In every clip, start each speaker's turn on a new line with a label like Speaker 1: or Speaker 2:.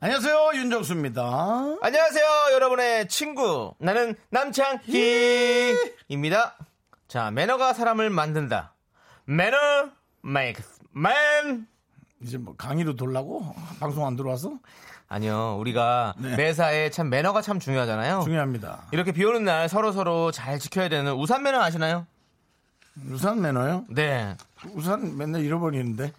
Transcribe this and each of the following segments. Speaker 1: 안녕하세요 윤정수입니다.
Speaker 2: 안녕하세요, 여러분의 친구. 나는 남창희입니다. 자, 매너가 사람을 만든다. 매너 makes man.
Speaker 1: 이제 뭐 강의로 돌라고 방송 안 들어와서
Speaker 2: 아니요, 우리가
Speaker 1: 네.
Speaker 2: 매사에 참 매너가 참 중요하잖아요.
Speaker 1: 중요합니다.
Speaker 2: 이렇게 비 오는 날 서로 서로 잘 지켜야 되는 우산 매너 아시나요?
Speaker 1: 우산 매너요?
Speaker 2: 네.
Speaker 1: 우산 맨날 잃어버리는데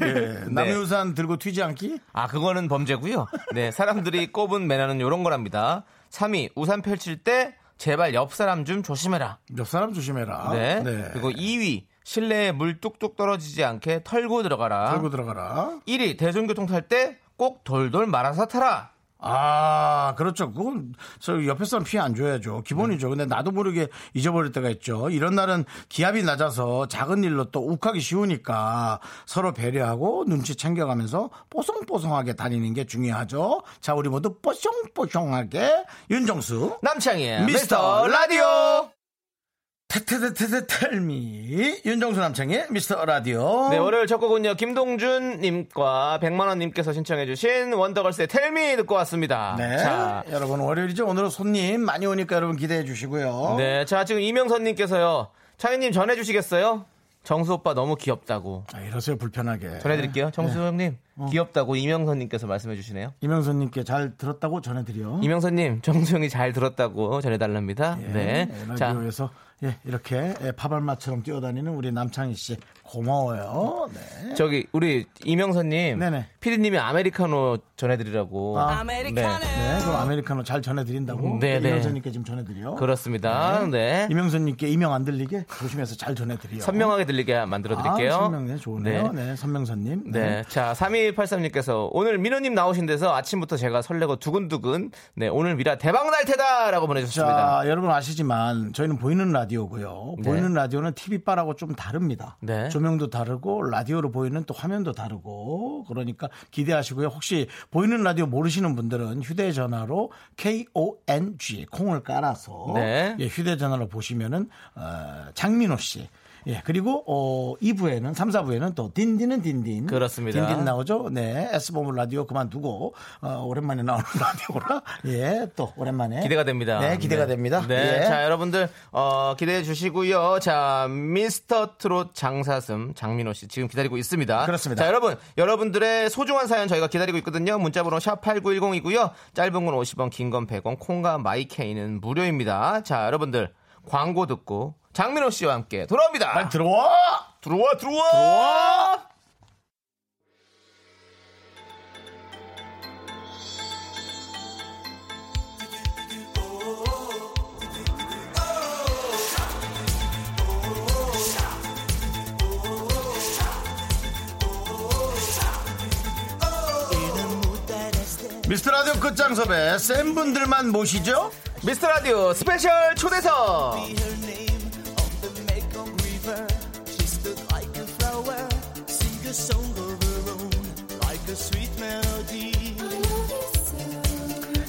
Speaker 1: 예, 남의
Speaker 2: 네.
Speaker 1: 우산 들고 튀지 않기?
Speaker 2: 아, 그거는 범죄고요. 네, 사람들이 꼽은 매너는 이런 거랍니다. 3위, 우산 펼칠 때 제발 옆 사람 좀 조심해라.
Speaker 1: 옆 사람 조심해라.
Speaker 2: 네.
Speaker 1: 네.
Speaker 2: 그리고 2위, 실내에 물 뚝뚝 떨어지지 않게 털고 들어가라.
Speaker 1: 들고 들어가라.
Speaker 2: 1위 대중교통 탈 때 꼭 돌돌 말아서 타라.
Speaker 1: 아, 그렇죠. 그건 저 옆에 사람 피해 안 줘야죠. 기본이죠. 근데 나도 모르게 잊어버릴 때가 있죠. 이런 날은 기압이 낮아서 작은 일로 또 욱하기 쉬우니까 서로 배려하고 눈치 챙겨가면서 뽀송뽀송하게 다니는 게 중요하죠. 자, 우리 모두 뽀송뽀송하게 윤정수
Speaker 2: 남창희의
Speaker 1: 미스터
Speaker 2: 미스터 라디오.
Speaker 1: 테테테테테 텔미 윤정수 남창의 미스터 라디오.
Speaker 2: 네, 월요일 첫 곡은요. 김동준 님과 백만 원 님께서 신청해 주신 원더걸스의 텔미 듣고 왔습니다.
Speaker 1: 네.
Speaker 2: 자,
Speaker 1: 여러분 월요일이죠. 오늘은 손님 많이 오니까 여러분 기대해 주시고요.
Speaker 2: 네. 자, 지금 이명선 님께서요. 창희 님 전해 주시겠어요? 정수 오빠 너무 귀엽다고.
Speaker 1: 아, 이러세요 불편하게.
Speaker 2: 전해 드릴게요. 정수
Speaker 1: 네.
Speaker 2: 형님.
Speaker 1: 어.
Speaker 2: 귀엽다고 이명선 님께서 말씀해 주시네요.
Speaker 1: 이명선님께 잘 들었다고 전해드려.
Speaker 2: 이명선 님, 정수 형이 잘 들었다고 전해 달랍니다.
Speaker 1: 예,
Speaker 2: 네.
Speaker 1: 예,
Speaker 2: 자,
Speaker 1: 라디오에서 예, 이렇게 예, 파발마처럼 뛰어다니는 우리 남창희 씨 고마워요. 네.
Speaker 2: 저기 우리 이명선 님.
Speaker 1: 네네.
Speaker 2: 피디 님이 아메리카노 전해 드리라고.
Speaker 1: 아,
Speaker 2: 네.
Speaker 1: 네, 그럼 아메리카노 잘 전해드린다고.
Speaker 2: 네, 네.
Speaker 1: 이명선님께 지금 전해드려.
Speaker 2: 그렇습니다. 네.
Speaker 1: 이명선님께 이명 안 들리게 조심해서 잘 전해드려.
Speaker 2: 선명하게 들리게 만들어 드릴게요.
Speaker 1: 아, 선명해 좋네요. 네, 선명선님.
Speaker 2: 네. 자, 3283님께서 오늘 민호님 나오신 데서 아침부터 제가 설레고 두근두근, 네, 오늘 미라 대박 날 테다라고 보내주셨습니다.
Speaker 1: 자, 여러분 아시지만 저희는 보이는 라디오고요.
Speaker 2: 네.
Speaker 1: 보이는 라디오는 TV 바라고 좀 다릅니다.
Speaker 2: 네.
Speaker 1: 조명도 다르고 라디오로 보이는 또 화면도 다르고 그러니까 기대하시고요. 혹시 보이는 라디오 모르시는 분들은 휴대전화로 KONG 콩을 깔아서
Speaker 2: 네.
Speaker 1: 예, 휴대전화로 보시면은 어, 장민호 씨. 예, 그리고 어 2부에는 3, 4부에는 또 딘딘은 딘딘.
Speaker 2: 그렇습니다.
Speaker 1: 딘딘 나오죠. 네. S보물 라디오 그만두고 어, 오랜만에 나오는 라디오라 예, 또 오랜만에
Speaker 2: 기대가 됩니다.
Speaker 1: 네, 기대가 됩니다.
Speaker 2: 네.
Speaker 1: 예.
Speaker 2: 자, 여러분들, 어, 기대해 주시고요. 자, 미스터 트롯 장사슴, 장민호 씨 지금 기다리고 있습니다.
Speaker 1: 그렇습니다.
Speaker 2: 자, 여러분, 여러분들의 소중한 사연 저희가 기다리고 있거든요. 문자번호 샵8910이고요. 짧은 건 50원, 긴 건 100원, 콩과 마이케이는 무료입니다. 자, 여러분들, 광고 듣고 장민호 씨와 함께 돌아옵니다.
Speaker 1: 빨리 들어와!
Speaker 2: 들어와, 들어와! 들어와!
Speaker 1: 미스터 라디오 끝장섭에 센 분들만 모시죠?
Speaker 2: 미스터 라디오 스페셜 초대석!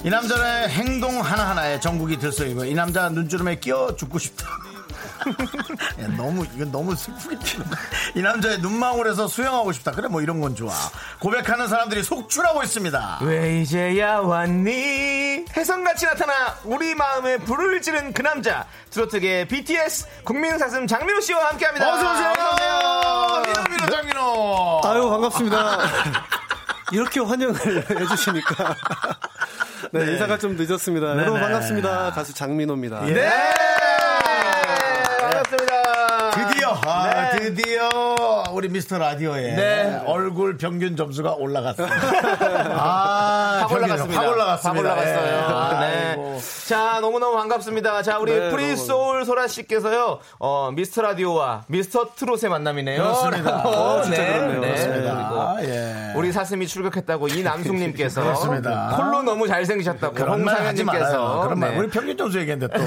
Speaker 1: 이 남자의 행동 하나하나에 전국이 들썩이고 이 남자 눈주름에 끼어 죽고 싶다. 야, 너무 이건 너무 슬프겠지. 이 남자의 눈망울에서 수영하고 싶다. 그래 뭐 이런 건 좋아. 고백하는 사람들이 속출하고 있습니다.
Speaker 2: 왜 이제야 왔니? 해성같이 나타나 우리 마음에 불을 지른 그 남자 트로트계 BTS 국민사슴 장민호 씨와 함께합니다. 네.
Speaker 1: 어서 오세요.
Speaker 2: 민호, 민호,
Speaker 1: 장민호.
Speaker 3: 아유 반갑습니다. 이렇게 환영을 해주시니까 네, 인사가 좀 늦었습니다.
Speaker 1: 네,
Speaker 3: 여러분 반갑습니다. 가수 장민호입니다.
Speaker 1: 예.
Speaker 2: 네. 반갑습니다.
Speaker 1: 드디어 아, 드디어 우리 미스터 라디오에
Speaker 2: 네.
Speaker 1: 얼굴 평균 점수가 올라갔습니다. 아,
Speaker 2: 확
Speaker 1: 평균
Speaker 2: 올라갔습니다.
Speaker 1: 확 올라갔습니다.
Speaker 2: 확 올라갔어요.
Speaker 1: 예.
Speaker 2: 네.
Speaker 1: 아이고.
Speaker 2: 자, 너무너무 반갑습니다. 자, 우리
Speaker 3: 네,
Speaker 2: 프리
Speaker 3: 너무-
Speaker 2: 소울 소라 씨께서요, 어, 미스터 라디오와 미스터 트롯의 만남이네요.
Speaker 1: 그렇습니다.
Speaker 2: 라고.
Speaker 3: 어, 진짜 그렇네요.
Speaker 1: 그렇습니다.
Speaker 2: 그리고
Speaker 1: 예.
Speaker 2: 우리 사슴이 출격했다고 이남숙님께서
Speaker 1: 그렇습니다.
Speaker 2: 콜로 너무 잘생기셨다고
Speaker 1: 그런 말 하지 말아요.
Speaker 2: 홍상현님께서
Speaker 1: 그런 말.
Speaker 2: 네.
Speaker 1: 우리 평균 점수 얘기했는데 또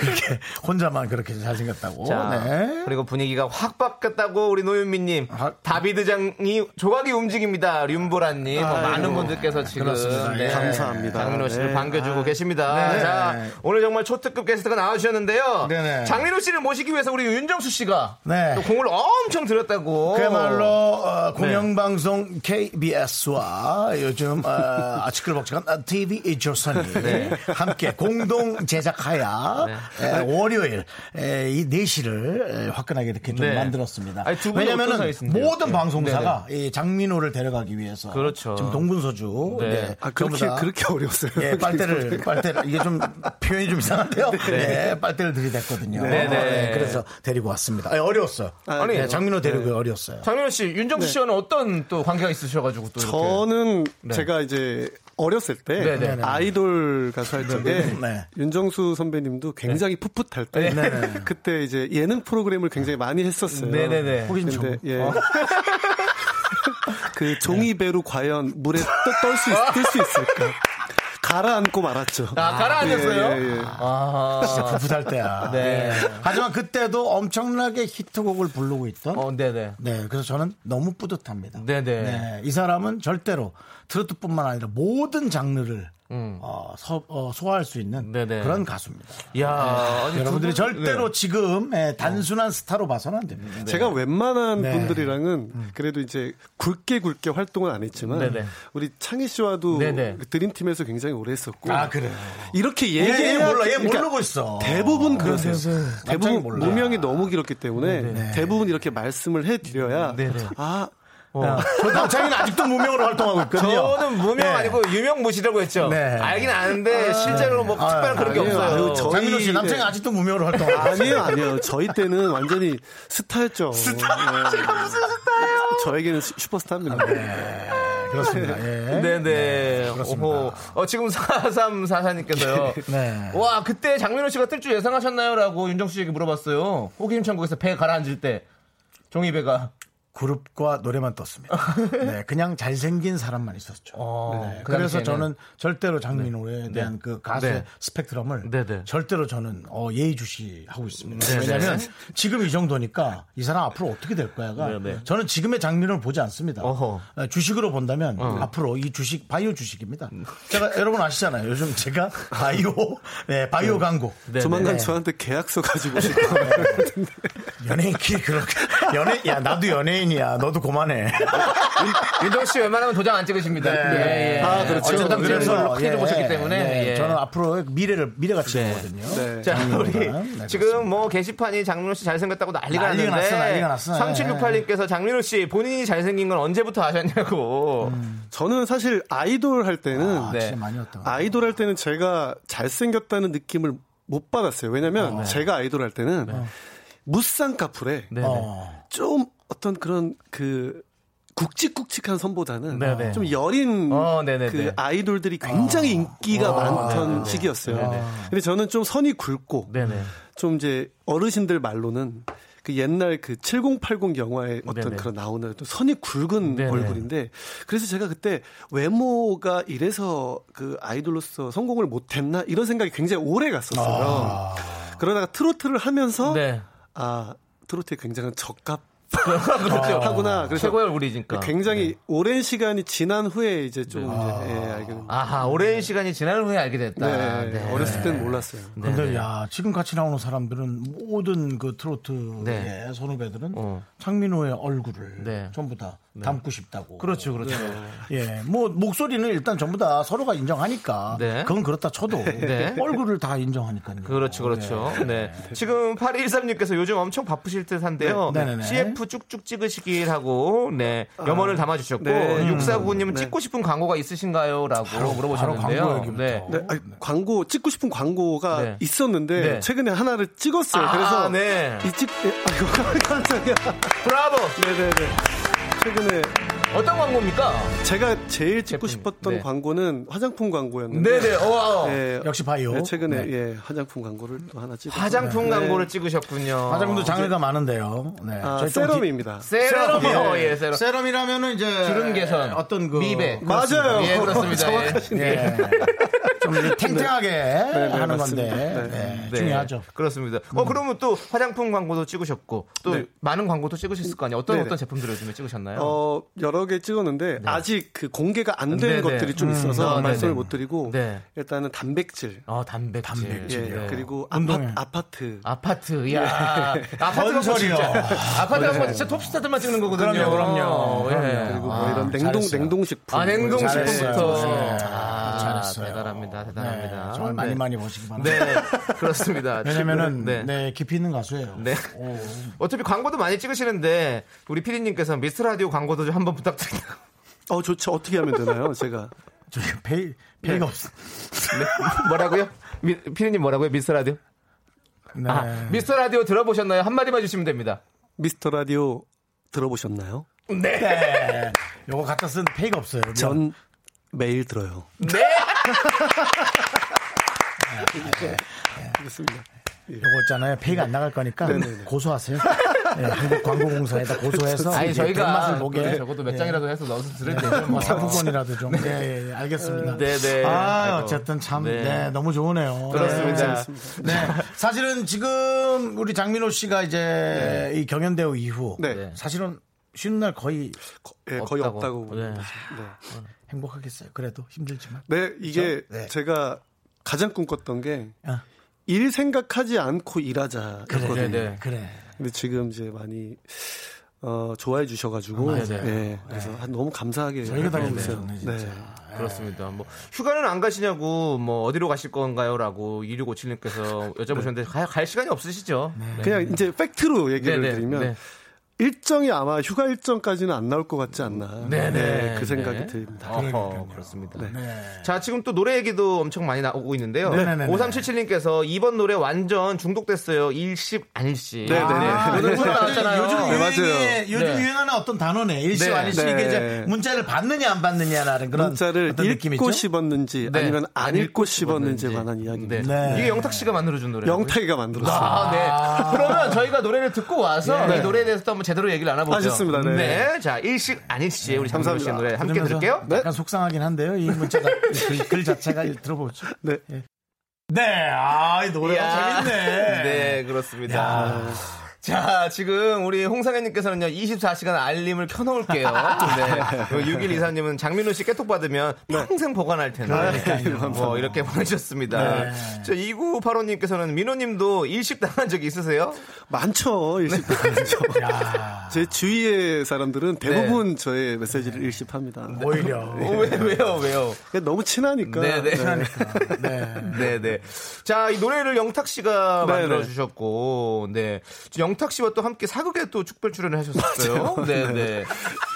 Speaker 1: 그렇게 혼자만 그렇게 잘생겼다고.
Speaker 2: 자,
Speaker 1: 네.
Speaker 2: 그리고 분위기가 확 바뀌었다고 우리 노윤미님,
Speaker 1: 아.
Speaker 2: 다비드장이 조각이 움직입니다, 륜보라님, 뭐 많은 분들께서 지금 네.
Speaker 1: 그렇습니다. 예.
Speaker 3: 감사합니다.
Speaker 2: 장민호 씨를
Speaker 3: 네.
Speaker 2: 반겨주고 계십니다.
Speaker 1: 네.
Speaker 2: 자, 오늘 정말 초특급 게스트가 나와주셨는데요.
Speaker 1: 네네.
Speaker 2: 장민호 씨를 모시기 위해서 우리 윤정수 씨가
Speaker 1: 네.
Speaker 2: 또 공을 엄청 들였다고.
Speaker 1: 그야말로
Speaker 2: 네.
Speaker 1: 어, 공영방송 KBS와 요즘 어, 아치클벅적한 TV 조선이
Speaker 2: 네.
Speaker 1: 함께 공동 제작하여 에, 월요일 에, 이 4시를 화끈하게 이렇게 좀
Speaker 2: 네.
Speaker 1: 만들었습니다.
Speaker 2: 아니, 두 분은 어떤
Speaker 1: 왜냐하면
Speaker 2: 사이신데요? 네.
Speaker 1: 모든 방송사가 이 장민호를 데려가기 위해서
Speaker 2: 그렇죠.
Speaker 1: 지금 동분서주
Speaker 2: 네.
Speaker 1: 네,
Speaker 3: 아, 그렇게,
Speaker 1: 전부 다
Speaker 3: 그렇게 어려웠어요.
Speaker 1: 예, 빨대를, 빨대를, 이게 좀 표현이 좀 이상한데요? 네. 빨대를 들이댔거든요.
Speaker 2: 네, 네.
Speaker 1: 네, 그래서 데리고 왔습니다. 아니, 어려웠어요.
Speaker 3: 아,
Speaker 1: 아니,
Speaker 3: 네.
Speaker 1: 장민호 데리고 어려웠어요.
Speaker 2: 장민호 씨, 윤정수 씨와는 어떤 또 관계가 있으셔가지고 또. 이렇게.
Speaker 3: 저는 제가 이제 어렸을 때
Speaker 2: 네, 네,
Speaker 1: 네.
Speaker 3: 아이돌 가수 할 적에
Speaker 1: 네.
Speaker 3: 윤정수 선배님도 굉장히 풋풋할 때
Speaker 1: 네, 네.
Speaker 3: 그때 이제 예능 프로그램을 굉장히 많이 했었어요.
Speaker 2: 네, 네, 네.
Speaker 1: 혹인 어. 정.
Speaker 3: 근데 예. 그 종이배로 과연 물에 떨수 뜰수 있을까? 가라앉고 말았죠.
Speaker 2: 네. 아, 가라앉았어요?
Speaker 3: 예, 예, 예.
Speaker 2: 아,
Speaker 1: 진짜 풋풋할 때야.
Speaker 2: 네.
Speaker 1: 예. 하지만 그때도 엄청나게 히트곡을 부르고 있던.
Speaker 2: 어, 네네.
Speaker 1: 네, 그래서 저는 너무 뿌듯합니다.
Speaker 2: 네네.
Speaker 1: 네, 이 사람은 절대로 트로트뿐만 아니라 모든 장르를 어, 서- 어, 소화할 수 있는
Speaker 2: 음. 네네.
Speaker 1: 그런 가수입니다.
Speaker 2: 야 아니,
Speaker 1: 네. 여러분들이
Speaker 2: 두 네. 어. 분-
Speaker 1: 절대로 지금 예, 단순한 스타로 봐서는 안 됩니다.
Speaker 2: 네.
Speaker 3: 제가 웬만한
Speaker 1: 네.
Speaker 3: 분들이랑은 그래도 이제 굵게 굵게 활동은 안 했지만
Speaker 2: 네네.
Speaker 3: 우리 창희 씨와도 그
Speaker 2: 네네.
Speaker 3: 드림팀에서 굉장히 오래 했었고
Speaker 1: 아, 그래요?
Speaker 3: 이렇게
Speaker 1: 얘,
Speaker 3: 얘기해
Speaker 1: 얘 몰라, 얘 모르고 있어.
Speaker 3: 대부분 그러세요.
Speaker 1: 갑자기
Speaker 3: 대부분
Speaker 1: 몰라.
Speaker 3: 무명이 너무 길었기 때문에 대부분 이렇게 말씀을 해드려야 아
Speaker 1: 저 남창이는 어. 아직도 무명으로 활동하고 있거든요.
Speaker 2: 저는 무명
Speaker 1: 네.
Speaker 2: 아니고 유명 모시라고 했죠.
Speaker 1: 네.
Speaker 2: 알긴 아는데 실제로 뭐 특별한 그런 게
Speaker 3: 아니에요.
Speaker 2: 없어요.
Speaker 3: 아유, 저-
Speaker 1: 장민호 씨,
Speaker 3: 저희-
Speaker 1: 남창이 예. 아직도 무명으로 활동하고 있어요.
Speaker 3: 아니에요 아니에요 저희 때는 완전히 스타였죠. 스타 제가 무슨 스타예요? 저에게는 슈- 슈퍼스타입니다.
Speaker 1: 그렇습니다. 예.
Speaker 2: 네네.
Speaker 1: 그렇습니다.
Speaker 2: 오호. 어, 지금 4344님께서요.
Speaker 1: 네.
Speaker 2: 와, 그때 장민호 씨가 뜰 줄 예상하셨나요? 라고 윤정수 씨에게 물어봤어요. 호기심 천국에서 배 가라앉을 때. 종이배가.
Speaker 1: 그룹과 노래만 떴습니다. 네, 그냥 잘생긴 사람만 있었죠.
Speaker 2: 어,
Speaker 1: 네,
Speaker 2: 그
Speaker 1: 그래서
Speaker 2: 당시에는-
Speaker 1: 저는 절대로 장민호에 대한 그 가수의
Speaker 2: 네.
Speaker 1: 스펙트럼을
Speaker 2: 네, 네.
Speaker 1: 절대로 저는 어, 예의주시하고 있습니다.
Speaker 2: 네,
Speaker 1: 왜냐하면
Speaker 2: 네.
Speaker 1: 지금 이 정도니까 이 사람 앞으로 어떻게 될 거야가
Speaker 2: 네, 네.
Speaker 1: 저는 지금의 장민호를 보지 않습니다.
Speaker 2: 어허. 어.
Speaker 1: 어, 주식으로 본다면 앞으로 이 주식 바이오 주식입니다. 제가 여러분 아시잖아요. 요즘 제가 바이오 네, 바이오 광고
Speaker 3: 조만간 저한테 계약서 가지고 싶어.
Speaker 1: 연예인끼리 그렇게 연예 야 나도 연예인이야. 너도 그만해.
Speaker 2: 윤정수 씨 웬만하면 도장 안 찍으십니다.
Speaker 1: 네.
Speaker 2: 예, 예.
Speaker 3: 아, 그렇죠.
Speaker 2: 어쨌든
Speaker 3: 그래서-
Speaker 2: 그래서 크게 보셨기 때문에. 예.
Speaker 1: 예, 저는 앞으로 미래를 미래가 지거든요.
Speaker 3: 네.
Speaker 2: 자, 우리
Speaker 1: 네,
Speaker 2: 지금 뭐 게시판이 장민호 씨 잘생겼다고 난리가
Speaker 1: 난리가
Speaker 2: 났는데
Speaker 1: 났어, 난리가 났어.
Speaker 2: 3768님께서 장민호 씨 본인이 잘생긴 건 언제부터 아셨냐고.
Speaker 1: 음.
Speaker 3: 저는 사실 아이돌 할 때는
Speaker 1: 아,
Speaker 2: 네.
Speaker 1: 진짜 많이 왔다.
Speaker 3: 아이돌 할 때는 제가 잘생겼다는 느낌을 못 받았어요. 왜냐면
Speaker 2: 네.
Speaker 3: 제가 아이돌 할 때는 무쌍 카풀에
Speaker 2: 네.
Speaker 1: 어.
Speaker 3: 좀 어떤 그런 그 굵직굵직한 선보다는
Speaker 2: 네네.
Speaker 3: 좀 여린
Speaker 2: 어, 네네네. 어, 네,
Speaker 3: 그 아이돌들이 굉장히 인기가 많던 시기였어요. 근데 저는 좀 선이 굵고
Speaker 2: 네네.
Speaker 3: 좀 이제 어르신들 말로는 그 옛날 그 7080 영화에 어떤
Speaker 2: 네네.
Speaker 3: 그런 나오는 또 선이 굵은
Speaker 2: 네네.
Speaker 3: 얼굴인데 그래서 제가 그때 외모가 이래서 그 아이돌로서 성공을 못했나 이런 생각이 굉장히 오래 갔었어요. 그러다가 트로트를 하면서
Speaker 2: 아. 네.
Speaker 3: 아 트로트에 굉장한 적합
Speaker 2: 그렇죠.
Speaker 3: 하구나. 아, 그래서
Speaker 2: 최고의 우리니까.
Speaker 3: 굉장히
Speaker 2: 네.
Speaker 3: 오랜 시간이 지난 후에 이제 좀 이제 예, 알게 됩니다.
Speaker 2: 아하, 오랜 시간이 지난 후에 알게 됐다.
Speaker 3: 네,
Speaker 2: 네.
Speaker 3: 어렸을 땐 몰랐어요.
Speaker 1: 근데 야 지금 같이 나오는 사람들은 모든 그 트로트의
Speaker 2: 네.
Speaker 1: 선후배들은
Speaker 2: 어.
Speaker 1: 창민호의 얼굴을
Speaker 2: 네.
Speaker 1: 전부 다 담고 싶다고.
Speaker 2: 그렇죠, 그렇죠.
Speaker 1: 예, 뭐 목소리는 일단 전부 다 서로가 인정하니까.
Speaker 2: 네.
Speaker 1: 그건 그렇다 쳐도
Speaker 2: 네.
Speaker 1: 얼굴을 다 인정하니까요.
Speaker 2: 그렇죠, 그렇죠. 네. 지금 8213님께서 요즘 엄청 바쁘실 듯 한데요.
Speaker 1: 네, 네, 네.
Speaker 2: CF 쭉쭉 찍으시길 하고, 네. 염원을 담아주셨고,
Speaker 3: 네.
Speaker 2: 6499님은
Speaker 3: 네.
Speaker 2: 찍고 싶은 광고가 있으신가요? 라고 물어보셨는데요.
Speaker 1: 바로 광고 얘기부터.
Speaker 2: 네.
Speaker 3: 네, 아니, 광고 찍고 싶은 광고가
Speaker 2: 네.
Speaker 3: 있었는데
Speaker 2: 네.
Speaker 3: 최근에 하나를 찍었어요.
Speaker 2: 아,
Speaker 3: 그래서
Speaker 2: 네.
Speaker 3: 이 찍, 예, 아이고 깜짝이야.
Speaker 2: 브라보!
Speaker 3: 네네네. 최근에
Speaker 2: 어떤 광고입니까?
Speaker 3: 제가 제일 찍고
Speaker 2: 제품,
Speaker 3: 싶었던
Speaker 2: 네.
Speaker 3: 광고는 화장품 광고였는데.
Speaker 2: 네네,
Speaker 1: 어,
Speaker 2: 어, 와
Speaker 3: 예,
Speaker 1: 역시 바이오.
Speaker 3: 네, 최근에
Speaker 1: 네.
Speaker 3: 예, 화장품 광고를 또 하나 찍었어요.
Speaker 2: 화장품 광고를 찍으셨군요.
Speaker 1: 화장품도 장르가 많은데요. 네.
Speaker 3: 아,
Speaker 1: 저희 좀 뒤-
Speaker 3: 세럼입니다.
Speaker 2: 세럼.
Speaker 1: 세럼이요.
Speaker 2: 예, 세럼.
Speaker 1: 세럼이라면은 이제
Speaker 2: 주름 개선.
Speaker 1: 어떤 그
Speaker 2: 미백.
Speaker 3: 맞아요.
Speaker 2: 예, 그렇습니다. 예.
Speaker 1: 예. 좀 이제 탱탱하게 하는
Speaker 3: 맞습니다.
Speaker 1: 건데 네,
Speaker 2: 네.
Speaker 1: 중요하죠. 음.
Speaker 2: 그렇습니다. 어, 그러면 또 화장품 광고도 찍으셨고, 또
Speaker 3: 네.
Speaker 2: 많은 광고도 찍으셨을 거 아니에요? 어떤
Speaker 3: 네네.
Speaker 2: 어떤 제품들을 요즘에 찍으셨나요?
Speaker 3: 어, 여러 개 찍었는데 아직 그 공개가 안 된
Speaker 2: 네. 네네.
Speaker 3: 것들이 좀
Speaker 2: 음.
Speaker 3: 있어서
Speaker 2: 아,
Speaker 3: 말씀을
Speaker 2: 네네.
Speaker 3: 못 드리고
Speaker 2: 네.
Speaker 3: 일단은 단백질.
Speaker 2: 어, 단백질.
Speaker 3: 예,
Speaker 2: 네.
Speaker 3: 그리고
Speaker 1: 운동에.
Speaker 3: 아파, 트
Speaker 2: 아파트, 야 아파트 광고
Speaker 1: 예. 건설이요.
Speaker 2: 진짜. 아파트 광고 진짜 톱스타들만 찍는 거거든요.
Speaker 1: 그럼요, 그럼요.
Speaker 2: 예.
Speaker 1: 그럼요.
Speaker 3: 그리고 뭐
Speaker 1: 아,
Speaker 3: 이런 냉동
Speaker 1: 잘했어요.
Speaker 3: 냉동식품.
Speaker 2: 아, 냉동식품부터.
Speaker 1: 네. 잘했어요.
Speaker 2: 아,
Speaker 1: 잘했어요.
Speaker 2: 대단합니다, 대단합니다.
Speaker 1: 네, 정말 많이
Speaker 2: 네.
Speaker 1: 많이 보시기 바랍니다.
Speaker 2: 네, 그렇습니다.
Speaker 1: 왜냐면은
Speaker 2: 네.
Speaker 1: 네. 깊이 있는 가수예요.
Speaker 2: 네.
Speaker 1: 오.
Speaker 2: 어차피 광고도 많이 찍으시는데, 우리 피디님께서 미스 라디오 광고도 좀 한번 부탁드립니다.
Speaker 3: 어, 좋죠. 어떻게 하면 되나요? 제가
Speaker 1: 저기 페이 페이가 없어.
Speaker 2: 뭐라고요? 미, 피디님 뭐라고요? 미스 라디오?
Speaker 1: 네.
Speaker 2: 아, 미스터 라디오 들어보셨나요? 한마디만 주시면 됩니다.
Speaker 3: 미스터 라디오 들어보셨나요?
Speaker 1: 네. 요거 갖다 쓴 페이가 없어요. 미안.
Speaker 3: 전 매일 들어요.
Speaker 2: 네!
Speaker 3: 그렇습니다.
Speaker 1: 요거 있잖아요. 페이가 안 나갈 거니까 고소하세요. 네, 한국 광고공사에다 고소해서
Speaker 2: 아니,
Speaker 1: 이게
Speaker 2: 저희가
Speaker 1: 맛을 보게
Speaker 2: 적어도 몇 장이라도 해서 넣어서 들을 때죠.
Speaker 1: 뭐
Speaker 2: 뭐.
Speaker 1: 사부권이라도 좀. 네, 예, 알겠습니다.
Speaker 2: 네, 네.
Speaker 1: 아,
Speaker 2: 아이고.
Speaker 1: 어쨌든 참,
Speaker 2: 네.
Speaker 1: 네, 너무 좋으네요.
Speaker 2: 그렇습니다.
Speaker 1: 네. 네. 사실은 지금 우리 장민호 씨가 이제
Speaker 2: 네.
Speaker 1: 이 경연대회 이후
Speaker 3: 네.
Speaker 1: 사실은 쉬는 날 거의
Speaker 3: 거- 예, 거의
Speaker 2: 없다고.
Speaker 3: 없다고
Speaker 2: 네.
Speaker 3: 봅니다. 네.
Speaker 1: 행복하겠어요. 그래도 힘들지만.
Speaker 3: 네, 이게
Speaker 1: 네.
Speaker 3: 제가 가장 꿈꿨던 게 일
Speaker 1: 아.
Speaker 3: 생각하지 않고 일하자였거든요.
Speaker 1: 그렇죠.
Speaker 2: 네, 네.
Speaker 1: 그래.
Speaker 3: 근데 지금 이제 많이 어, 좋아해 주셔가지고
Speaker 2: 맞아요.
Speaker 3: 예, 그래서 한- 너무 감사하게
Speaker 1: 저희가 다
Speaker 3: 하고
Speaker 1: 힘들어요,
Speaker 3: 있어요. 네.
Speaker 1: 진짜.
Speaker 2: 그렇습니다. 뭐 휴가는 안 가시냐고 뭐 어디로 가실 건가요라고 2657님께서 여쭤보셨는데 가- 갈 시간이 없으시죠? 네.
Speaker 3: 그냥 이제 팩트로 얘기를
Speaker 2: 네, 네,
Speaker 3: 드리면
Speaker 2: 네.
Speaker 3: 일정이 아마 휴가 일정까지는 안 나올 것 같지 않나.
Speaker 2: 네, 네.
Speaker 3: 그 생각이
Speaker 2: 네.
Speaker 3: 듭니다.
Speaker 2: 어허, 그렇습니다.
Speaker 1: 네.
Speaker 2: 자, 지금 또 노래 얘기도 엄청 많이 나오고 있는데요.
Speaker 1: 네네네.
Speaker 2: 5377님께서 이번 노래 완전 중독됐어요. 일십 안일십.
Speaker 3: 네, 네, 네.
Speaker 1: 아,
Speaker 2: 노래
Speaker 1: 요즘
Speaker 2: 나왔잖아요.
Speaker 1: 요즘 유행에,
Speaker 3: 맞아요.
Speaker 1: 요즘
Speaker 2: 네.
Speaker 1: 유행하는 어떤 단어네. 일시
Speaker 2: 네.
Speaker 1: 아니시 이게
Speaker 3: 네.
Speaker 1: 이제 문자를 받느냐 안 받느냐라는 그런
Speaker 3: 문자를
Speaker 1: 어떤
Speaker 3: 읽고
Speaker 1: 느낌이죠.
Speaker 3: 씹었는지
Speaker 2: 네.
Speaker 3: 아니면 안 읽고 씹었는지에
Speaker 2: 씹었는지.
Speaker 3: 관한 이야기입니다.
Speaker 2: 네.
Speaker 1: 네.
Speaker 2: 이게 영탁 씨가 만들어준 노래.
Speaker 3: 영탁이가 만들었어요.
Speaker 2: 아, 네. 그러면 저희가 노래를 듣고 와서 이 노래에 대해서 또 한번 제대로 얘기를 나눠보죠.
Speaker 3: 아, 좋습니다. 네.
Speaker 2: 자, 일식 아닐시 우리 장민호
Speaker 3: 감사합니다.
Speaker 2: 씨의 노래 함께
Speaker 1: 들으면서 네.
Speaker 2: 들을게요. 네.
Speaker 1: 약간 속상하긴 한데요. 이 문자가 그 글, 글 자체가 들어보죠.
Speaker 3: 네.
Speaker 1: 네, 아, 이
Speaker 2: 이야.
Speaker 1: 노래가 재밌네.
Speaker 2: 네, 그렇습니다. 자, 지금 우리 홍상현님께서는요, 24시간 알림을 켜놓을게요. 네. 6일 이사님은 장민호 씨 깨톡 받으면
Speaker 1: 네.
Speaker 2: 평생 보관할 텐데. 뭐, 이렇게 보내셨습니다.
Speaker 1: 네.
Speaker 2: 자, 2985님께서는 민호님도 일식 당한 적이 있으세요?
Speaker 3: 많죠.
Speaker 2: 네.
Speaker 3: 일식당에서. 제 주위의 사람들은 대부분 저의 메시지를 일십합니다.
Speaker 1: 오히려.
Speaker 2: 어, 왜, 왜요, 왜요?
Speaker 3: 그냥 너무 친하니까.
Speaker 2: 네, 네.
Speaker 3: 네.
Speaker 2: 네네. 자, 이 노래를 영탁 씨가
Speaker 3: 네,
Speaker 2: 만들어 주셨고, 네. 지금 영탁 씨와 또 함께 사극에 또 축별 출연을 하셨어요. 네네.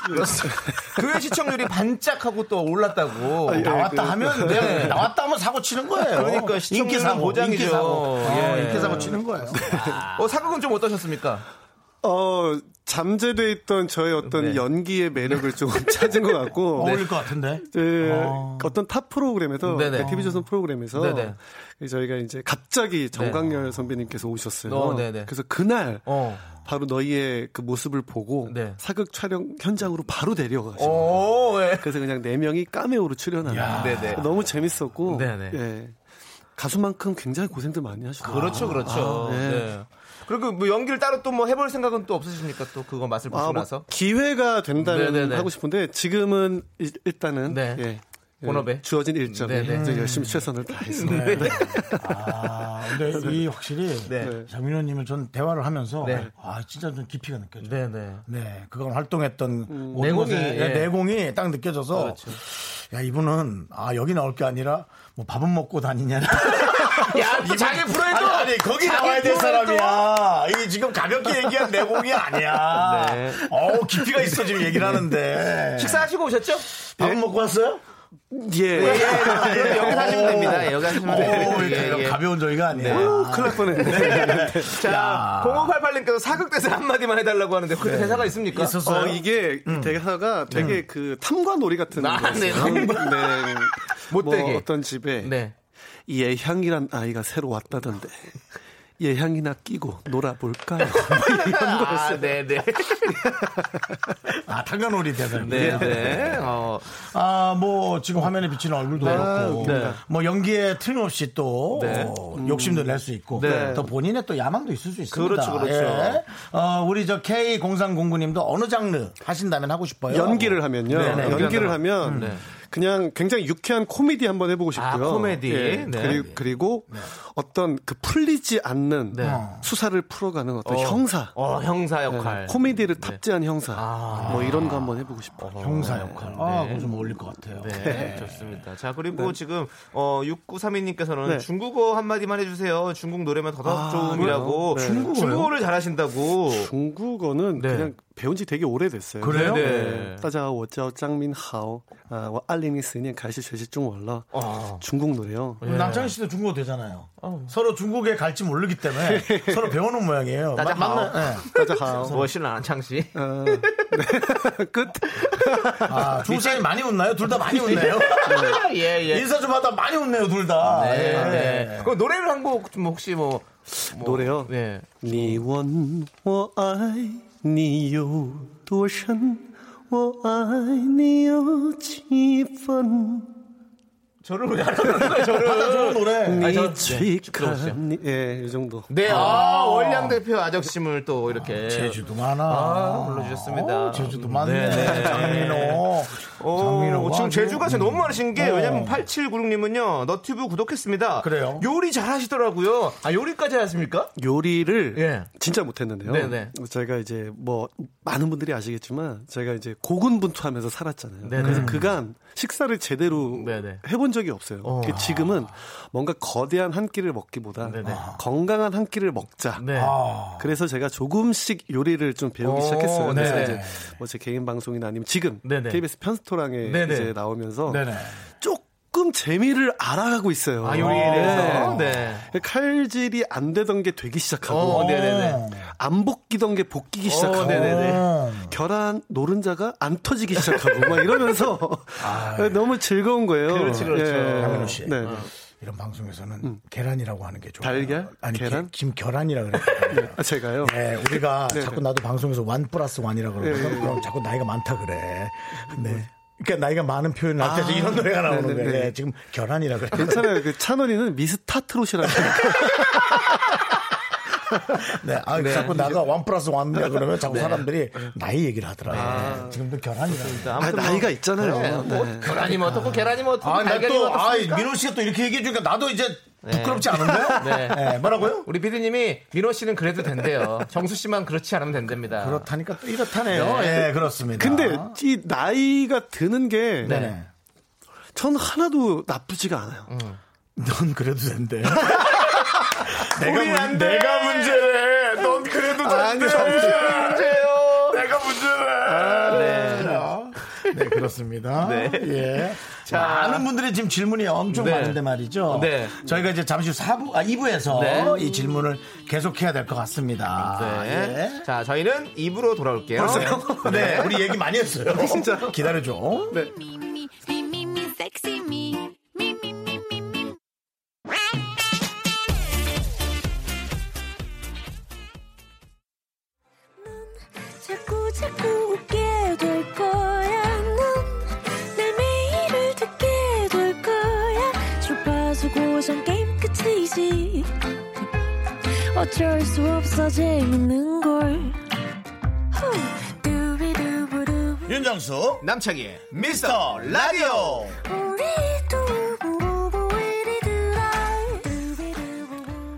Speaker 2: 그렇습니다. 그의 시청률이 반짝하고 또 올랐다고.
Speaker 3: 예.
Speaker 1: 나왔다 하면
Speaker 2: 네.
Speaker 1: 그냥 나왔다 하면 사고 치는 거예요.
Speaker 2: 그러니까 시청률은
Speaker 1: 인기 사고,
Speaker 2: 보장이죠.
Speaker 1: 인기 사고, 어,
Speaker 2: 예.
Speaker 1: 인기 사고 치는 거예요.
Speaker 2: 어, 사극은 좀 어떠셨습니까?
Speaker 3: 어, 잠재돼 있던 저의 어떤
Speaker 2: 네.
Speaker 3: 연기의 매력을 조금 찾은 것 같고.
Speaker 1: 어울릴 것 같은데.
Speaker 3: 그
Speaker 1: 어.
Speaker 3: 어떤 탑 프로그램에서
Speaker 2: 네네.
Speaker 3: 그 TV 조선 프로그램에서
Speaker 2: 네네. 네.
Speaker 3: 저희가 이제 갑자기 정강렬 선배님께서 오셨어요.
Speaker 2: 어, 네네.
Speaker 3: 그래서 그날
Speaker 2: 어.
Speaker 3: 바로 너희의 그 모습을 보고
Speaker 2: 네.
Speaker 3: 사극 촬영 현장으로 바로 내려가시고
Speaker 2: 오, 예.
Speaker 3: 그래서 그냥 네 명이 까메오로 출연하는
Speaker 2: 네네.
Speaker 3: 너무 재밌었고
Speaker 2: 네네.
Speaker 3: 예. 가수만큼 굉장히 고생들 많이 하시더라고요.
Speaker 2: 그렇죠, 그렇죠.
Speaker 3: 아,
Speaker 2: 네.
Speaker 3: 네.
Speaker 2: 그리고 뭐 연기를 따로 또 뭐 해볼 생각은 또 없으십니까? 또 그거 맛을 보시고
Speaker 3: 아, 뭐
Speaker 2: 나서?
Speaker 3: 기회가 된다면
Speaker 2: 네네네.
Speaker 3: 하고 싶은데 지금은 일- 일단은
Speaker 2: 네.
Speaker 3: 예.
Speaker 2: 본업에.
Speaker 3: 주어진 일정에
Speaker 2: 네네.
Speaker 3: 이제 열심히 최선을 다했습니다. 네.
Speaker 1: 아, 근데 이 확실히
Speaker 2: 네.
Speaker 1: 장민호님은 전 대화를 하면서
Speaker 2: 네.
Speaker 1: 아 진짜 좀 깊이가 느껴져요. 네.
Speaker 2: 네네.
Speaker 1: 그건 활동했던 모든
Speaker 2: 내공이,
Speaker 1: 것에 네,
Speaker 2: 예. 그렇죠.
Speaker 1: 내공이 딱 느껴져서 야 이분은 아 여기 나올 게 아니라 뭐 밥은 먹고 다니냐.
Speaker 2: 야, 또 자기 프로에도
Speaker 1: 아니, 아니 거기
Speaker 2: 자기
Speaker 1: 나와야 될
Speaker 2: 프로에도
Speaker 1: 사람이야. 이게 지금 가볍게 얘기한 내공이 아니야.
Speaker 2: 네.
Speaker 1: 어우 깊이가 있어 지금 얘기를 하는데.
Speaker 2: 식사하시고 오셨죠?
Speaker 1: 밥은 먹고 왔어요?
Speaker 3: 예.
Speaker 2: 예, 그럼 여기 하시면 됩니다. 예, 여기 하시면
Speaker 1: 오,
Speaker 2: 됩니다. 예, 예.
Speaker 1: 가벼운 저희가 아니에요.
Speaker 3: 오, 큰일 날 뻔했네.
Speaker 2: 자, 0588님께서 사극대사 한마디만 해달라고 하는데 그 대사가 있습니까?
Speaker 3: 어, 이게 대사가 되게 그 탐관오리 같은
Speaker 2: 아,
Speaker 3: 거였어요.
Speaker 2: 네, 네.
Speaker 3: 네.
Speaker 2: 못되게.
Speaker 3: 뭐 어떤 집에
Speaker 2: 네.
Speaker 3: 예향이란 아이가 새로 왔다던데 예향이나 끼고 놀아볼까요? 뭐 이런
Speaker 2: 아,
Speaker 3: 거였어요.
Speaker 2: 네네.
Speaker 1: 아, 탄간오리 대사입니다.
Speaker 2: 네. 네네. 어,
Speaker 1: 아, 뭐, 지금 화면에 비치는 얼굴도 그렇고,
Speaker 2: 네.
Speaker 1: 뭐, 연기에 틀림없이 또,
Speaker 2: 네.
Speaker 1: 어, 욕심도 낼 수 있고,
Speaker 2: 네.
Speaker 1: 또 본인의 또 야망도 있을 수 있습니다.
Speaker 2: 그렇죠, 그렇죠.
Speaker 1: 예. 어, 우리 저 K0309님도 어느 장르 하신다면 하고 싶어요?
Speaker 3: 연기를 하면요.
Speaker 1: 네네.
Speaker 3: 연기를 하면 그냥 굉장히 유쾌한 코미디 한번 해보고 싶고요.
Speaker 2: 아, 코미디.
Speaker 3: 예.
Speaker 2: 네.
Speaker 3: 그리고, 그리고 어떤 그 풀리지 않는 어.
Speaker 2: 네.
Speaker 3: 수사를 풀어가는 어떤
Speaker 2: 어.
Speaker 3: 형사.
Speaker 2: 어, 형사
Speaker 3: 네.
Speaker 2: 역할.
Speaker 3: 코미디를 탑재한 형사.
Speaker 2: 아.
Speaker 3: 뭐 이런 거 한번 해보고 싶어요.
Speaker 1: 형사 역할. 아, 그거 좀 어울릴 것 같아요.
Speaker 2: 네, 좋습니다. 자, 그리고 지금, 어, 6932님께서는
Speaker 3: 네.
Speaker 2: 중국어 한마디만 해주세요. 중국 노래만 더더욱
Speaker 3: 아,
Speaker 2: 좋음이라고.
Speaker 3: 그래요? 네.
Speaker 2: 중국어요? 중국어를 잘하신다고.
Speaker 3: 중국어는
Speaker 2: 네.
Speaker 3: 그냥 배운 지 되게 오래됐어요.
Speaker 1: 그래요?
Speaker 2: 네.
Speaker 3: 아, 大家好，我叫张明豪，啊，我二零零四年开始学习中文了。
Speaker 2: 어.
Speaker 3: 중국 노래요.
Speaker 1: 그럼 남창희 씨도 중국어 되잖아요. 서로 중국에 갈지 모르기 때문에 서로 배우는 모양이에요.
Speaker 2: 따자
Speaker 1: 마-
Speaker 2: 하오.
Speaker 1: 만나- 예.
Speaker 3: 다자하오.
Speaker 2: 무엇이나 어, 안창씨.
Speaker 3: 어, 네. 끝.
Speaker 1: 아, 중국 사람이 많이 웃나요? 둘 다 많이 웃네요.
Speaker 2: 예, 예.
Speaker 1: 인사 좀 하다 많이 웃네요, 둘 다.
Speaker 2: 네,
Speaker 1: 예.
Speaker 2: 네. 그럼 노래를 한 곡 좀 혹시 뭐. 뭐
Speaker 3: 노래요?
Speaker 2: 네.
Speaker 3: 你问我爱你有多深，我爱你有几分？你
Speaker 2: 저를 왜 하라는 거예요, 저를.
Speaker 1: 좋은 노래.
Speaker 2: 아니, 저- 네, 들어보시죠.
Speaker 3: 취한 예이 정도.
Speaker 2: 네, 아, 월량 대표 아적심을 또 이렇게.
Speaker 1: 제주도 많아.
Speaker 2: 네. 아, 불러주셨습니다.
Speaker 1: 오, 제주도 많네.
Speaker 2: 네.
Speaker 1: 장민호.
Speaker 2: 오,
Speaker 1: 장민호.
Speaker 2: 지금 음. 제주가 진짜 너무 많으신 게
Speaker 1: 어.
Speaker 2: 왜냐면 8796님은요 너튜브 구독했습니다.
Speaker 1: 그래요?
Speaker 2: 요리 잘하시더라고요. 아 요리까지 하십니까?
Speaker 3: 요리를
Speaker 2: 예.
Speaker 3: 진짜 못했는데요.
Speaker 2: 네네.
Speaker 3: 제가 이제 뭐 많은 분들이 아시겠지만 제가 이제 고군분투하면서 살았잖아요.
Speaker 2: 네네.
Speaker 3: 그래서 그간 식사를 제대로
Speaker 2: 네네.
Speaker 3: 해본 적이 없어요. 그 지금은 뭔가 거대한 한 끼를 먹기보다
Speaker 2: 네네.
Speaker 3: 건강한 한 끼를 먹자.
Speaker 2: 네.
Speaker 1: 아,
Speaker 3: 그래서 제가 조금씩 요리를 좀 배우기
Speaker 2: 오,
Speaker 3: 시작했어요. 그래서
Speaker 2: 네네.
Speaker 3: 이제 뭐 제 개인 방송이나 아니면 지금
Speaker 2: 네네.
Speaker 3: KBS 편스토랑에
Speaker 2: 네네.
Speaker 3: 이제 나오면서
Speaker 1: 네네.
Speaker 2: 어,
Speaker 3: 조금 재미를 알아가고 있어요.
Speaker 2: 아 요리에 대해서.
Speaker 3: 네.
Speaker 2: 네.
Speaker 3: 칼질이 안 되던 게 되기 시작하고
Speaker 2: 어, 네네네.
Speaker 3: 안 볶이던 게 볶이기
Speaker 2: 어,
Speaker 3: 시작하고
Speaker 2: 네네네.
Speaker 3: 계란 노른자가 안 터지기 시작하고 막 이러면서 아, 너무 즐거운 거예요.
Speaker 2: 그렇지, 그렇죠. 음.
Speaker 1: 강민호 씨.
Speaker 3: 네.
Speaker 1: 이런 방송에서는 계란이라고 하는 게 좋아요.
Speaker 3: 달걀?
Speaker 1: 아니,
Speaker 3: 계란?
Speaker 1: 계- 지금 결란이라 그래.
Speaker 3: 아, 제가요.
Speaker 1: 네, 우리가 자꾸 나도 방송에서 완 플러스 완이라
Speaker 2: 네,
Speaker 1: 그러거든. 그럼 자꾸 나이가 많다 그래. 네. 그러니까 나이가 많은 표현을 할
Speaker 2: 아,
Speaker 1: 때 이런 노래가 나오는
Speaker 3: 네네네.
Speaker 1: 거예요. 네, 지금 결란이라 그래.
Speaker 3: 괜찮아요. 그 찬원이는 미스 타트롯이라는
Speaker 1: 네, 아, 자꾸 나가 완 플러스 완이라 그러면 자꾸
Speaker 2: 네.
Speaker 1: 사람들이 나이 얘기를 하더라.
Speaker 2: 아,
Speaker 1: 요 네. 지금도 결란이라 그래.
Speaker 3: 아,
Speaker 2: 아무튼
Speaker 3: 나이가 있잖아요.
Speaker 2: 네. 뭐
Speaker 3: 네.
Speaker 2: 계란이면 어떻고 계란이면 어떻고
Speaker 1: 아,
Speaker 2: 달걀이면
Speaker 1: 나또 아,
Speaker 2: 어떻습니까?
Speaker 1: 민호 씨가 또 이렇게 얘기해 주니까 나도 이제 부끄럽지 않은데요?
Speaker 2: 네.
Speaker 1: 네. 뭐라고요?
Speaker 2: 우리 피디님이 민호 씨는 그래도 된대요. 정수 씨만 그렇지 않으면 된답니다.
Speaker 1: 그렇다니까 또 이렇다네요. 예, 그렇습니다.
Speaker 3: 근데
Speaker 2: 아.
Speaker 3: 이 나이가 드는 게
Speaker 1: 네.
Speaker 3: 전
Speaker 1: 네.
Speaker 3: 하나도 나쁘지가 않아요.
Speaker 2: 음.
Speaker 1: 넌 그래도 된대. 내가,
Speaker 2: 우린 안
Speaker 1: 문,
Speaker 2: 돼.
Speaker 1: 내가 문제래. 넌 그래도 된대.
Speaker 2: 문제예요.
Speaker 1: 내가 문제래. 아, 네. 네, 그렇습니다.
Speaker 2: 네.
Speaker 1: 예. 많은 분들이 지금 질문이 엄청
Speaker 2: 네.
Speaker 1: 많은데 말이죠.
Speaker 2: 네.
Speaker 1: 저희가 이제 잠시 후 4부, 아, 2부에서
Speaker 2: 네.
Speaker 1: 이 질문을 계속해야 될 것 같습니다. 예.
Speaker 2: 네. 자, 저희는 입으로 돌아올게요.
Speaker 1: 네, 우리 얘기 많이 했어요. 진짜 기다려줘.
Speaker 4: me, me, me, me, sexy me. Me, me, me, me, me. 자꾸 자꾸 웃게 될 거야. 넌내 매일을 듣게 될 거야. 주파수 고정 게임 끝이지. 어쩔 수 없어 재밌는 걸. 후. 두비두부두.
Speaker 1: 윤정수
Speaker 2: 남창희의 미스터 라디오.
Speaker 4: 우리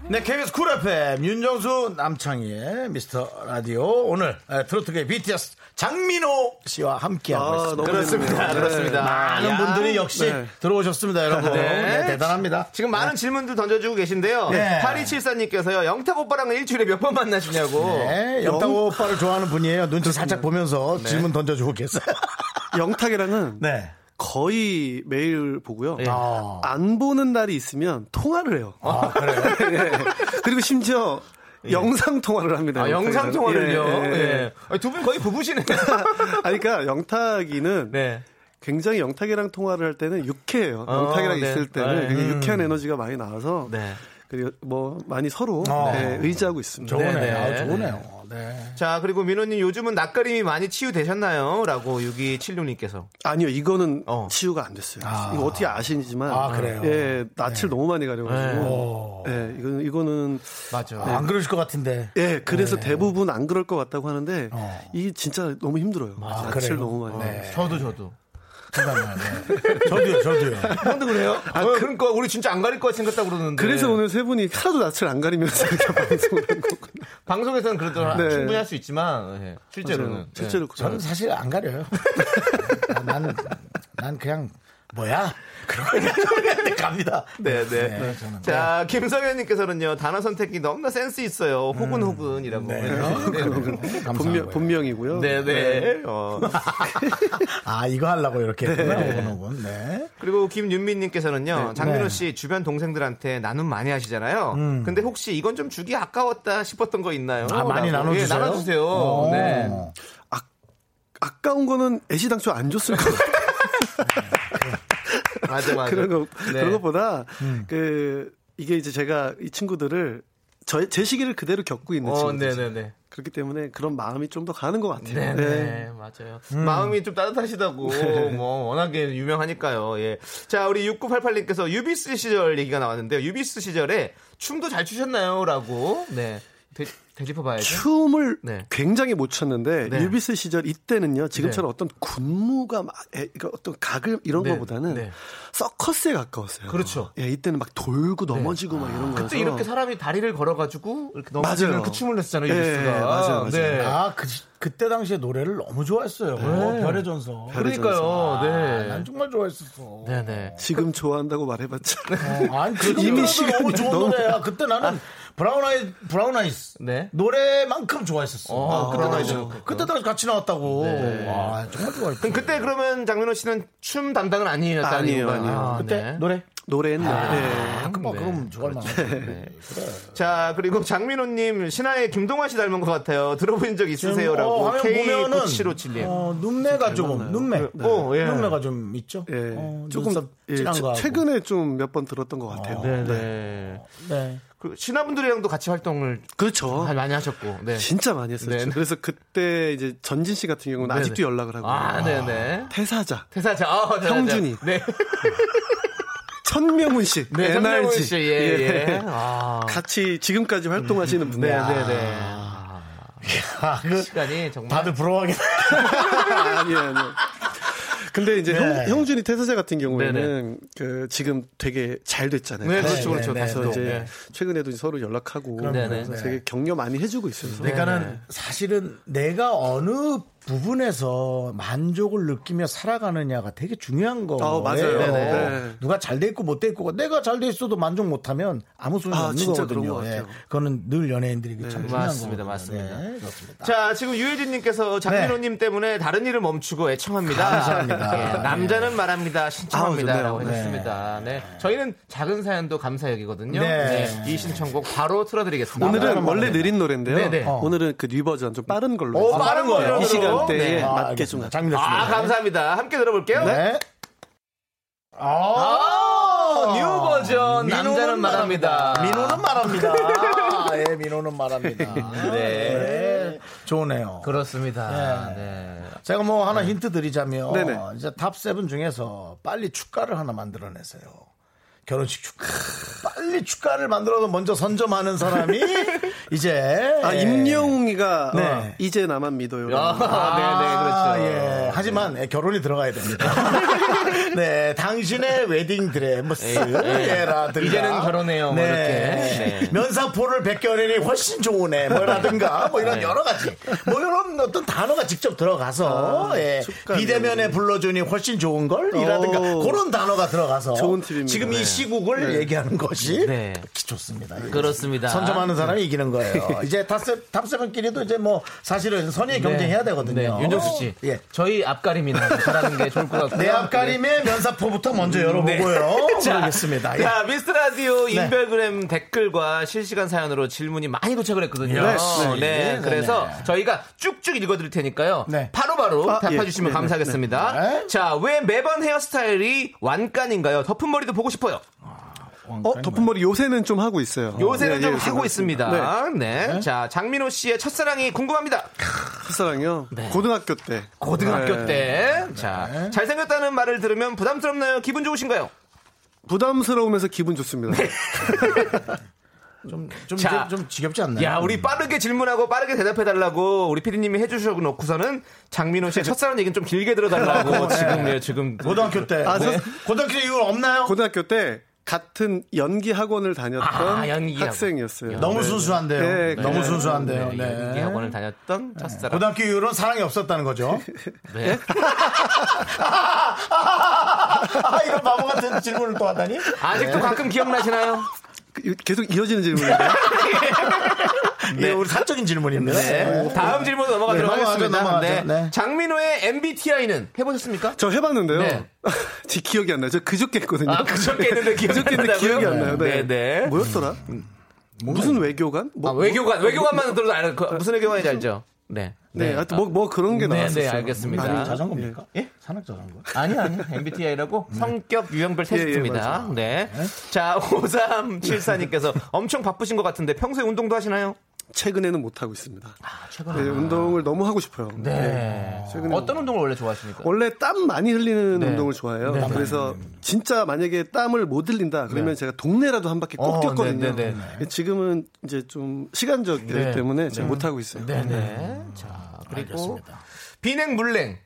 Speaker 1: 네, KBS 쿨 FM 윤정수 남창희의 미스터 라디오 오늘 에, 트로트계 BTS 장민호 씨와 함께하고
Speaker 3: 아,
Speaker 1: 있습니다.
Speaker 3: 너무
Speaker 1: 그렇습니다.
Speaker 3: 재밌네요. 네.
Speaker 1: 그렇습니다. 많은
Speaker 2: 야.
Speaker 1: 분들이 역시
Speaker 3: 네.
Speaker 1: 들어오셨습니다, 여러분. 네. 대단합니다.
Speaker 2: 지금 많은 질문들 던져주고 계신데요.
Speaker 1: 네.
Speaker 2: 8274님께서요, 영탁 오빠랑은 일주일에 몇 번 만나시냐고.
Speaker 1: 네, 영탁 오빠를 좋아하는 분이에요. 눈치 살짝 보면서 질문 던져주고 계세요.
Speaker 3: 영탁이라는
Speaker 1: 네.
Speaker 3: 거의 매일
Speaker 2: 네.
Speaker 3: 보고요.
Speaker 1: 아,
Speaker 3: 안 보는 날이 있으면 통화를 해요.
Speaker 1: 아, 그래요?
Speaker 3: 예. 그리고 심지어 영상 통화를 합니다.
Speaker 2: 아,
Speaker 3: 영탁이랑.
Speaker 2: 영상 통화를요.
Speaker 3: 예, 예, 예.
Speaker 2: 두 분 거의 부부시네요.
Speaker 3: 아니, 그러니까 영탁이는
Speaker 2: 네.
Speaker 3: 굉장히 영탁이랑 통화를 할 때는 유쾌해요.
Speaker 2: 어,
Speaker 3: 영탁이랑
Speaker 2: 네.
Speaker 3: 있을 때는
Speaker 2: 네.
Speaker 3: 굉장히 유쾌한 에너지가 많이 나와서 그리고 뭐 많이 서로
Speaker 1: 어.
Speaker 3: 예, 의지하고 있습니다.
Speaker 1: 좋으네요.
Speaker 2: 네, 네.
Speaker 1: 좋으네요. 네.
Speaker 2: 자, 그리고 민호님 요즘은 낯가림이 많이 치유되셨나요? 라고 6276님께서.
Speaker 3: 아니요, 이거는
Speaker 2: 어.
Speaker 3: 치유가 안 됐어요. 이거 어떻게 아시는지만
Speaker 1: 아, 그래요? 어.
Speaker 3: 예, 낯을 너무 많이 가려가지고 예, 이거는 이거는
Speaker 2: 맞아.
Speaker 1: 아, 안 그러실 것 같은데.
Speaker 3: 예, 그래서
Speaker 2: 네.
Speaker 3: 대부분 안 그럴 것 같다고 하는데
Speaker 1: 어.
Speaker 3: 이게 진짜 너무 힘들어요.
Speaker 1: 아,
Speaker 3: 낯을
Speaker 1: 그래요?
Speaker 3: 너무 많이.
Speaker 1: 네.
Speaker 2: 저도 저도.
Speaker 1: 잠깐만, 네. 저도요, 저도요.
Speaker 2: 형도 그래요? 어, 네. 그러니까 우리 진짜 안 가릴 것 생겼다 그러는데.
Speaker 3: 아, 그래서 오늘 세 분이 하나도 낯을 안 가리면서 이렇게 방송을 한 거구나.
Speaker 2: 방송에서는 그래도
Speaker 3: 네.
Speaker 2: 충분히 할 수 있지만 예, 실제로는
Speaker 3: 실제로 그렇
Speaker 1: 저는 사실 안 가려요. 아, 난, 난 그냥, 뭐야? 그런 거 그냥 갑니다.
Speaker 2: 네, 네.
Speaker 1: 저는.
Speaker 2: 자, 김성현님께서는요, 단어 선택이 너무나 센스 있어요. 혹은 혹은이라고.
Speaker 1: 네.
Speaker 2: 네.
Speaker 1: 감사하고요.
Speaker 3: 본명, 이고요
Speaker 2: 네, 네. 어.
Speaker 1: 아, 이거 하려고 이렇게 했구나, 오건 오건. 네.
Speaker 2: 그리고 김윤민님께서는요,
Speaker 1: 네. 음.
Speaker 2: 장민호 씨 주변 동생들한테 나눔 많이 하시잖아요. 근데 혹시 이건 좀 주기 아까웠다 싶었던 거 있나요?
Speaker 1: 아, 많이
Speaker 2: 라고.
Speaker 1: 나눠주세요. 어.
Speaker 2: 예, 나눠주세요.
Speaker 1: 오.
Speaker 2: 네.
Speaker 3: 아까운 거는 애시당초 안 줬을 것 같아요.
Speaker 2: 맞아, 맞아.
Speaker 3: 그런 거
Speaker 2: 네. 음.
Speaker 3: 그런 것보다 그 이게 이제 제가 이 친구들을 저, 제 시기를 그대로 겪고 있는
Speaker 2: 어,
Speaker 3: 친구들.
Speaker 2: 네네네.
Speaker 3: 그렇기 때문에 그런 마음이 좀 더 가는 것 같아요.
Speaker 2: 네, 네, 맞아요. 마음이 좀
Speaker 1: 네.
Speaker 2: 따뜻하시다고, 뭐, 워낙에 유명하니까요. 예. 자, 우리 6988님께서 유비스 시절 얘기가 나왔는데요. 유비스 시절에 춤도 잘 추셨나요? 라고, 네. 되, 되짚어봐야죠.
Speaker 3: 춤을
Speaker 2: 네.
Speaker 3: 굉장히 못 췄는데
Speaker 2: 네.
Speaker 3: 유비스 시절 이때는요 지금처럼 어떤 군무가 막 에, 그러니까 어떤 가글 이런
Speaker 2: 네.
Speaker 3: 거보다는
Speaker 2: 네.
Speaker 3: 서커스에 가까웠어요.
Speaker 2: 그렇죠. 네. 아,
Speaker 3: 예, 이때는 막 돌고 넘어지고 막 이런 거라서
Speaker 2: 그때 이렇게 사람이 다리를 걸어가지고 이렇게
Speaker 3: 맞아요.
Speaker 2: 넘어지는 그 춤을 냈잖아요.
Speaker 3: 예,
Speaker 2: 유비스가.
Speaker 3: 맞아요, 맞아요.
Speaker 2: 네.
Speaker 1: 아, 그, 그때 당시에 노래를 너무 좋아했어요. 뭐, 별의 전서.
Speaker 2: 그러니까요. 네.
Speaker 1: 난 정말 좋아했었어.
Speaker 2: 네네.
Speaker 3: 지금 좋아한다고 말해봤자
Speaker 2: 네.
Speaker 3: 네.
Speaker 1: 어, 아니, 지금
Speaker 3: 이미
Speaker 1: 이미
Speaker 3: 시간이
Speaker 1: 너무 좋은
Speaker 3: 너무-
Speaker 1: 노래야. 그때 나는 브라운 아이, 브라운 아이스.
Speaker 2: 네.
Speaker 1: 노래만큼 좋아했었어.
Speaker 2: 어,
Speaker 1: 그때
Speaker 2: 브라운
Speaker 1: 당시,
Speaker 2: 아이즈.
Speaker 1: 그때 당시 같이 나왔다고. 와, 정말 좋아했어.
Speaker 2: 그럼 그때 그러면 장민호 씨는 춤 담당은 아니었다는
Speaker 3: 아니에요,
Speaker 2: 건가요?
Speaker 3: 아니에요.
Speaker 2: 아,
Speaker 1: 그때
Speaker 2: 네.
Speaker 1: 노래?
Speaker 3: 노래했나. 예.
Speaker 1: 아, 그럼,
Speaker 2: 네.
Speaker 1: 그럼 좋아할 만하지.
Speaker 2: 네. 자 그리고 장민호님 신화의 김동완 씨 닮은 것 같아요. 들어본 적
Speaker 1: 어,
Speaker 2: 있으세요라고
Speaker 1: 화면
Speaker 2: K
Speaker 1: 보면은,
Speaker 2: 9757님.
Speaker 1: 어, 눈매가 조금 눈매.
Speaker 2: 어, 예.
Speaker 1: 눈매가 좀 있죠.
Speaker 3: 그, 예.
Speaker 1: 어,
Speaker 3: 조금
Speaker 1: 눈썹
Speaker 3: 예,
Speaker 1: 진한
Speaker 3: 최-
Speaker 1: 거하고.
Speaker 3: 최근에 좀 몇 번 들었던 것 같아요.
Speaker 2: 네.
Speaker 1: 네.
Speaker 2: 그 신화분들이랑도 같이 활동을
Speaker 3: 그렇죠.
Speaker 2: 많이 하셨고. 네.
Speaker 3: 진짜 많이 했었죠.
Speaker 2: 네, 네.
Speaker 3: 그래서 그때 이제 전진 씨 같은 경우는 아직도 연락을 하고
Speaker 2: 아 네네.
Speaker 3: 태사자
Speaker 2: 대사자. 아, 대사자.
Speaker 3: 형준이.
Speaker 2: 네.
Speaker 3: 천명훈 씨,
Speaker 2: 네,
Speaker 3: NRG.
Speaker 2: 정명훈 씨. 예, 예. 아.
Speaker 3: 같이 지금까지 활동하시는 분들.
Speaker 2: 네, 네, 네.
Speaker 1: 아, 그,
Speaker 2: 시간이 정말
Speaker 1: 다들 부러워하긴.
Speaker 3: 아니요, 아니요. 예, 근데 이제
Speaker 1: 네.
Speaker 3: 형, 준이 태사자 같은
Speaker 2: 네,
Speaker 3: 경우에는 그 지금 되게 잘 됐잖아요.
Speaker 2: 네,
Speaker 3: 다시.
Speaker 2: 그렇죠, 그렇죠.
Speaker 1: 네,
Speaker 2: 다시
Speaker 3: 그래서
Speaker 2: 또.
Speaker 3: 이제
Speaker 2: 네.
Speaker 3: 최근에도 이제 서로 연락하고
Speaker 1: 네,
Speaker 3: 그래서
Speaker 1: 네.
Speaker 3: 되게 격려 많이 해주고 있어요.
Speaker 2: 네,
Speaker 1: 그러니까는 사실은 내가 어느 부분에서 만족을 느끼며 살아가느냐가 되게 중요한 거예요.
Speaker 3: 어, 맞아요. 네네.
Speaker 1: 누가 잘 돼 있고 못 돼 있고가 내가 잘 돼 있어도 만족 못하면 아무 소용이
Speaker 3: 아,
Speaker 1: 없는
Speaker 3: 진짜
Speaker 1: 거거든요.
Speaker 3: 그런 것 같아요. 네,
Speaker 1: 예. 그거는 늘 연예인들이 참 중요한
Speaker 2: 맞습니다,
Speaker 1: 거거든요.
Speaker 2: 맞습니다.
Speaker 1: 네, 그렇습니다.
Speaker 2: 자, 지금 유혜진님께서 장민호님 때문에 다른 일을 멈추고 애청합니다.
Speaker 1: 감사합니다.
Speaker 2: 예, 남자는 말합니다. 신청합니다.
Speaker 3: 아우,
Speaker 2: 라고
Speaker 3: 좋네요.
Speaker 2: 해주셨습니다. 네. 저희는 작은 사연도 감사역이거든요.
Speaker 1: 네.
Speaker 2: 네, 이 신청곡 바로 틀어드리겠습니다.
Speaker 3: 오늘은
Speaker 1: 나가는
Speaker 3: 원래
Speaker 1: 거네요.
Speaker 3: 느린 노래인데요.
Speaker 2: 아, 네, 네.
Speaker 3: 어. 오늘은 그 뉴버전 좀 빠른 걸로.
Speaker 2: 오,
Speaker 3: 해서
Speaker 2: 빠른 걸로.
Speaker 3: 이 시간대에
Speaker 2: 네.
Speaker 1: 아,
Speaker 3: 맞게 좀.
Speaker 1: 알겠습니다. 장민호 씨.
Speaker 2: 아, 감사합니다. 함께 들어볼게요.
Speaker 1: 네. 아,
Speaker 2: 아, 뉴 버전
Speaker 1: 민호는
Speaker 2: 남자는 말합니다.
Speaker 1: 민호는 말합니다. 아, 예, 민호는 말합니다. 네. 좋네요.
Speaker 2: 그렇습니다. 네.
Speaker 1: 제가 뭐 하나 힌트 드리자면
Speaker 3: 네네.
Speaker 1: 이제 탑 세븐 중에서 빨리 축가를 하나 만들어내세요. 결혼식 축가. 빨리 축가를 만들어서 먼저 선점하는 사람이 이제
Speaker 3: 아,
Speaker 2: 네.
Speaker 1: 예.
Speaker 3: 임영웅이가
Speaker 1: 네.
Speaker 3: 어, 이제 나만 믿어요.
Speaker 2: 아, 네, 네, 아, 그렇죠.
Speaker 1: 예. 하지만 예, 결혼이 들어가야 됩니다. 네, 당신의 웨딩 드레머스 뭐, 예라든가 네.
Speaker 2: 이제는 결혼해요, 뭐 이렇게. 네.
Speaker 1: 면사포를 벗겨내니 훨씬 좋으네 뭐라든가 뭐 이런
Speaker 2: 네.
Speaker 1: 여러 가지 뭐 이런 어떤 단어가 직접 들어가서
Speaker 2: 아,
Speaker 1: 예,
Speaker 3: 축가네요.
Speaker 1: 비대면에 불러주니 훨씬 좋은 걸 이라든가
Speaker 3: 오.
Speaker 1: 그런 단어가 들어가서
Speaker 3: 좋은 팁입니다.
Speaker 1: 지금 이
Speaker 3: 네.
Speaker 1: 시국을 얘기하는 것이
Speaker 2: 네.
Speaker 1: 특히 좋습니다. 예.
Speaker 2: 그렇습니다. 네.
Speaker 1: 선점하는 사람이 이기는 거예요. 이제 탑세, 탑세븐끼리도 이제 뭐 사실은 선의의 경쟁해야 되거든요.
Speaker 2: 네, 윤정수 씨.
Speaker 1: 예.
Speaker 2: 저희 앞가림이나 잘하는 게 좋을 것 같고요.
Speaker 1: 내 앞가림의 면사포부터 먼저 열어보고요. 모르겠습니다. 예.
Speaker 2: 네. 자, 미스 라디오 인별그램 댓글과 실시간 사연으로 질문이 많이 도착을 했거든요.
Speaker 1: 네.
Speaker 2: 네,
Speaker 1: 네, 네,
Speaker 2: 그래서
Speaker 1: 네.
Speaker 2: 저희가 쭉쭉 읽어드릴 테니까요.
Speaker 1: 네.
Speaker 2: 바로바로
Speaker 3: 아,
Speaker 2: 답해주시면
Speaker 3: 예, 네,
Speaker 2: 감사하겠습니다.
Speaker 1: 네, 네.
Speaker 2: 자, 왜 매번 헤어스타일이 완간인가요? 덮은 머리도 보고 싶어요.
Speaker 3: 어, 덮은머리 요새는 좀 하고 있어요.
Speaker 2: 요새는
Speaker 3: 예,
Speaker 2: 좀
Speaker 3: 예,
Speaker 2: 하고
Speaker 3: 요새는.
Speaker 2: 있습니다.
Speaker 3: 네.
Speaker 2: 네. 자, 장민호 씨의 첫사랑이 궁금합니다.
Speaker 3: 첫사랑이요? 고등학교 때.
Speaker 2: 네. 고등학교
Speaker 3: 네.
Speaker 2: 때. 자, 잘생겼다는 말을 들으면 부담스럽나요? 기분 좋으신가요?
Speaker 3: 부담스러우면서 기분 좋습니다.
Speaker 2: 네.
Speaker 1: 좀, 좀,
Speaker 2: 자.
Speaker 1: 좀, 좀 지겹지 않나요? 음.
Speaker 2: 야, 우리 빠르게 질문하고 빠르게 대답해달라고 우리 피디님이 해주셔고 놓고서는 장민호 씨의 첫사랑 얘기는 좀 길게 들어달라고 지금, 예, 지금.
Speaker 1: 고등학교 때.
Speaker 3: 아, 저-
Speaker 1: 네. 고등학교 이후 없나요?
Speaker 3: 고등학교 때 같은 연기 학원을 다녔던
Speaker 2: 아, 연기 학원.
Speaker 3: 학생이었어요.
Speaker 1: 너무
Speaker 3: 네.
Speaker 1: 순수한데요.
Speaker 3: 네,
Speaker 1: 너무
Speaker 3: 네.
Speaker 1: 순수한데요.
Speaker 2: 네,
Speaker 1: 네.
Speaker 2: 연기 학원을 다녔던 첫사랑.
Speaker 1: 고등학교 이후로는 사랑이 없었다는 거죠. 예?
Speaker 2: 네.
Speaker 1: 아, 이런 바보 같은 질문을 또 하다니?
Speaker 2: 아직도 가끔 기억나시나요?
Speaker 3: 그- 계속 이어지는 질문인데.
Speaker 1: 네, 우리 사적인 질문입니다.
Speaker 2: 예, 네. 다음 질문 넘어가도록
Speaker 1: 네, 넘어가죠,
Speaker 2: 하겠습니다.
Speaker 1: 넘어가죠.
Speaker 2: 네.
Speaker 1: 네.
Speaker 2: 장민호의 MBTI는 해보셨습니까?
Speaker 3: 저 해봤는데요.
Speaker 2: 네.
Speaker 3: 제 기억이 안 나요. 저 그저께 했거든요.
Speaker 2: 아, 그저께 했는데 기억이
Speaker 3: 그저께 했는데
Speaker 2: 안
Speaker 3: 기억이 안
Speaker 2: 나고요?
Speaker 3: 나요.
Speaker 2: 네,
Speaker 3: 네.
Speaker 2: 네.
Speaker 3: 뭐였더라? 무슨 외교관? 뭐,
Speaker 2: 아, 외교관,
Speaker 1: 뭐,
Speaker 2: 외교관만 들어도 알아요. 그 무슨 외교관인지 알죠? 네.
Speaker 3: 네, 하여튼 뭐, 뭐 그런 게
Speaker 2: 네, 네,
Speaker 3: 나왔었어요.
Speaker 2: 알겠습니다.
Speaker 1: 아니, 자전거입니까? 예? 산악 자전거. 아니, 아니.
Speaker 2: MBTI라고 성격 유형별 테스트입니다. 네. 자, 5374님께서 엄청 바쁘신 것 같은데 평소에 운동도 하시나요?
Speaker 3: 최근에는 못 하고 있습니다.
Speaker 2: 아, 최근에.
Speaker 3: 네, 운동을 너무 하고 싶어요. 네, 최근에
Speaker 2: 어떤 운동을 원래 좋아하십니까?
Speaker 3: 원래 땀 많이 흘리는
Speaker 2: 네.
Speaker 3: 운동을 좋아해요. 그래서 진짜 만약에 땀을 못 흘린다 그러면 제가 동네라도 한 바퀴 꼭
Speaker 2: 어,
Speaker 3: 뛰었거든요.
Speaker 2: 네, 네,
Speaker 3: 지금은 이제 좀 시간적이기 때문에 제가 못 하고 있어요.
Speaker 2: 네. 자, 그리고 비냉 물냉.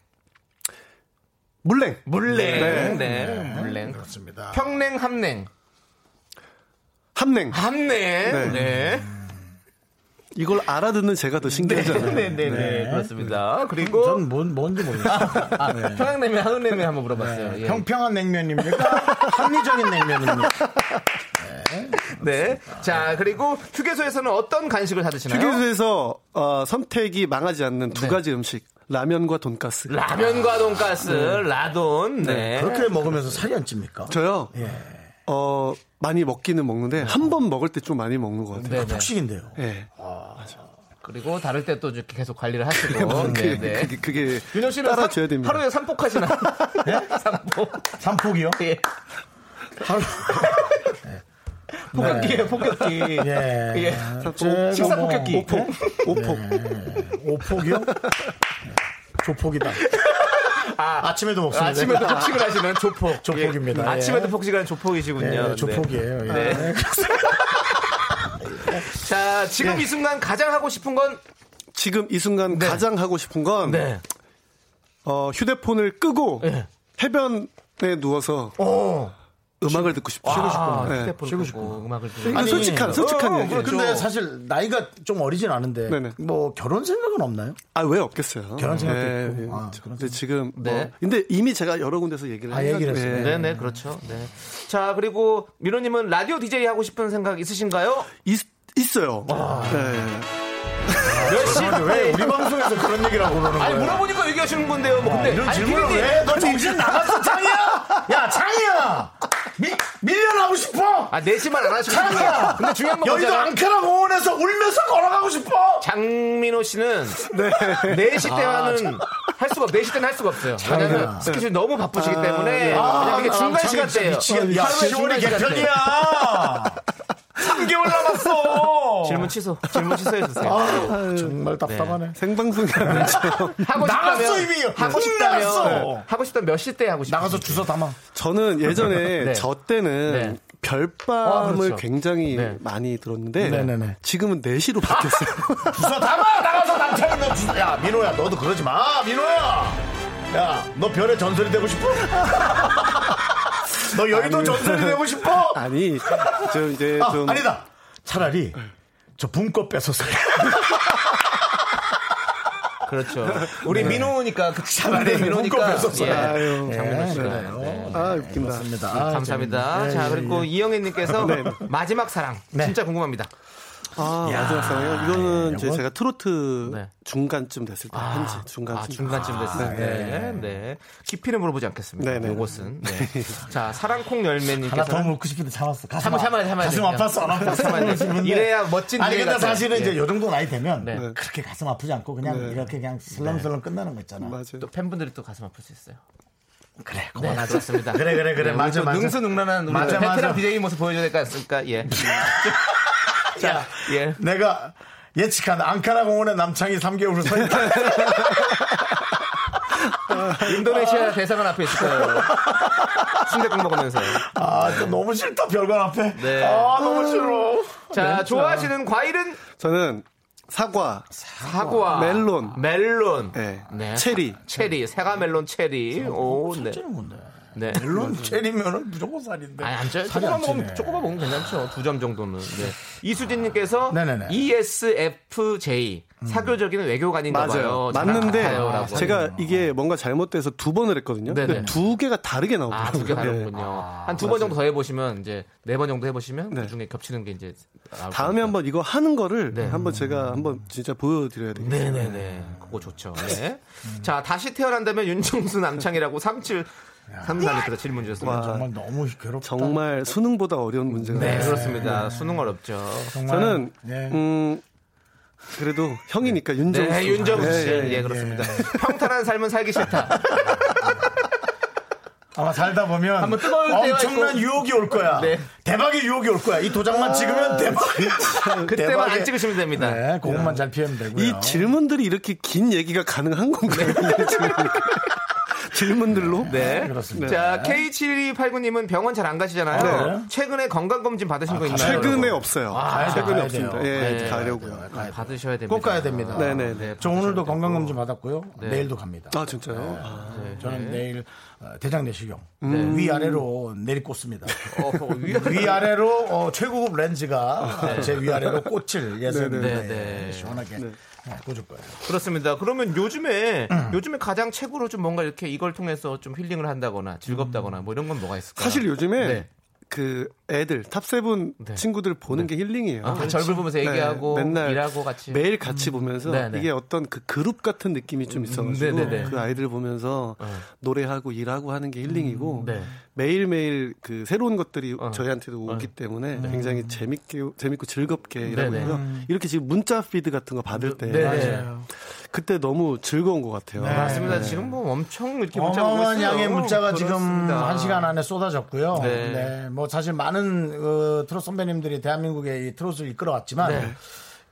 Speaker 3: 물냉
Speaker 2: 물냉. 네.
Speaker 3: 네.
Speaker 2: 물냉.
Speaker 1: 그렇습니다.
Speaker 2: 평냉 함냉.
Speaker 3: 함냉
Speaker 2: 함냉. 네. 네.
Speaker 3: 이걸 알아듣는 제가 더 신기하잖아요.
Speaker 2: 네, 네, 그렇습니다. 그리고
Speaker 1: 전 뭔, 뭔지 모르겠어요.
Speaker 2: 아, 평양냉면, 한우냉면 한번 물어봤어요. 예.
Speaker 1: 네. 평평한 냉면입니까? 합리적인 냉면입니까?
Speaker 2: 네. 자, 그리고 휴게소에서는 어떤 간식을 사드시나요?
Speaker 3: 휴게소에서 어, 선택이 망하지 않는 두 가지 음식 라면과 돈가스.
Speaker 2: 네. 라면과 돈가스, 라돈. 네.
Speaker 1: 그렇게 먹으면서 살이 안 찝니까?
Speaker 3: 저요.
Speaker 2: 예.
Speaker 3: 어 많이 먹기는 먹는데 한 번 먹을 때 좀 많이 먹는 것 같아요.
Speaker 2: 네, 네.
Speaker 1: 폭식인데요.
Speaker 3: 예.
Speaker 2: 그리고 다를 때 또 이렇게 계속 관리를 하시고.
Speaker 3: 그게,
Speaker 2: 네, 네.
Speaker 3: 그게, 그게
Speaker 2: 윤호 씨는
Speaker 3: 따라줘야
Speaker 2: 삼-
Speaker 3: 됩니다.
Speaker 2: 하루에 삼폭 하시나요? 네? 삼폭.
Speaker 1: 삼폭이요?
Speaker 2: 예.
Speaker 1: 하루-
Speaker 2: 폭격기예요, 폭격기.
Speaker 1: 예.
Speaker 2: 네. 예.
Speaker 1: 제가
Speaker 2: 식사
Speaker 1: 뭐-
Speaker 2: 폭격기. 네?
Speaker 3: 오폭, 오폭.
Speaker 1: 오폭이요? 조폭이다. 아, 침에도 먹습니다.
Speaker 2: 아침에도 폭식을 하시는 조폭.
Speaker 1: 조폭입니다.
Speaker 2: 예.
Speaker 1: 예.
Speaker 2: 아침에도 폭식을 하는 조폭이시군요.
Speaker 1: 예, 조폭이에요. 예.
Speaker 2: 네. 네. 자, 지금 이 순간 가장 하고 싶은 건
Speaker 3: 지금 이 순간 가장 하고 싶은 건
Speaker 2: 네.
Speaker 3: 어, 휴대폰을 끄고
Speaker 1: 예.
Speaker 3: 해변에 누워서
Speaker 1: 어,
Speaker 3: 음악을 듣고 싶어요.
Speaker 2: 아,
Speaker 3: 네.
Speaker 2: 휴대폰 끄고 음악을 듣고 아,
Speaker 3: 그러니까 솔직한 솔직한
Speaker 2: 어,
Speaker 3: 얘기.
Speaker 2: 그렇죠.
Speaker 1: 근데 사실 나이가 좀 어리진 않은데
Speaker 3: 네네.
Speaker 1: 뭐 결혼 생각은 없나요?
Speaker 3: 아왜 없겠어요?
Speaker 1: 결혼 생각도
Speaker 3: 네,
Speaker 1: 있고.
Speaker 3: 네.
Speaker 1: 아, 그런
Speaker 3: 근데 지금 뭐-
Speaker 2: 네.
Speaker 3: 근데 이미 제가 여러 군데서 얘기를
Speaker 1: 아, 얘기를 했어요.
Speaker 3: 네.
Speaker 2: 네네 그렇죠. 네. 자 그리고 민호님은 라디오 DJ 하고 싶은 생각 있으신가요?
Speaker 3: 있, 있어요.
Speaker 1: 아.
Speaker 3: 네.
Speaker 2: 몇시
Speaker 1: 왜 우리 방송에서 그런 얘기라고 그러는
Speaker 2: 아니
Speaker 1: 거예요?
Speaker 2: 물어보니까 얘기하시는 건데요. 뭐 근데
Speaker 1: 뭐 이런
Speaker 2: 아니,
Speaker 1: 질문을
Speaker 2: 피디님. 아,
Speaker 1: 왜? 너 정신 나갔어, 창이야! 야, 창이야! 미, 밀려나고 싶어!
Speaker 2: 아 내시만 안 하시고
Speaker 1: 창이야!
Speaker 2: 근데 중요한 건
Speaker 1: 여의도
Speaker 2: 뭐냐면
Speaker 1: 앙카라 공원에서 울면서 걸어가고 싶어!
Speaker 2: 장민호 씨는 네. 시 때와는 할 수가 없, 4시 때는 할 수가 없어요. 왜냐면 스케줄이 너무 바쁘시기
Speaker 1: 아, 예,
Speaker 2: 때문에 그냥 이게 중간 시간대예요.
Speaker 1: 야,
Speaker 2: 하루에
Speaker 1: 시월이
Speaker 2: 중간
Speaker 1: 개편이야! 3개월 남았어!
Speaker 2: 질문 취소. 질문 취소해 주세요.
Speaker 1: 아유, 정말 답답하네.
Speaker 3: 생방송이
Speaker 1: 네.
Speaker 3: 아니죠.
Speaker 2: 하고
Speaker 1: 나갔어,
Speaker 2: 싶다면
Speaker 1: 이미.
Speaker 2: 하고
Speaker 1: 훅
Speaker 2: 싶다면
Speaker 1: 나갔어.
Speaker 2: 하고 싶다면 몇 시 때 하고 싶어요?
Speaker 1: 나가서 주워 담아.
Speaker 3: 저는 예전에
Speaker 2: 네.
Speaker 3: 저 때는
Speaker 2: 네.
Speaker 3: 별밤을
Speaker 2: 아, 그렇죠.
Speaker 3: 굉장히
Speaker 2: 네.
Speaker 3: 많이 들었는데
Speaker 1: 네네네.
Speaker 3: 지금은 4시로 바뀌었어요.
Speaker 1: 주소 담아 나가서 남창이 너 주소 야 민호야 너도 그러지 마 민호야 야 너 별의 전설이 되고 싶어? 너 여의도
Speaker 3: 아니요.
Speaker 1: 전설이 되고 싶어?
Speaker 3: 아니, 저 이제
Speaker 1: 아,
Speaker 3: 좀
Speaker 1: 아니다 차라리 저 분꽃 뺏어서
Speaker 2: 그렇죠. 우리 민호니까 그 차라리
Speaker 1: 네, 묶어
Speaker 2: 민호니까
Speaker 1: 뺏었어요.
Speaker 3: 아유.
Speaker 2: 예. 장민호 씨가.
Speaker 1: 네,
Speaker 2: 네.
Speaker 3: 아, 웃긴다.
Speaker 1: 맞습니다 예,
Speaker 2: 감사합니다. 자 그리고 이영애님께서 마지막 사랑
Speaker 1: 네.
Speaker 2: 진짜 궁금합니다.
Speaker 3: 아, 마지막 사랑이요? 이거는 이제
Speaker 1: 이건-
Speaker 3: 제가 트로트
Speaker 2: 네.
Speaker 3: 중간쯤 됐을 때 한지 중간쯤.
Speaker 2: 아, 중간쯤 됐을
Speaker 3: 아,
Speaker 2: 때. 네. 깊이는 물어보지 않겠습니다.
Speaker 3: 네, 네.
Speaker 2: 요것은. 네. 자, 사랑콩 열매님께서.
Speaker 1: 하나 더 먹고 싶은데 참았어. 가슴
Speaker 2: 참아,
Speaker 1: 아-
Speaker 2: 참아야 돼, 참아야
Speaker 1: 가슴
Speaker 2: 돼.
Speaker 1: 아팠어, 안 아팠어.
Speaker 2: 참아야 돼.
Speaker 1: 싶은데.
Speaker 2: 이래야 멋진
Speaker 1: 아니
Speaker 2: 노래
Speaker 1: 근데
Speaker 2: 같아요.
Speaker 1: 사실은
Speaker 2: 예.
Speaker 1: 이제 요 정도 나이 되면
Speaker 2: 네.
Speaker 1: 그렇게 가슴 아프지 않고 그냥 이렇게 그냥 슬렁슬렁 끝나는 거 있잖아.
Speaker 3: 맞아요.
Speaker 2: 또 팬분들이 또 가슴 아플 수 있어요.
Speaker 1: 그래,
Speaker 2: 네,
Speaker 1: 그만하자.
Speaker 2: 그렇습니다. 네,
Speaker 1: 그래, 그래, 그래. 맞아,
Speaker 2: 우리 또
Speaker 1: 맞아.
Speaker 2: 능수능란한 우리
Speaker 1: 맞아, 맞아.
Speaker 2: 베테랑 BJ 모습 보여줘야 될 것 같습니까? 예. 자, 예.
Speaker 1: 내가 예측한 앙카라 공원에 남창이 3개월을 서 있다.
Speaker 2: 인도네시아 대사관 앞에 있을 거예요. 순대국 먹으면서.
Speaker 1: 아, 진짜 너무 싫다, 별관 앞에.
Speaker 2: 네.
Speaker 1: 아, 너무 싫어.
Speaker 2: 자, 좋아하시는 과일은
Speaker 3: 저는 사과,
Speaker 2: 사과, 아,
Speaker 3: 멜론.
Speaker 2: 멜론,
Speaker 3: 네.
Speaker 2: 네.
Speaker 3: 체리.
Speaker 2: 체리, 사과 멜론 체리.
Speaker 1: 어, 뭐
Speaker 2: 오, 네.
Speaker 1: 뭔데?
Speaker 2: 네.
Speaker 1: 물론 체리면은 무조건 살인데.
Speaker 2: 아니, 안 쪄요.
Speaker 1: 살이
Speaker 2: 조금만
Speaker 1: 네. 안 찌네.
Speaker 2: 먹으면, 조금만 먹으면 괜찮죠. 두 점 정도는. 네. 이수진님께서 E
Speaker 1: 네네네.
Speaker 2: ESFJ. 사교적인 외교관인가 봐요.
Speaker 3: 맞아요.
Speaker 2: 잘
Speaker 3: 맞는데
Speaker 2: 같아요라고
Speaker 3: 제가
Speaker 2: 하네요.
Speaker 3: 이게 뭔가 잘못돼서 두 번을 했거든요.
Speaker 2: 네네.
Speaker 3: 근데 두 개가 다르게
Speaker 2: 아,
Speaker 3: 나오더라고요.
Speaker 2: 두 개
Speaker 3: 네.
Speaker 2: 다르군요. 한 두 번 정도 더 해보시면, 이제, 네 번 정도 해보시면, 그 중에 겹치는 게 이제. 나올
Speaker 3: 다음에
Speaker 2: 거니까.
Speaker 3: 한번 이거 하는 거를
Speaker 2: 네.
Speaker 3: 한번 제가 한번 진짜 보여드려야 되겠어요.
Speaker 2: 네네네. 그거 좋죠. 네. 자, 다시 태어난다면 윤정수 남창이라고 37, 33에서 질문 주셨습니다.
Speaker 1: 정말 너무 괴롭다.
Speaker 3: 아, 정말 수능보다 어려운 문제가
Speaker 2: 네,
Speaker 3: 나왔어요.
Speaker 2: 그렇습니다. 수능 어렵죠.
Speaker 1: 정말.
Speaker 3: 저는
Speaker 1: 네.
Speaker 3: 음, 그래도 형이니까 윤정수.
Speaker 2: 네, 윤정수 씨.
Speaker 3: 예,
Speaker 2: 예,
Speaker 3: 예.
Speaker 2: 그렇습니다. 평탄한 삶은 살기 싫다.
Speaker 1: 아마 살다 보면
Speaker 2: 한번 뜨거울 때가
Speaker 1: 엄청난
Speaker 2: 있고.
Speaker 1: 유혹이 올 거야.
Speaker 2: 네. 아,
Speaker 1: 대박의 유혹이 올 거야. 이 도장만 찍으면 대박이야.
Speaker 2: 그때만 안 찍으시면 됩니다.
Speaker 1: 네, 그것만 잘 피하면 되고요.
Speaker 3: 이 질문들이 이렇게 긴 얘기가 가능한 건가요? 지금? 질문들로?
Speaker 2: 네.
Speaker 1: 그렇습니다.
Speaker 2: 자, K7289님은 병원 잘 안 가시잖아요.
Speaker 1: 네. 아,
Speaker 2: 최근에 건강검진 받으신 거 있나요?
Speaker 3: 최근에
Speaker 2: 아, 여러분?
Speaker 3: 없어요.
Speaker 1: 가야 돼요,
Speaker 3: 최근에
Speaker 1: 가야
Speaker 3: 없습니다.
Speaker 1: 돼요.
Speaker 3: 예,
Speaker 2: 네.
Speaker 3: 가려고요.
Speaker 2: 아, 받으셔야 됩니다.
Speaker 1: 꼭 가야 됩니다.
Speaker 3: 네네네.
Speaker 1: 저 오늘도
Speaker 2: 받으셔야
Speaker 1: 건강검진
Speaker 2: 되고.
Speaker 1: 받았고요.
Speaker 2: 네.
Speaker 1: 내일도 갑니다.
Speaker 3: 아, 진짜요? 아,
Speaker 2: 네. 음.
Speaker 1: 저는 내일 어, 대장 내시경 위아래로 내리 꽂습니다.
Speaker 2: 어, 위아래-
Speaker 1: 위아래로 어, 최고급 렌즈가 제 위아래로 꽂힐 예정인데
Speaker 2: 네, 네.
Speaker 1: 예, 시원하게 예, 꽂을 거예요.
Speaker 2: 그렇습니다. 그러면 요즘에
Speaker 1: 음.
Speaker 2: 요즘에 가장 최고로 좀 뭔가 이렇게 이걸 통해서 좀 힐링을 한다거나 즐겁다거나 뭐 이런 건 뭐가 있을까요?
Speaker 3: 사실 요즘에
Speaker 2: 네.
Speaker 3: 그 애들 탑세븐
Speaker 2: 네.
Speaker 3: 친구들 보는 게 힐링이에요. 네.
Speaker 2: 아, 같이 얼굴 보면서 얘기하고 일하고 같이. 음.
Speaker 3: 매일 같이 보면서
Speaker 2: 네네. 음,
Speaker 3: 이게 어떤 그 그룹 같은 느낌이 좀 있어가지고
Speaker 2: 네네네. 어.
Speaker 3: 그 아이들 보면서 노래하고 일하고 하는 게 힐링이고
Speaker 2: 네. 어.
Speaker 3: 매일 매일 그 새로운 것들이 저희한테도 오기 때문에 굉장히 재밌게 재밌고 즐겁게 일하고
Speaker 2: 네. 네네.
Speaker 3: 있고요. 이렇게 지금 문자 피드 같은 거 받을 때
Speaker 2: 네.
Speaker 3: 그때 너무 즐거운 것 같아요. 네.
Speaker 2: 맞습니다. 지금 뭐 엄청 이렇게 문자 보고
Speaker 1: 네. 어마어마한
Speaker 2: 있어요.
Speaker 1: 양의 문자가 지금
Speaker 2: 그렇습니다.
Speaker 1: 한 시간 안에 쏟아졌고요.
Speaker 2: 네.
Speaker 1: 네. 뭐 사실 많은 어, 트롯 선배님들이 대한민국의 이 트롯을 이끌어왔지만
Speaker 2: 네.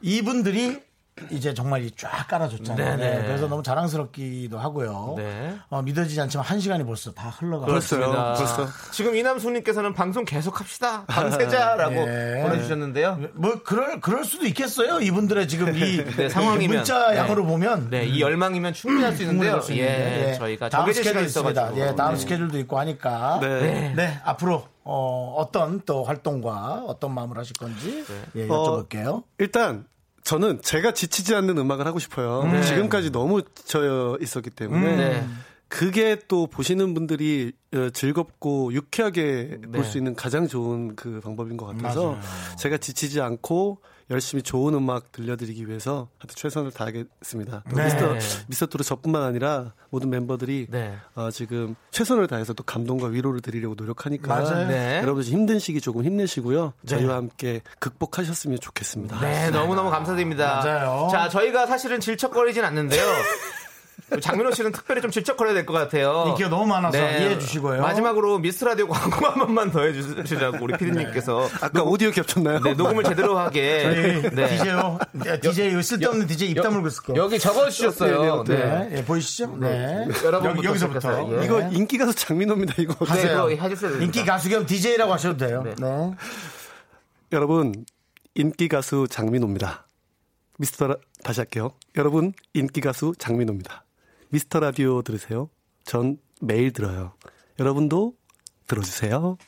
Speaker 1: 이분들이 이제 정말 이쫙 깔아줬잖아요.
Speaker 2: 네, 네.
Speaker 1: 네, 그래서 너무 자랑스럽기도 하고요.
Speaker 2: 네.
Speaker 1: 어, 믿어지지 않지만 한 시간이 벌써 다 흘러가고
Speaker 3: 벌써요.
Speaker 2: 그렇습니다.
Speaker 3: 벌써.
Speaker 2: 아, 지금 이남수님께서는 방송 계속 합시다.
Speaker 1: 아,
Speaker 2: 밤새자라고
Speaker 1: 네.
Speaker 2: 보내주셨는데요.
Speaker 1: 뭐 그럴 그럴 수도 있겠어요. 이분들의 지금 이,
Speaker 2: 네, 상황이면.
Speaker 1: 이 문자 양으로
Speaker 2: 네.
Speaker 1: 보면
Speaker 2: 네, 이 열망이면 충분할 수 있는데요.
Speaker 1: 음, 충분할 수 있는데,
Speaker 2: 예,
Speaker 1: 예.
Speaker 2: 저희가
Speaker 1: 다음
Speaker 2: 정해질
Speaker 1: 스케줄
Speaker 2: 시간이
Speaker 1: 있습니다.
Speaker 2: 있어가지고.
Speaker 1: 예, 다음
Speaker 2: 네.
Speaker 1: 스케줄도 있고 하니까
Speaker 3: 네.
Speaker 1: 네, 네, 앞으로 어, 떤또 활동과 어떤 마음을 하실 건지 예, 여쭤볼게요.
Speaker 3: 일단 저는 제가 지치지 않는 음악을 하고 싶어요. 지금까지 너무 저 있었기 때문에
Speaker 2: 네.
Speaker 3: 그게 또 보시는 분들이 어, 즐겁고 유쾌하게 볼 수 있는 가장 좋은 그 방법인 것 같아서 제가 지치지 않고 열심히 좋은 음악 들려드리기 위해서 하여튼 최선을 다하겠습니다. 또 미스터 미스터 트롯 저뿐만 아니라 모든 멤버들이
Speaker 2: 네.
Speaker 3: 어, 지금 최선을 다해서 또 감동과 위로를 드리려고 노력하니까
Speaker 1: 맞아요.
Speaker 2: 네.
Speaker 3: 여러분 힘든 시기 조금 힘내시고요. 저희와 함께 극복하셨으면 좋겠습니다.
Speaker 2: 네, 너무너무 감사드립니다.
Speaker 1: 맞아요.
Speaker 2: 자, 저희가 사실은 질척거리진 않는데요. 장민호 씨는 특별히 좀 질척거려야 될 것 같아요. 네.
Speaker 1: 인기가 너무 많아서 이해해 주시고요.
Speaker 2: 마지막으로 미스 라디오 광고 한 번만 더 해주시라고 우리 피디님께서
Speaker 1: 네.
Speaker 3: 아까 오디오 겹쳤나요?
Speaker 2: 네, 녹음을 제대로 하게 네.
Speaker 1: DJ요? DJ요? 쓸데없는 DJ 입 다물고 있을 거예요.
Speaker 2: 여기 적어주셨어요.
Speaker 3: 네,
Speaker 2: 네.
Speaker 1: 네, 예, 보이시죠? 네.
Speaker 2: 여러분부터
Speaker 1: 여기, 서부터
Speaker 2: 시작해서, 예.
Speaker 3: 이거 인기 가수 장민호입니다. 이거
Speaker 2: 네,
Speaker 1: 하세요.
Speaker 2: 이거 해주셔야 됩니다.
Speaker 1: 인기 가수 겸 DJ라고 하셔도 돼요. 네.
Speaker 2: 네.
Speaker 3: 여러분 인기 가수 장민호입니다. 미스터 라, 다시 할게요. 여러분 인기 가수 장민호입니다. 미스터 라디오 들으세요. 전 매일 들어요. 여러분도 들어주세요.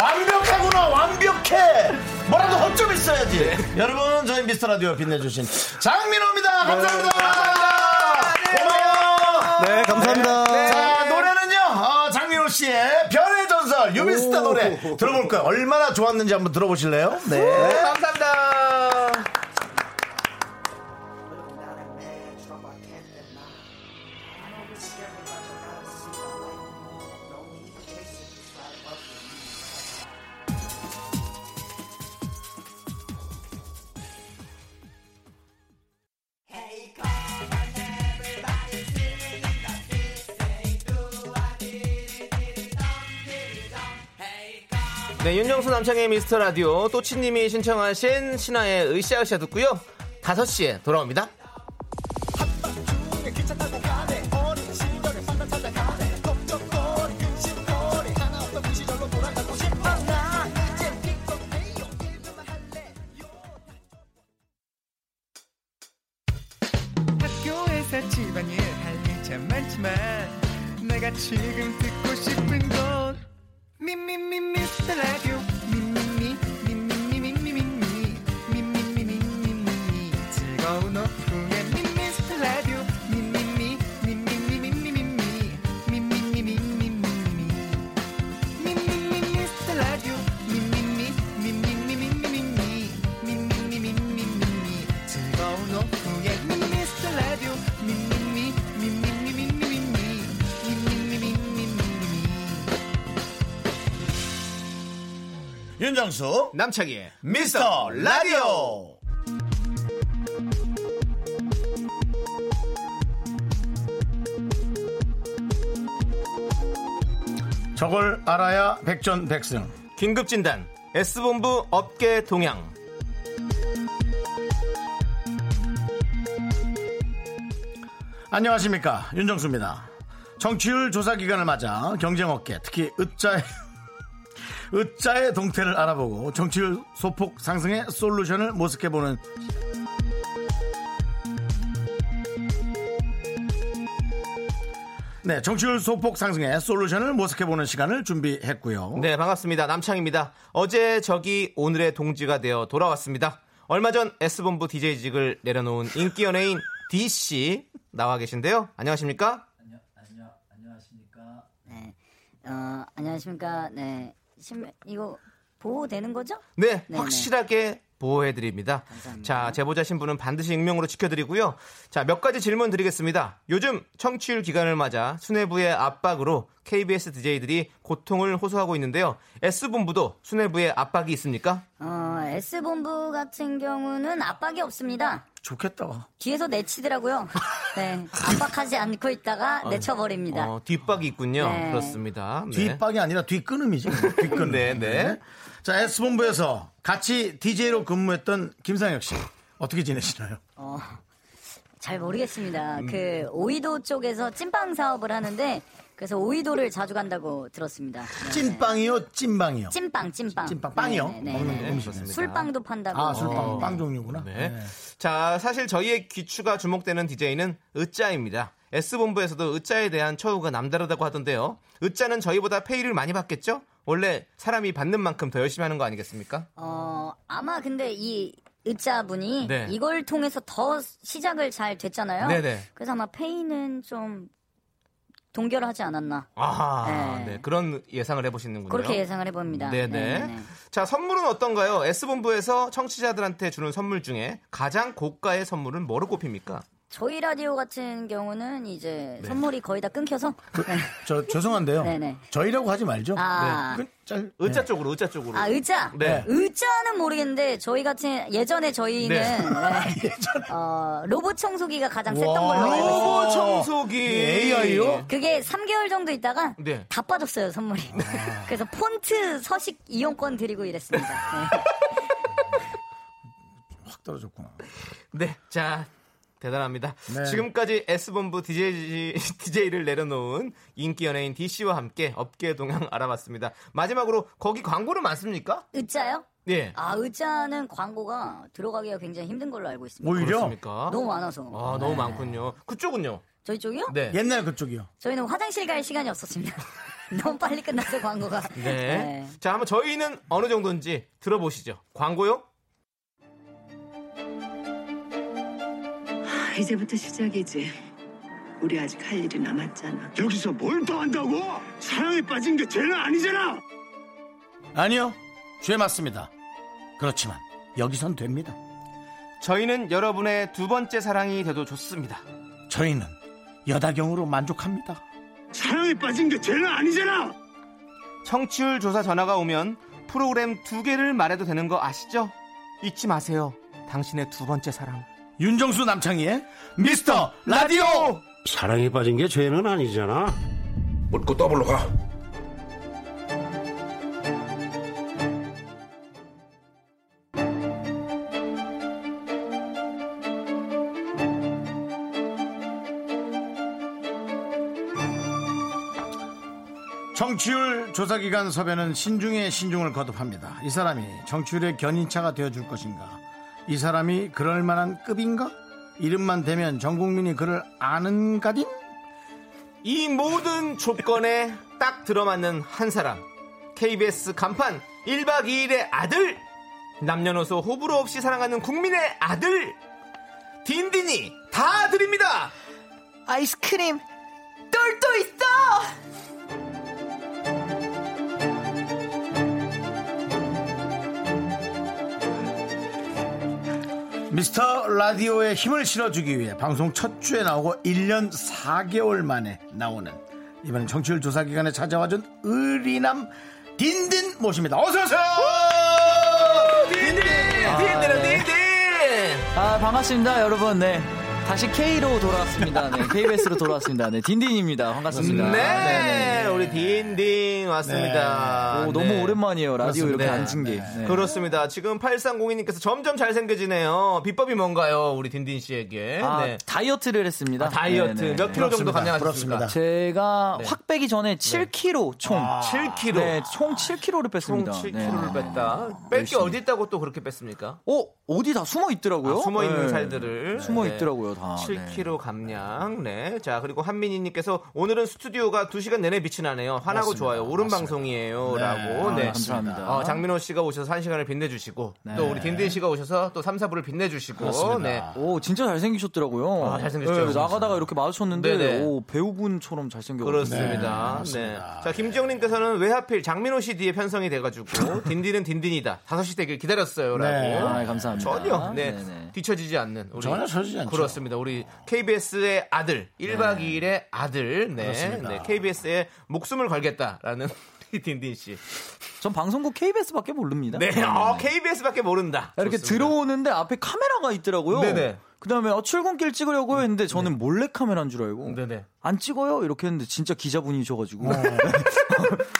Speaker 1: 완벽하구나, 완벽해! 뭐라도 허점 있어야지. 여러분, 저희 미스터 라디오 빛내주신 장민호입니다. 감사합니다. 고마워요.
Speaker 3: 네 감사합니다.
Speaker 1: 자, 노래는요, 어, 장민호 씨의 별의 전설, 유비스타 노래 들어볼까요? 얼마나 좋았는지 한번 들어보실래요? 네.
Speaker 2: 감사합니다. 네, 윤정수 남창의 미스터 라디오 또치님이 신청하신 신화의 으쌰으쌰 듣고요. 5시에 돌아옵니다.
Speaker 5: 학교에서 집안일 할 일 참 많지만 내가 지금 듣고 싶은 건 미미미 미스터 라디오 미미미 미미미 미미미 미미미 미미미 즐거운 오후에 미스터 라디오 미미미 미미미 미미미 미미미 미미미
Speaker 1: 윤정수,
Speaker 2: 남창희의
Speaker 1: 미스터 라디오. 저걸 알아야 백전백승.
Speaker 2: 긴급진단 S본부 업계 동향
Speaker 1: 안녕하십니까 윤정수입니다. 정치율 조사 기간을 맞아 경쟁업계 특히 으짜의 으짜의 동태를 알아보고 정치율 소폭 상승의 솔루션을 모색해보는 네 정치율 소폭 상승의 솔루션을 모색해보는 시간을 준비했고요.
Speaker 2: 네 반갑습니다 남창입니다 어제 적이 오늘의 동지가 되어 돌아왔습니다 얼마 전 S본부 DJ직을 내려놓은 인기 연예인 D씨 나와 계신데요 안녕하십니까
Speaker 6: 네. 어, 안녕하십니까. 네. 신, 이거 보호되는 거죠?
Speaker 2: 네,
Speaker 6: 네네.
Speaker 2: 확실하게 보호해드립니다. 자, 제보자 신분은 반드시 익명으로 지켜드리고요. 자, 몇 가지 질문 드리겠습니다. 요즘 청취율 기간을 맞아 수뇌부의 압박으로 KBS DJ들이 고통을 호소하고 있는데요. S본부도 수뇌부의 압박이 있습니까?
Speaker 6: 어, S본부 같은 경우는 압박이 없습니다.
Speaker 1: 좋겠다.
Speaker 6: 뒤에서 내치더라고요. 네. 압박하지 않고 있다가 내쳐버립니다.
Speaker 2: 어, 뒷박이 있군요.
Speaker 6: 네.
Speaker 2: 그렇습니다. 네.
Speaker 1: 뒷박이 아니라 뭐. 뒷끊음이죠. 뒷끊음.
Speaker 2: 네, 네.
Speaker 1: 자 S본부에서 같이 DJ로 근무했던 김상혁 씨 어떻게 음. 지내시나요?
Speaker 6: 어, 잘 모르겠습니다. 그 오이도 쪽에서 찐빵 사업을 하는데 그래서 오이도를 자주 간다고 들었습니다. 네.
Speaker 1: 찐빵이요, 찐빵이요.
Speaker 6: 찐빵, 찐빵.
Speaker 1: 찐빵, 빵이요? 먹는 거,
Speaker 2: 네,
Speaker 1: 음식.
Speaker 2: 그렇습니다.
Speaker 6: 술빵도 판다고.
Speaker 1: 아, 술빵, 빵 종류구나.
Speaker 2: 네.
Speaker 1: 네.
Speaker 2: 자, 사실 저희의 귀추가 주목되는 DJ는 으짜입니다. S본부에서도 으짜에 대한 처우가 남다르다고 하던데요. 으짜는 저희보다 페이를 많이 받겠죠? 원래 사람이 받는 만큼 더 열심히 하는 거 아니겠습니까?
Speaker 6: 어, 아마 근데 이 의자분이
Speaker 2: 네.
Speaker 6: 이걸 통해서 더 시작을 잘 됐잖아요.
Speaker 2: 네네.
Speaker 6: 그래서 아마 페이는 좀 동결하지 않았나.
Speaker 2: 아, 네.
Speaker 6: 네.
Speaker 2: 그런 예상을 해보시는군요.
Speaker 6: 그렇게 예상을 해봅니다.
Speaker 2: 네네. 자, 선물은 어떤가요? S본부에서 청취자들한테 주는 선물 중에 가장 고가의 선물은 뭐로 꼽힙니까?
Speaker 6: 저희 라디오 같은 경우는 이제
Speaker 1: 네.
Speaker 6: 선물이 거의 다 끊겨서
Speaker 1: 저 죄송한데요.
Speaker 6: 네네.
Speaker 1: 저희라고 하지 말죠.
Speaker 6: 아.
Speaker 1: 네. 그, 짤-
Speaker 2: 의자 쪽으로, 의자 쪽으로.
Speaker 6: 아 의자
Speaker 2: 네.
Speaker 6: 의자는 모르겠는데 저희 같은 예전에 저희는
Speaker 2: 네.
Speaker 6: 네. 어, 로봇 청소기가 가장 셌던
Speaker 1: 와.
Speaker 6: 걸로 알고 있어요.
Speaker 2: 로봇 청소기.
Speaker 1: AI요?
Speaker 6: 그게 3개월 정도 있다가
Speaker 2: 네.
Speaker 6: 다 빠졌어요 선물이. 그래서 폰트 서식 이용권 드리고 이랬습니다. 네.
Speaker 1: 확 떨어졌구나.
Speaker 2: 네, 자 대단합니다.
Speaker 1: 네.
Speaker 2: 지금까지 S본부 DJ, DJ를 내려놓은 인기 연예인 DC와 함께 업계 동향 알아봤습니다. 마지막으로 거기 광고는 많습니까?
Speaker 6: 의자요?
Speaker 2: 예.
Speaker 6: 아 의자는 광고가 들어가기가 굉장히 힘든 걸로 알고 있습니다.
Speaker 1: 오히려
Speaker 2: 그렇습니까?
Speaker 6: 너무 네. 많아서.
Speaker 2: 아, 너무 많군요. 그쪽은요?
Speaker 6: 저희 쪽이요?
Speaker 2: 네.
Speaker 1: 옛날 그쪽이요.
Speaker 6: 저희는 화장실 갈 시간이 없었습니다. 너무 빨리 끝났어요 광고가.
Speaker 2: 네. 자, 한번 저희는 어느 정도인지 들어보시죠. 광고요?
Speaker 7: 이제부터 시작이지. 우리 아직 할 일이 남았잖아.
Speaker 8: 여기서 뭘 더 한다고? 사랑에 빠진 게 죄는 아니잖아.
Speaker 1: 아니요. 죄 맞습니다. 그렇지만 여기선 됩니다.
Speaker 2: 저희는 여러분의 두 번째 사랑이 돼도 좋습니다.
Speaker 1: 저희는 여다경으로 만족합니다.
Speaker 8: 사랑에 빠진 게 죄는 아니잖아.
Speaker 2: 청취율 조사 전화가 오면 프로그램 두 개를 말해도 되는 거 아시죠? 잊지 마세요. 당신의 두 번째 사랑.
Speaker 1: 윤정수 남창희의 미스터 라디오.
Speaker 9: 사랑에 빠진 게 죄는 아니잖아.
Speaker 8: 묻고 더블로 가.
Speaker 1: 정치율 조사기관 섭외는 신중에 신중을 거듭합니다. 이 사람이 정치율의 견인차가 되어줄 것인가? 이 사람이 그럴 만한 급인가? 이름만 대면 전 국민이 그를 아는가딘?
Speaker 2: 이 모든 조건에 딱 들어맞는 한 사람. KBS 간판 1박 2일의 아들. 남녀노소 호불호 없이 사랑하는 국민의 아들. 딘딘이 다 드립니다.
Speaker 5: 아이스크림 똘똘 있어
Speaker 1: 미스터 라디오에 힘을 실어주기 위해 방송 첫 주에 나오고 1년 4개월 만에 나오는 이번엔 정치율 조사기관에 찾아와준 의리남 딘딘 모십니다. 어서오세요!
Speaker 2: 딘딘! 딘딘은
Speaker 10: 네.
Speaker 2: 딘딘!
Speaker 10: 아 반갑습니다 여러분 네 다시 K로 돌아왔습니다 네 KBS로 돌아왔습니다 네 딘딘입니다 반갑습니다
Speaker 2: 네, 우리 딘딘 왔습니다.
Speaker 10: 오, 너무
Speaker 2: 네.
Speaker 10: 오랜만이에요 라디오 이렇게
Speaker 2: 네.
Speaker 10: 앉은 게 네.
Speaker 2: 그렇습니다. 지금 8302님께서 점점 잘생겨지네요. 비법이 뭔가요? 우리 딘딘 씨에게.
Speaker 10: 아,
Speaker 2: 네.
Speaker 10: 다이어트를 했습니다
Speaker 2: 아, 다이어트
Speaker 10: 네, 네,
Speaker 2: 몇
Speaker 10: 네.
Speaker 2: 킬로 정도
Speaker 1: 부럽습니다.
Speaker 2: 감량하셨습니까?
Speaker 1: 부럽습니다.
Speaker 10: 제가
Speaker 2: 네.
Speaker 10: 확 빼기 전에 7kg 총
Speaker 2: 7kg.
Speaker 10: 네, 총 7kg를
Speaker 2: 총
Speaker 10: 뺐습니다
Speaker 2: 7kg를
Speaker 10: 네.
Speaker 2: 뺐다. 뺄 게 어디 있다고 또 그렇게 뺐습니까?
Speaker 10: 어 어디 다 숨어 있더라고요
Speaker 2: 아, 숨어 있는
Speaker 10: 네.
Speaker 2: 살들을
Speaker 10: 숨어
Speaker 2: 네.
Speaker 10: 있더라고요 다 네.
Speaker 2: 7kg 감량. 네. 자, 그리고 한민희님께서 오늘은 스튜디오가 2시간 내내 빛이 나네요. 화나고 좋아요. 옳은 방송이에요. 라고.
Speaker 10: 아,
Speaker 2: 네.
Speaker 10: 감사합니다
Speaker 2: 어, 장민호 씨가 오셔서 1시간을 빛내주시고
Speaker 10: 네.
Speaker 2: 또 우리 딘딘 씨가 오셔서 또 3, 4부를 빛내주시고. 네.
Speaker 10: 오 진짜 잘생기셨더라고요.
Speaker 2: 아, 잘생기셨죠?
Speaker 10: 네, 나가다가 이렇게 마주쳤는데
Speaker 2: 네네.
Speaker 10: 오, 배우분처럼 잘생겼어요.
Speaker 2: 그렇습니다. 네. 자, 김지영님께서는 왜 하필 장민호 씨 뒤에 편성이 돼가지고 딘딘은 딘딘이다. 5시 되길 기다렸어요라고.
Speaker 1: 네.
Speaker 10: 아, 감사합니다.
Speaker 2: 전혀 네,
Speaker 10: 네네.
Speaker 2: 뒤처지지 않는 우리
Speaker 1: 전혀 처지지 않죠. 네.
Speaker 2: 그렇습니다. 우리 KBS의 아들 1박 2일의 아들 네,
Speaker 1: 그렇습니다.
Speaker 2: KBS의 목숨을 걸겠다라는 우리 딘딘 씨.
Speaker 10: 전 방송국 KBS밖에 모릅니다.
Speaker 2: 네, 어, KBS밖에 모른다.
Speaker 10: 이렇게
Speaker 2: 좋습니다.
Speaker 10: 들어오는데 앞에 카메라가 있더라고요.
Speaker 2: 네네.
Speaker 10: 그다음에 어, 출근길 찍으려고 했는데 저는 몰래 카메라인 줄 알고
Speaker 2: 네네.
Speaker 10: 안 찍어요 이렇게 했는데 진짜 기자분이셔가지고
Speaker 2: 네.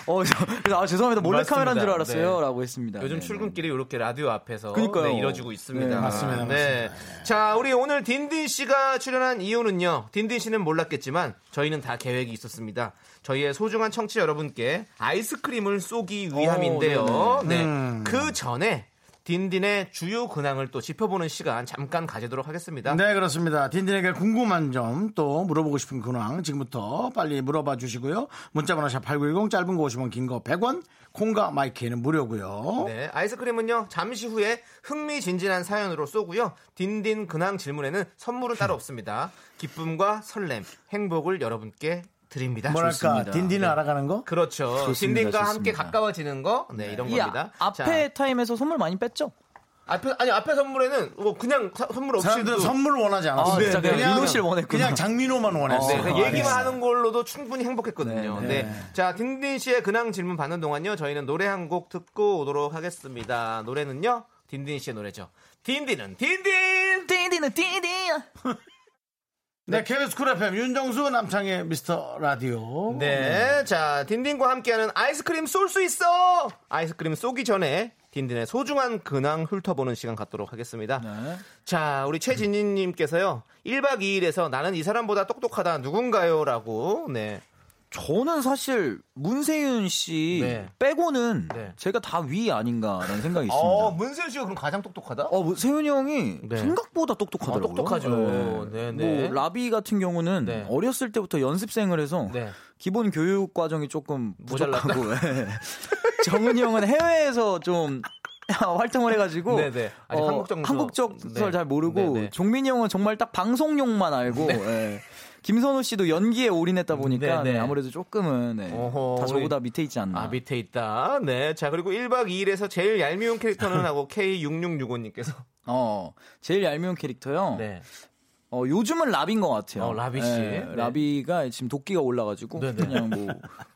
Speaker 10: 어, 저- 그래서 아 죄송합니다 몰래
Speaker 2: 맞습니다.
Speaker 10: 카메라인 줄
Speaker 2: 네.
Speaker 10: 알았어요라고 했습니다.
Speaker 2: 요즘
Speaker 10: 네네.
Speaker 2: 출근길이 이렇게 라디오 앞에서
Speaker 10: 그러니까요.
Speaker 2: 네, 이뤄지고 있습니다.
Speaker 10: 네,
Speaker 1: 맞습니다,
Speaker 2: 네. 자, 우리 오늘 딘딘 씨가 출연한 이유는요. 딘딘 씨는 몰랐겠지만 저희는 다 계획이 있었습니다. 저희의 소중한 청취 자 여러분께 아이스크림을 쏘기 위함인데요. 네. 그 전에 딘딘의 주요 근황을 또 짚어보는 시간 잠깐 가지도록 하겠습니다.
Speaker 1: 네 그렇습니다. 딘딘에게 궁금한 점 또 물어보고 싶은 근황 지금부터 빨리 물어봐 주시고요. 문자번호 샵8910 짧은 거 50원 긴 거 100원 콩과 마이크는 무료고요.
Speaker 2: 네, 아이스크림은요 잠시 후에 흥미진진한 사연으로 쏘고요 딘딘 근황 질문에는 선물은 따로 없습니다 기쁨과 설렘 행복을 여러분께 드립니다 네.
Speaker 1: 뭐랄까
Speaker 10: 좋습니다.
Speaker 1: 딘딘을 알아가는 거?
Speaker 2: 그렇죠
Speaker 10: 좋습니다,
Speaker 2: 딘딘과 함께
Speaker 10: 좋습니다.
Speaker 2: 가까워지는 거 네, 이런
Speaker 10: 이
Speaker 2: 겁니다
Speaker 10: 앞에 타임에서 선물 많이 뺐죠?
Speaker 2: 자, 앞에 아니 앞에 선물에는 뭐 그냥 사- 선물 없이도
Speaker 1: 사람들은 선물을 원하지 않았어요.
Speaker 2: 아, 진짜 그냥 민호씨를
Speaker 11: 원했구나.
Speaker 1: 그냥 장민호만 원했어요.
Speaker 2: 네, 그냥 얘기만 하는 걸로도 충분히 행복했거든요.
Speaker 1: 네,
Speaker 2: 네,
Speaker 1: 네.
Speaker 2: 자, 딘딘 씨의 근황 질문 받는 동안요, 저희는 노래 한 곡 듣고 오도록 하겠습니다. 노래는요, 딘딘 씨의 노래죠. 딘딘은 딘딘!
Speaker 12: 딘딘은 딘딘!
Speaker 1: 네, KBS 쿨 FM 윤정수 남창의 미스터 라디오.
Speaker 2: 네, 자, 딘딘과 함께하는 아이스크림 쏠 수 있어! 아이스크림 쏘기 전에 딘딘의 소중한 근황 훑어보는 시간 갖도록 하겠습니다.
Speaker 11: 네.
Speaker 2: 자, 우리 최진희님께서요, 1박 2일에서 나는 이 사람보다 똑똑하다 누군가요? 라고, 네.
Speaker 11: 저는 사실 문세윤 씨
Speaker 2: 네.
Speaker 11: 빼고는
Speaker 2: 네.
Speaker 11: 제가 다 위 아닌가라는 생각이 있습니다.
Speaker 2: 어, 문세윤 씨가 그럼 가장 똑똑하다?
Speaker 11: 어, 뭐 세윤이 형이
Speaker 2: 네.
Speaker 11: 생각보다 똑똑하더라고요.
Speaker 2: 아, 똑똑하죠. 네, 네.
Speaker 11: 뭐 라비 같은 경우는
Speaker 2: 네.
Speaker 11: 어렸을 때부터 연습생을 해서
Speaker 2: 네.
Speaker 11: 기본 교육 과정이 조금
Speaker 2: 모자랐다.
Speaker 11: 부족하고 예. 정은이 형은 해외에서 좀 활동을 해가지고 어,
Speaker 2: 네, 네. 아직 한국적
Speaker 11: 한국적설
Speaker 2: 네.
Speaker 11: 잘 모르고
Speaker 2: 네, 네.
Speaker 11: 종민이 형은 정말 딱 방송용만 알고 예. 김선호 씨도 연기에 올인했다 보니까
Speaker 2: 네, 네.
Speaker 11: 네, 아무래도 조금은 네.
Speaker 2: 어허,
Speaker 11: 다
Speaker 2: 우리-
Speaker 11: 저보다 밑에 있지 않나.
Speaker 2: 아, 밑에 있다. 네. 자, 그리고 1박 2일에서 제일 얄미운 캐릭터는 하고 K6665님께서.
Speaker 11: 어, 제일 얄미운 캐릭터요.
Speaker 2: 네.
Speaker 11: 어, 요즘은 라비인 것 같아요.
Speaker 2: 어, 라비 씨.
Speaker 11: 예,
Speaker 2: 네.
Speaker 11: 라비가 지금 도끼가 올라가지고
Speaker 2: 네네.
Speaker 11: 그냥 뭐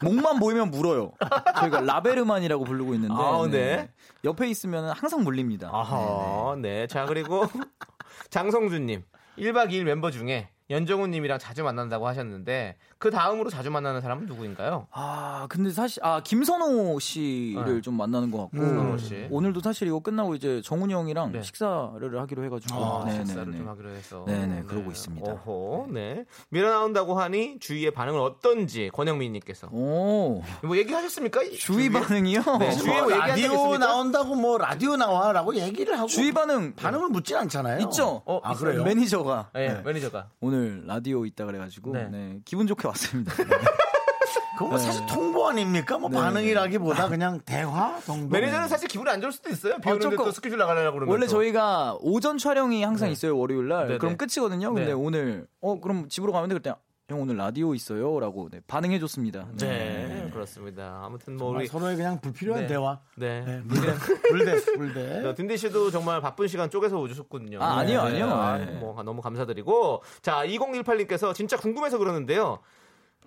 Speaker 11: 목만 보이면 물어요. 저희가 라베르만이라고 부르고 있는데
Speaker 2: 아, 네.
Speaker 11: 옆에 있으면 항상 물립니다.
Speaker 2: 아하. 네. 자, 그리고 장성준님. 1박 2일 멤버 중에 연정훈님이랑 자주 만난다고 하셨는데, 그 다음으로 자주 만나는 사람은 누구인가요?
Speaker 11: 아, 근데 사실 아 김선호 씨를
Speaker 2: 네.
Speaker 11: 좀 만나는 것 같고
Speaker 2: 김선호 씨.
Speaker 11: 음. 오늘도 사실 이거 끝나고 이제 정훈이 형이랑
Speaker 2: 네.
Speaker 11: 식사를 하기로 해가지고
Speaker 2: 아,
Speaker 11: 네네네.
Speaker 2: 식사를 좀 하기로 해서.
Speaker 11: 네네, 그러고 있습니다.
Speaker 2: 어허, 네. 밀어나온다고 하니 주위의 반응은 어떤지 권영민님께서.
Speaker 11: 오
Speaker 2: 뭐 얘기하셨습니까?
Speaker 11: 주위 반응이요.
Speaker 2: 네, 주위
Speaker 1: 뭐
Speaker 2: 얘기한 적
Speaker 1: 라디오
Speaker 2: 있습니까?
Speaker 1: 나온다고 뭐 라디오 나와라고 얘기를 하고
Speaker 11: 주위 반응
Speaker 1: 반응을 묻진 않잖아요.
Speaker 11: 있죠.
Speaker 2: 어,
Speaker 1: 아 그래요?
Speaker 11: 매니저가
Speaker 2: 예,
Speaker 11: 네.
Speaker 2: 매니저가.
Speaker 11: 오늘 라디오 있다 그래가지고
Speaker 2: 네.
Speaker 11: 네, 기분 좋게 왔습니다.
Speaker 1: 그거 뭐
Speaker 11: 네.
Speaker 1: 사실 통보 아닙니까? 뭐
Speaker 11: 아.
Speaker 1: 반응이라기보다 그냥 대화 정도.
Speaker 2: 매니저는 사실 기분이 안 좋을 수도 있어요. 비 오는데
Speaker 11: 어. 어쩔
Speaker 2: 또
Speaker 11: 거-
Speaker 2: 스케줄 나가려고 그러면.
Speaker 11: 원래
Speaker 2: 또.
Speaker 11: 저희가 오전 촬영이 항상 있어요 월요일 날
Speaker 2: 네네.
Speaker 11: 그럼 끝이거든요 근데
Speaker 2: 네.
Speaker 11: 오늘 어 그럼 집으로 가면 돼 그때 형 오늘 라디오 있어요라고 네, 반응해 줬습니다
Speaker 2: 네, 그렇습니다. 아무튼 뭐 우리
Speaker 1: 서로의 그냥 불필요한
Speaker 2: 네.
Speaker 1: 대화.
Speaker 2: 네.
Speaker 1: 네, 물대 물대 물대.
Speaker 2: 네, 딘디 씨도 정말 바쁜 시간 쪼개서 오셨군요.
Speaker 11: 아, 아니요, 아니요.
Speaker 2: 아,
Speaker 11: 네.
Speaker 2: 뭐 너무 감사드리고 자 2018님께서 진짜 궁금해서 그러는데요.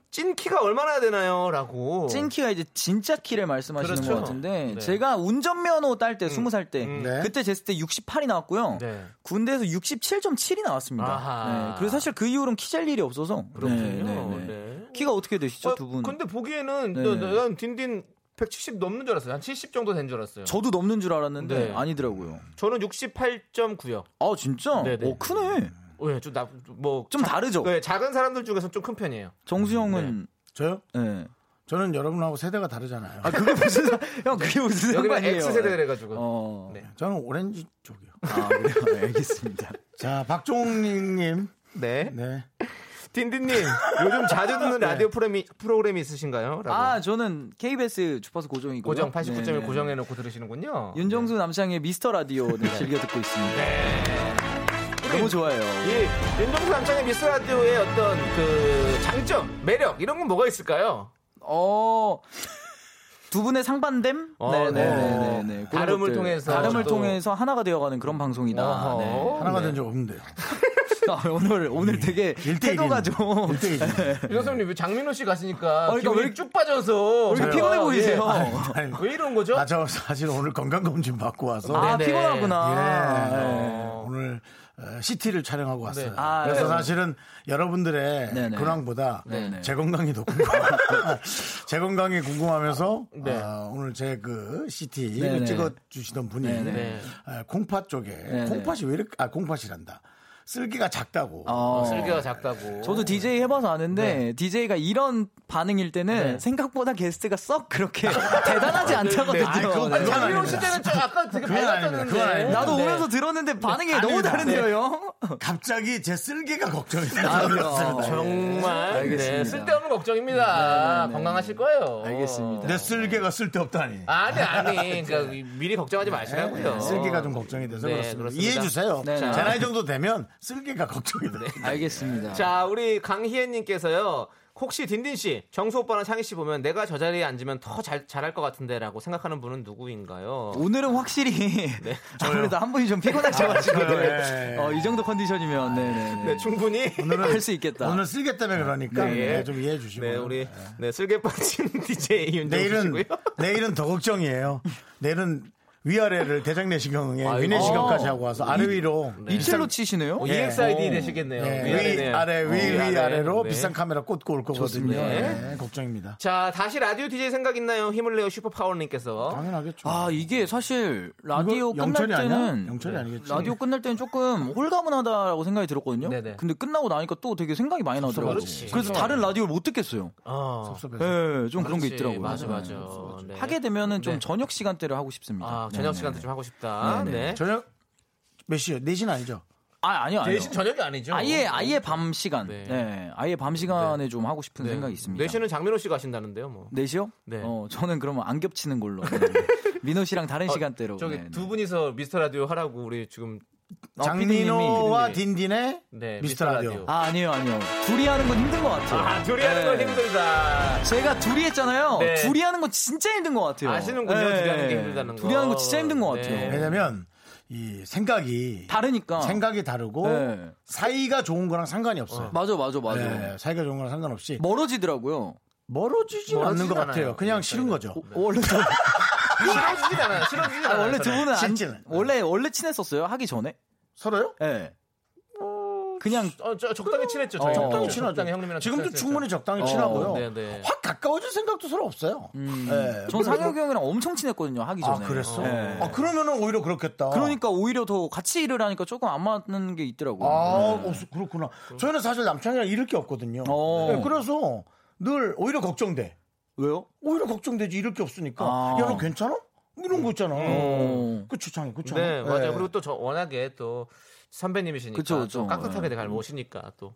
Speaker 2: 찐키가 얼마나 되나요?라고.
Speaker 11: 찐키가 이제 진짜 키를 말씀하시는
Speaker 2: 그렇죠.
Speaker 11: 것 같은데
Speaker 2: 네.
Speaker 11: 제가 운전면허 딸 때 스무 살 때
Speaker 2: 음.
Speaker 1: 네.
Speaker 11: 그때 쟀을 때 68이 나왔고요
Speaker 2: 네.
Speaker 11: 군대에서 67.7이 나왔습니다
Speaker 2: 아하.
Speaker 11: 네, 그래서 사실 그 이후로는 키 잴 일이 없어서
Speaker 2: 그렇군요.
Speaker 11: 네, 네, 네.
Speaker 2: 네.
Speaker 11: 키가 어떻게 되시죠
Speaker 2: 어,
Speaker 11: 두 분?
Speaker 2: 근데 보기에는
Speaker 11: 네.
Speaker 2: 너- 너- 난 딘딘 170 넘는 줄 알았어요. 한 70 정도 된 줄 알았어요.
Speaker 11: 저도 넘는 줄 알았는데
Speaker 2: 네.
Speaker 11: 아니더라고요.
Speaker 2: 저는 68.9요.
Speaker 11: 아 진짜?
Speaker 2: 네네.
Speaker 11: 어 크네.
Speaker 2: 예, 좀나뭐
Speaker 11: 좀 다르죠.
Speaker 2: 네, 작은 사람들 중에서 좀 큰 편이에요. 네.
Speaker 11: 정수형은
Speaker 1: 저요?
Speaker 11: 예.
Speaker 1: 저는 여러분하고 세대가 다르잖아요.
Speaker 11: 아 그게 무슨 상- 형 그게 무슨
Speaker 2: 여기는
Speaker 11: 상관이에요?
Speaker 2: X 세대를 해가지고.
Speaker 11: 어.
Speaker 2: 네.
Speaker 1: 저는 오렌지 쪽이요.
Speaker 11: 아 그래요. 네, 알겠습니다.
Speaker 1: 자, 박종익님.
Speaker 2: 네.
Speaker 1: 네.
Speaker 2: 딘딘님 요즘 자주 듣는 라디오 프로그램이, 프로그램이 있으신가요? 라고.
Speaker 11: 네. 아 저는 KBS 주파수 고정이고
Speaker 2: 고정 89.1 고정해놓고 들으시는군요.
Speaker 11: 윤정수 남창의 미스터 라디오 네, 즐겨 듣고 있습니다. 너무 좋아요.
Speaker 2: 이 윤정수 남창의 미스 라디오의 어떤 그 장점, 매력 이런 건 뭐가 있을까요?
Speaker 11: 어. 두 분의 상반됨?
Speaker 2: 어,
Speaker 11: 네네네네.
Speaker 2: 네. 다름을 통해서
Speaker 11: 다름을
Speaker 2: 또-
Speaker 11: 통해서 하나가 되어가는 그런
Speaker 2: 아,
Speaker 11: 방송이다.
Speaker 2: 어허.
Speaker 11: 네.
Speaker 1: 하나가 된 적 없는데요.
Speaker 11: 아, 오늘 오늘 되게 태도가 좀
Speaker 1: 일대일이네.
Speaker 2: 윤정수님 아, 왜 장민호 씨 가시니까
Speaker 11: 아, 그러니까
Speaker 2: 기분이
Speaker 11: 왜-
Speaker 2: 쭉 빠져서
Speaker 11: 왜 이렇게 피곤해 보이세요?
Speaker 1: 아니,
Speaker 2: 예. 왜 이런 거죠?
Speaker 1: 아, 저 사실 오늘 건강검진 받고 와서.
Speaker 11: 네. 아,
Speaker 2: 네네.
Speaker 1: 예,
Speaker 11: 피곤하구나.
Speaker 1: 네. 오늘 어, 시티를 촬영하고 왔어요.
Speaker 11: 아,
Speaker 1: 그래서
Speaker 11: 네.
Speaker 1: 사실은 여러분들의
Speaker 11: 네네.
Speaker 1: 근황보다
Speaker 11: 네네.
Speaker 1: 제 건강이 더 궁금하고 제 건강이 궁금하면서
Speaker 2: 네.
Speaker 1: 어, 오늘 제 그 시티
Speaker 11: 네네.
Speaker 1: 를 찍어주시던 분이
Speaker 11: 네네. 네,
Speaker 1: 어, 콩팥 쪽에 콩팥이 왜 이렇게 아 콩팥이란다 쓸기가 작다고
Speaker 11: 어.
Speaker 2: 슬기가 작다고.
Speaker 11: 저도 DJ 해봐서 아는데 DJ가 이런 반응일 때는
Speaker 2: 네.
Speaker 11: 생각보다 게스트가 썩 그렇게 대단하지 않다거든요.
Speaker 2: 아, 그건
Speaker 11: 네.
Speaker 2: 장민호 씨 때는 좀 아까 되게
Speaker 1: 그건 아닙니다.
Speaker 2: 밝았었는데.
Speaker 1: 그건 아닙니다.
Speaker 11: 나도
Speaker 2: 네.
Speaker 11: 오면서 들었는데 반응이 너무
Speaker 1: 아닙니다.
Speaker 11: 다른데요, 형?
Speaker 1: 갑자기 제 쓸개가 걱정이
Speaker 11: 아니요.
Speaker 1: 돼서
Speaker 2: 정말
Speaker 11: 알겠습니다.
Speaker 2: 네, 쓸데없는 걱정입니다. 건강하실 거예요.
Speaker 11: 알겠습니다.
Speaker 1: 내 쓸개가 쓸데없다니 네,
Speaker 2: 아니 아니 그러니까 미리 걱정하지 마시라고요.
Speaker 1: 쓸개가 좀 걱정이 돼서
Speaker 2: 네,
Speaker 1: 그렇습니다.
Speaker 2: 그렇습니다.
Speaker 1: 이해해 주세요
Speaker 11: 네, 아, 네.
Speaker 1: 제 나이 정도 되면 쓸개가 걱정이 돼요
Speaker 11: 알겠습니다.
Speaker 2: 자 우리 강희애님께서요. 혹시 딘딘 씨, 정수 오빠랑 상희 씨 보면 내가 저 자리에 앉으면 더 잘, 잘할 것 같은데라고 생각하는 분은 누구인가요? 네.
Speaker 10: 오늘은 확실히 아무래도 한 분이 좀 피곤하셔가지고
Speaker 2: 아,
Speaker 10: 네.
Speaker 2: 네.
Speaker 10: 어, 이 정도 컨디션이면 네, 네, 네.
Speaker 2: 충분히
Speaker 10: 오늘은 할수 있겠다.
Speaker 1: 오늘 쓰기 때문에 그러니까 네, 좀 이해해 주시고.
Speaker 2: 네, 우리 네, 쓸개 빠진 DJ 윤정수
Speaker 1: 내일은
Speaker 2: 씨고요.
Speaker 1: 내일은 더 걱정이에요. 내일은 위아래를 대장내시경에
Speaker 2: 아이고.
Speaker 1: 위내시경까지 하고 와서 아래
Speaker 10: 이-
Speaker 1: 위로
Speaker 10: 이첼로 치시네요?
Speaker 2: 어, EXID 되시겠네요.
Speaker 1: 예,
Speaker 2: 위아래네요.
Speaker 1: 위 아래 위 위
Speaker 2: 어, 위아래.
Speaker 1: 아래로
Speaker 2: 네.
Speaker 1: 비싼 카메라 꽂고 올 거거든요.
Speaker 2: 좋습니다.
Speaker 1: 예, 걱정입니다.
Speaker 2: 자, 다시 라디오 DJ 생각 있나요? 힘을 내요 슈퍼파워님께서.
Speaker 1: 당연하겠죠.
Speaker 10: 아 이게 사실
Speaker 1: 이거
Speaker 10: 라디오 끝날
Speaker 1: 영철이
Speaker 10: 때는
Speaker 1: 아니야? 영철이
Speaker 11: 네.
Speaker 1: 아니겠지.
Speaker 10: 라디오 끝날 때는 조금 홀가분하다라고 생각이 들었거든요.
Speaker 2: 네네.
Speaker 10: 근데 끝나고 나니까 또 되게 생각이 많이 나더라고요.
Speaker 2: 그렇지.
Speaker 10: 그래서 다른 라디오를 못 듣겠어요.
Speaker 2: 어.
Speaker 1: 섭섭해서.
Speaker 10: 예, 좀 그런 게
Speaker 2: 그렇지.
Speaker 10: 있더라고요.
Speaker 2: 맞아, 맞아.
Speaker 10: 네.
Speaker 2: 네.
Speaker 10: 하게 되면은 좀
Speaker 2: 네.
Speaker 10: 저녁 시간대를 하고 싶습니다.
Speaker 2: 아,
Speaker 10: 네네.
Speaker 2: 저녁 시간대 좀 하고 싶다. 네.
Speaker 10: 네, 네.
Speaker 1: 저녁 몇 시요? 4시는 아니죠?
Speaker 10: 아, 아니요, 아니요.
Speaker 2: 대신 저녁이 아니죠.
Speaker 10: 아예 아예 밤 시간.
Speaker 2: 네.
Speaker 10: 네. 아예 밤 시간에 좀 하고 싶은
Speaker 2: 네.
Speaker 10: 생각이 있습니다.
Speaker 2: 내시는 장민호 씨가 하신다는데요, 뭐.
Speaker 10: 4시요?
Speaker 2: 네.
Speaker 10: 어, 저는 그러면 안 겹치는 걸로. 네. 민호 씨랑 다른
Speaker 2: 어,
Speaker 10: 시간대로.
Speaker 2: 저기
Speaker 10: 네, 네.
Speaker 2: 두 분이서 미스터 라디오 하라고 우리 지금
Speaker 10: 어,
Speaker 1: 장민호와
Speaker 2: 피디님이.
Speaker 1: 딘딘의
Speaker 2: 네,
Speaker 1: 미스터 라디오.
Speaker 10: 아, 아니요, 아니요. 둘이 하는 건 힘든 것 같아요.
Speaker 2: 아, 둘이 하는 건
Speaker 10: 네.
Speaker 2: 힘들다.
Speaker 10: 제가 둘이 했잖아요.
Speaker 2: 네.
Speaker 10: 둘이 하는 건 진짜 힘든 것 같아요. 네.
Speaker 2: 아시는군요, 둘이 하는 게 힘들다는 거.
Speaker 10: 둘이 하는 거 진짜 힘든 것 같아요.
Speaker 2: 네.
Speaker 1: 왜냐면 이 생각이
Speaker 10: 다르니까.
Speaker 1: 생각이 다르고
Speaker 10: 네.
Speaker 1: 사이가 좋은 거랑 상관이 없어요.
Speaker 10: 맞아, 맞아, 맞아.
Speaker 1: 네, 사이가 좋은 거랑 상관없이
Speaker 10: 멀어지더라고요.
Speaker 1: 멀어지진
Speaker 2: 멀어지진
Speaker 1: 않는 것
Speaker 2: 않아요. 네,
Speaker 1: 같아요. 그냥 싫은 거죠.
Speaker 10: 원래 두,
Speaker 2: 싫어지진 않아요. 싫어지진
Speaker 10: 아,
Speaker 2: 않아요. 네.
Speaker 10: 원래 두
Speaker 2: 저는.
Speaker 10: 분은 안,
Speaker 1: 진짜는.
Speaker 10: 원래 원래 친했었어요. 하기 전에.
Speaker 1: 서로요?
Speaker 10: 예. 그냥
Speaker 2: 어, 저, 적당히 친했죠. 저희
Speaker 10: 적당히
Speaker 1: 친하죠.
Speaker 2: 형님이랑
Speaker 1: 지금도
Speaker 2: 친했죠.
Speaker 1: 충분히 적당히
Speaker 10: 어,
Speaker 1: 친하고요.
Speaker 2: 네, 네.
Speaker 1: 확 가까워질 생각도 서로 없어요.
Speaker 10: 음,
Speaker 1: 예.
Speaker 10: 전 상혁이 형이랑 엄청 친했거든요. 하기
Speaker 1: 아
Speaker 10: 전에.
Speaker 1: 그랬어?
Speaker 10: 예.
Speaker 1: 아 그러면은 오히려 그렇겠다.
Speaker 10: 그러니까 오히려 더 같이 일을 하니까 조금 안 맞는 게 있더라고요.
Speaker 1: 아 없- 그렇구나. 저희는 사실 남창이랑 이럴 게 없거든요.
Speaker 10: 네. 어.
Speaker 1: 예, 그래서 늘 오히려 걱정돼.
Speaker 10: 왜요?
Speaker 1: 오히려 걱정되지 이럴 게 없으니까.
Speaker 10: 아.
Speaker 1: 야 너 괜찮아? 뭐 이런 거 있잖아.
Speaker 10: 어.
Speaker 1: 그쵸 창이 그쵸.
Speaker 2: 네,
Speaker 1: 예.
Speaker 2: 맞아요. 그리고 또 저 워낙에 또 선배님이시니까
Speaker 10: 그쵸, 네. 그쵸.
Speaker 2: 좀 깍듯하게 잘 모시니까 또.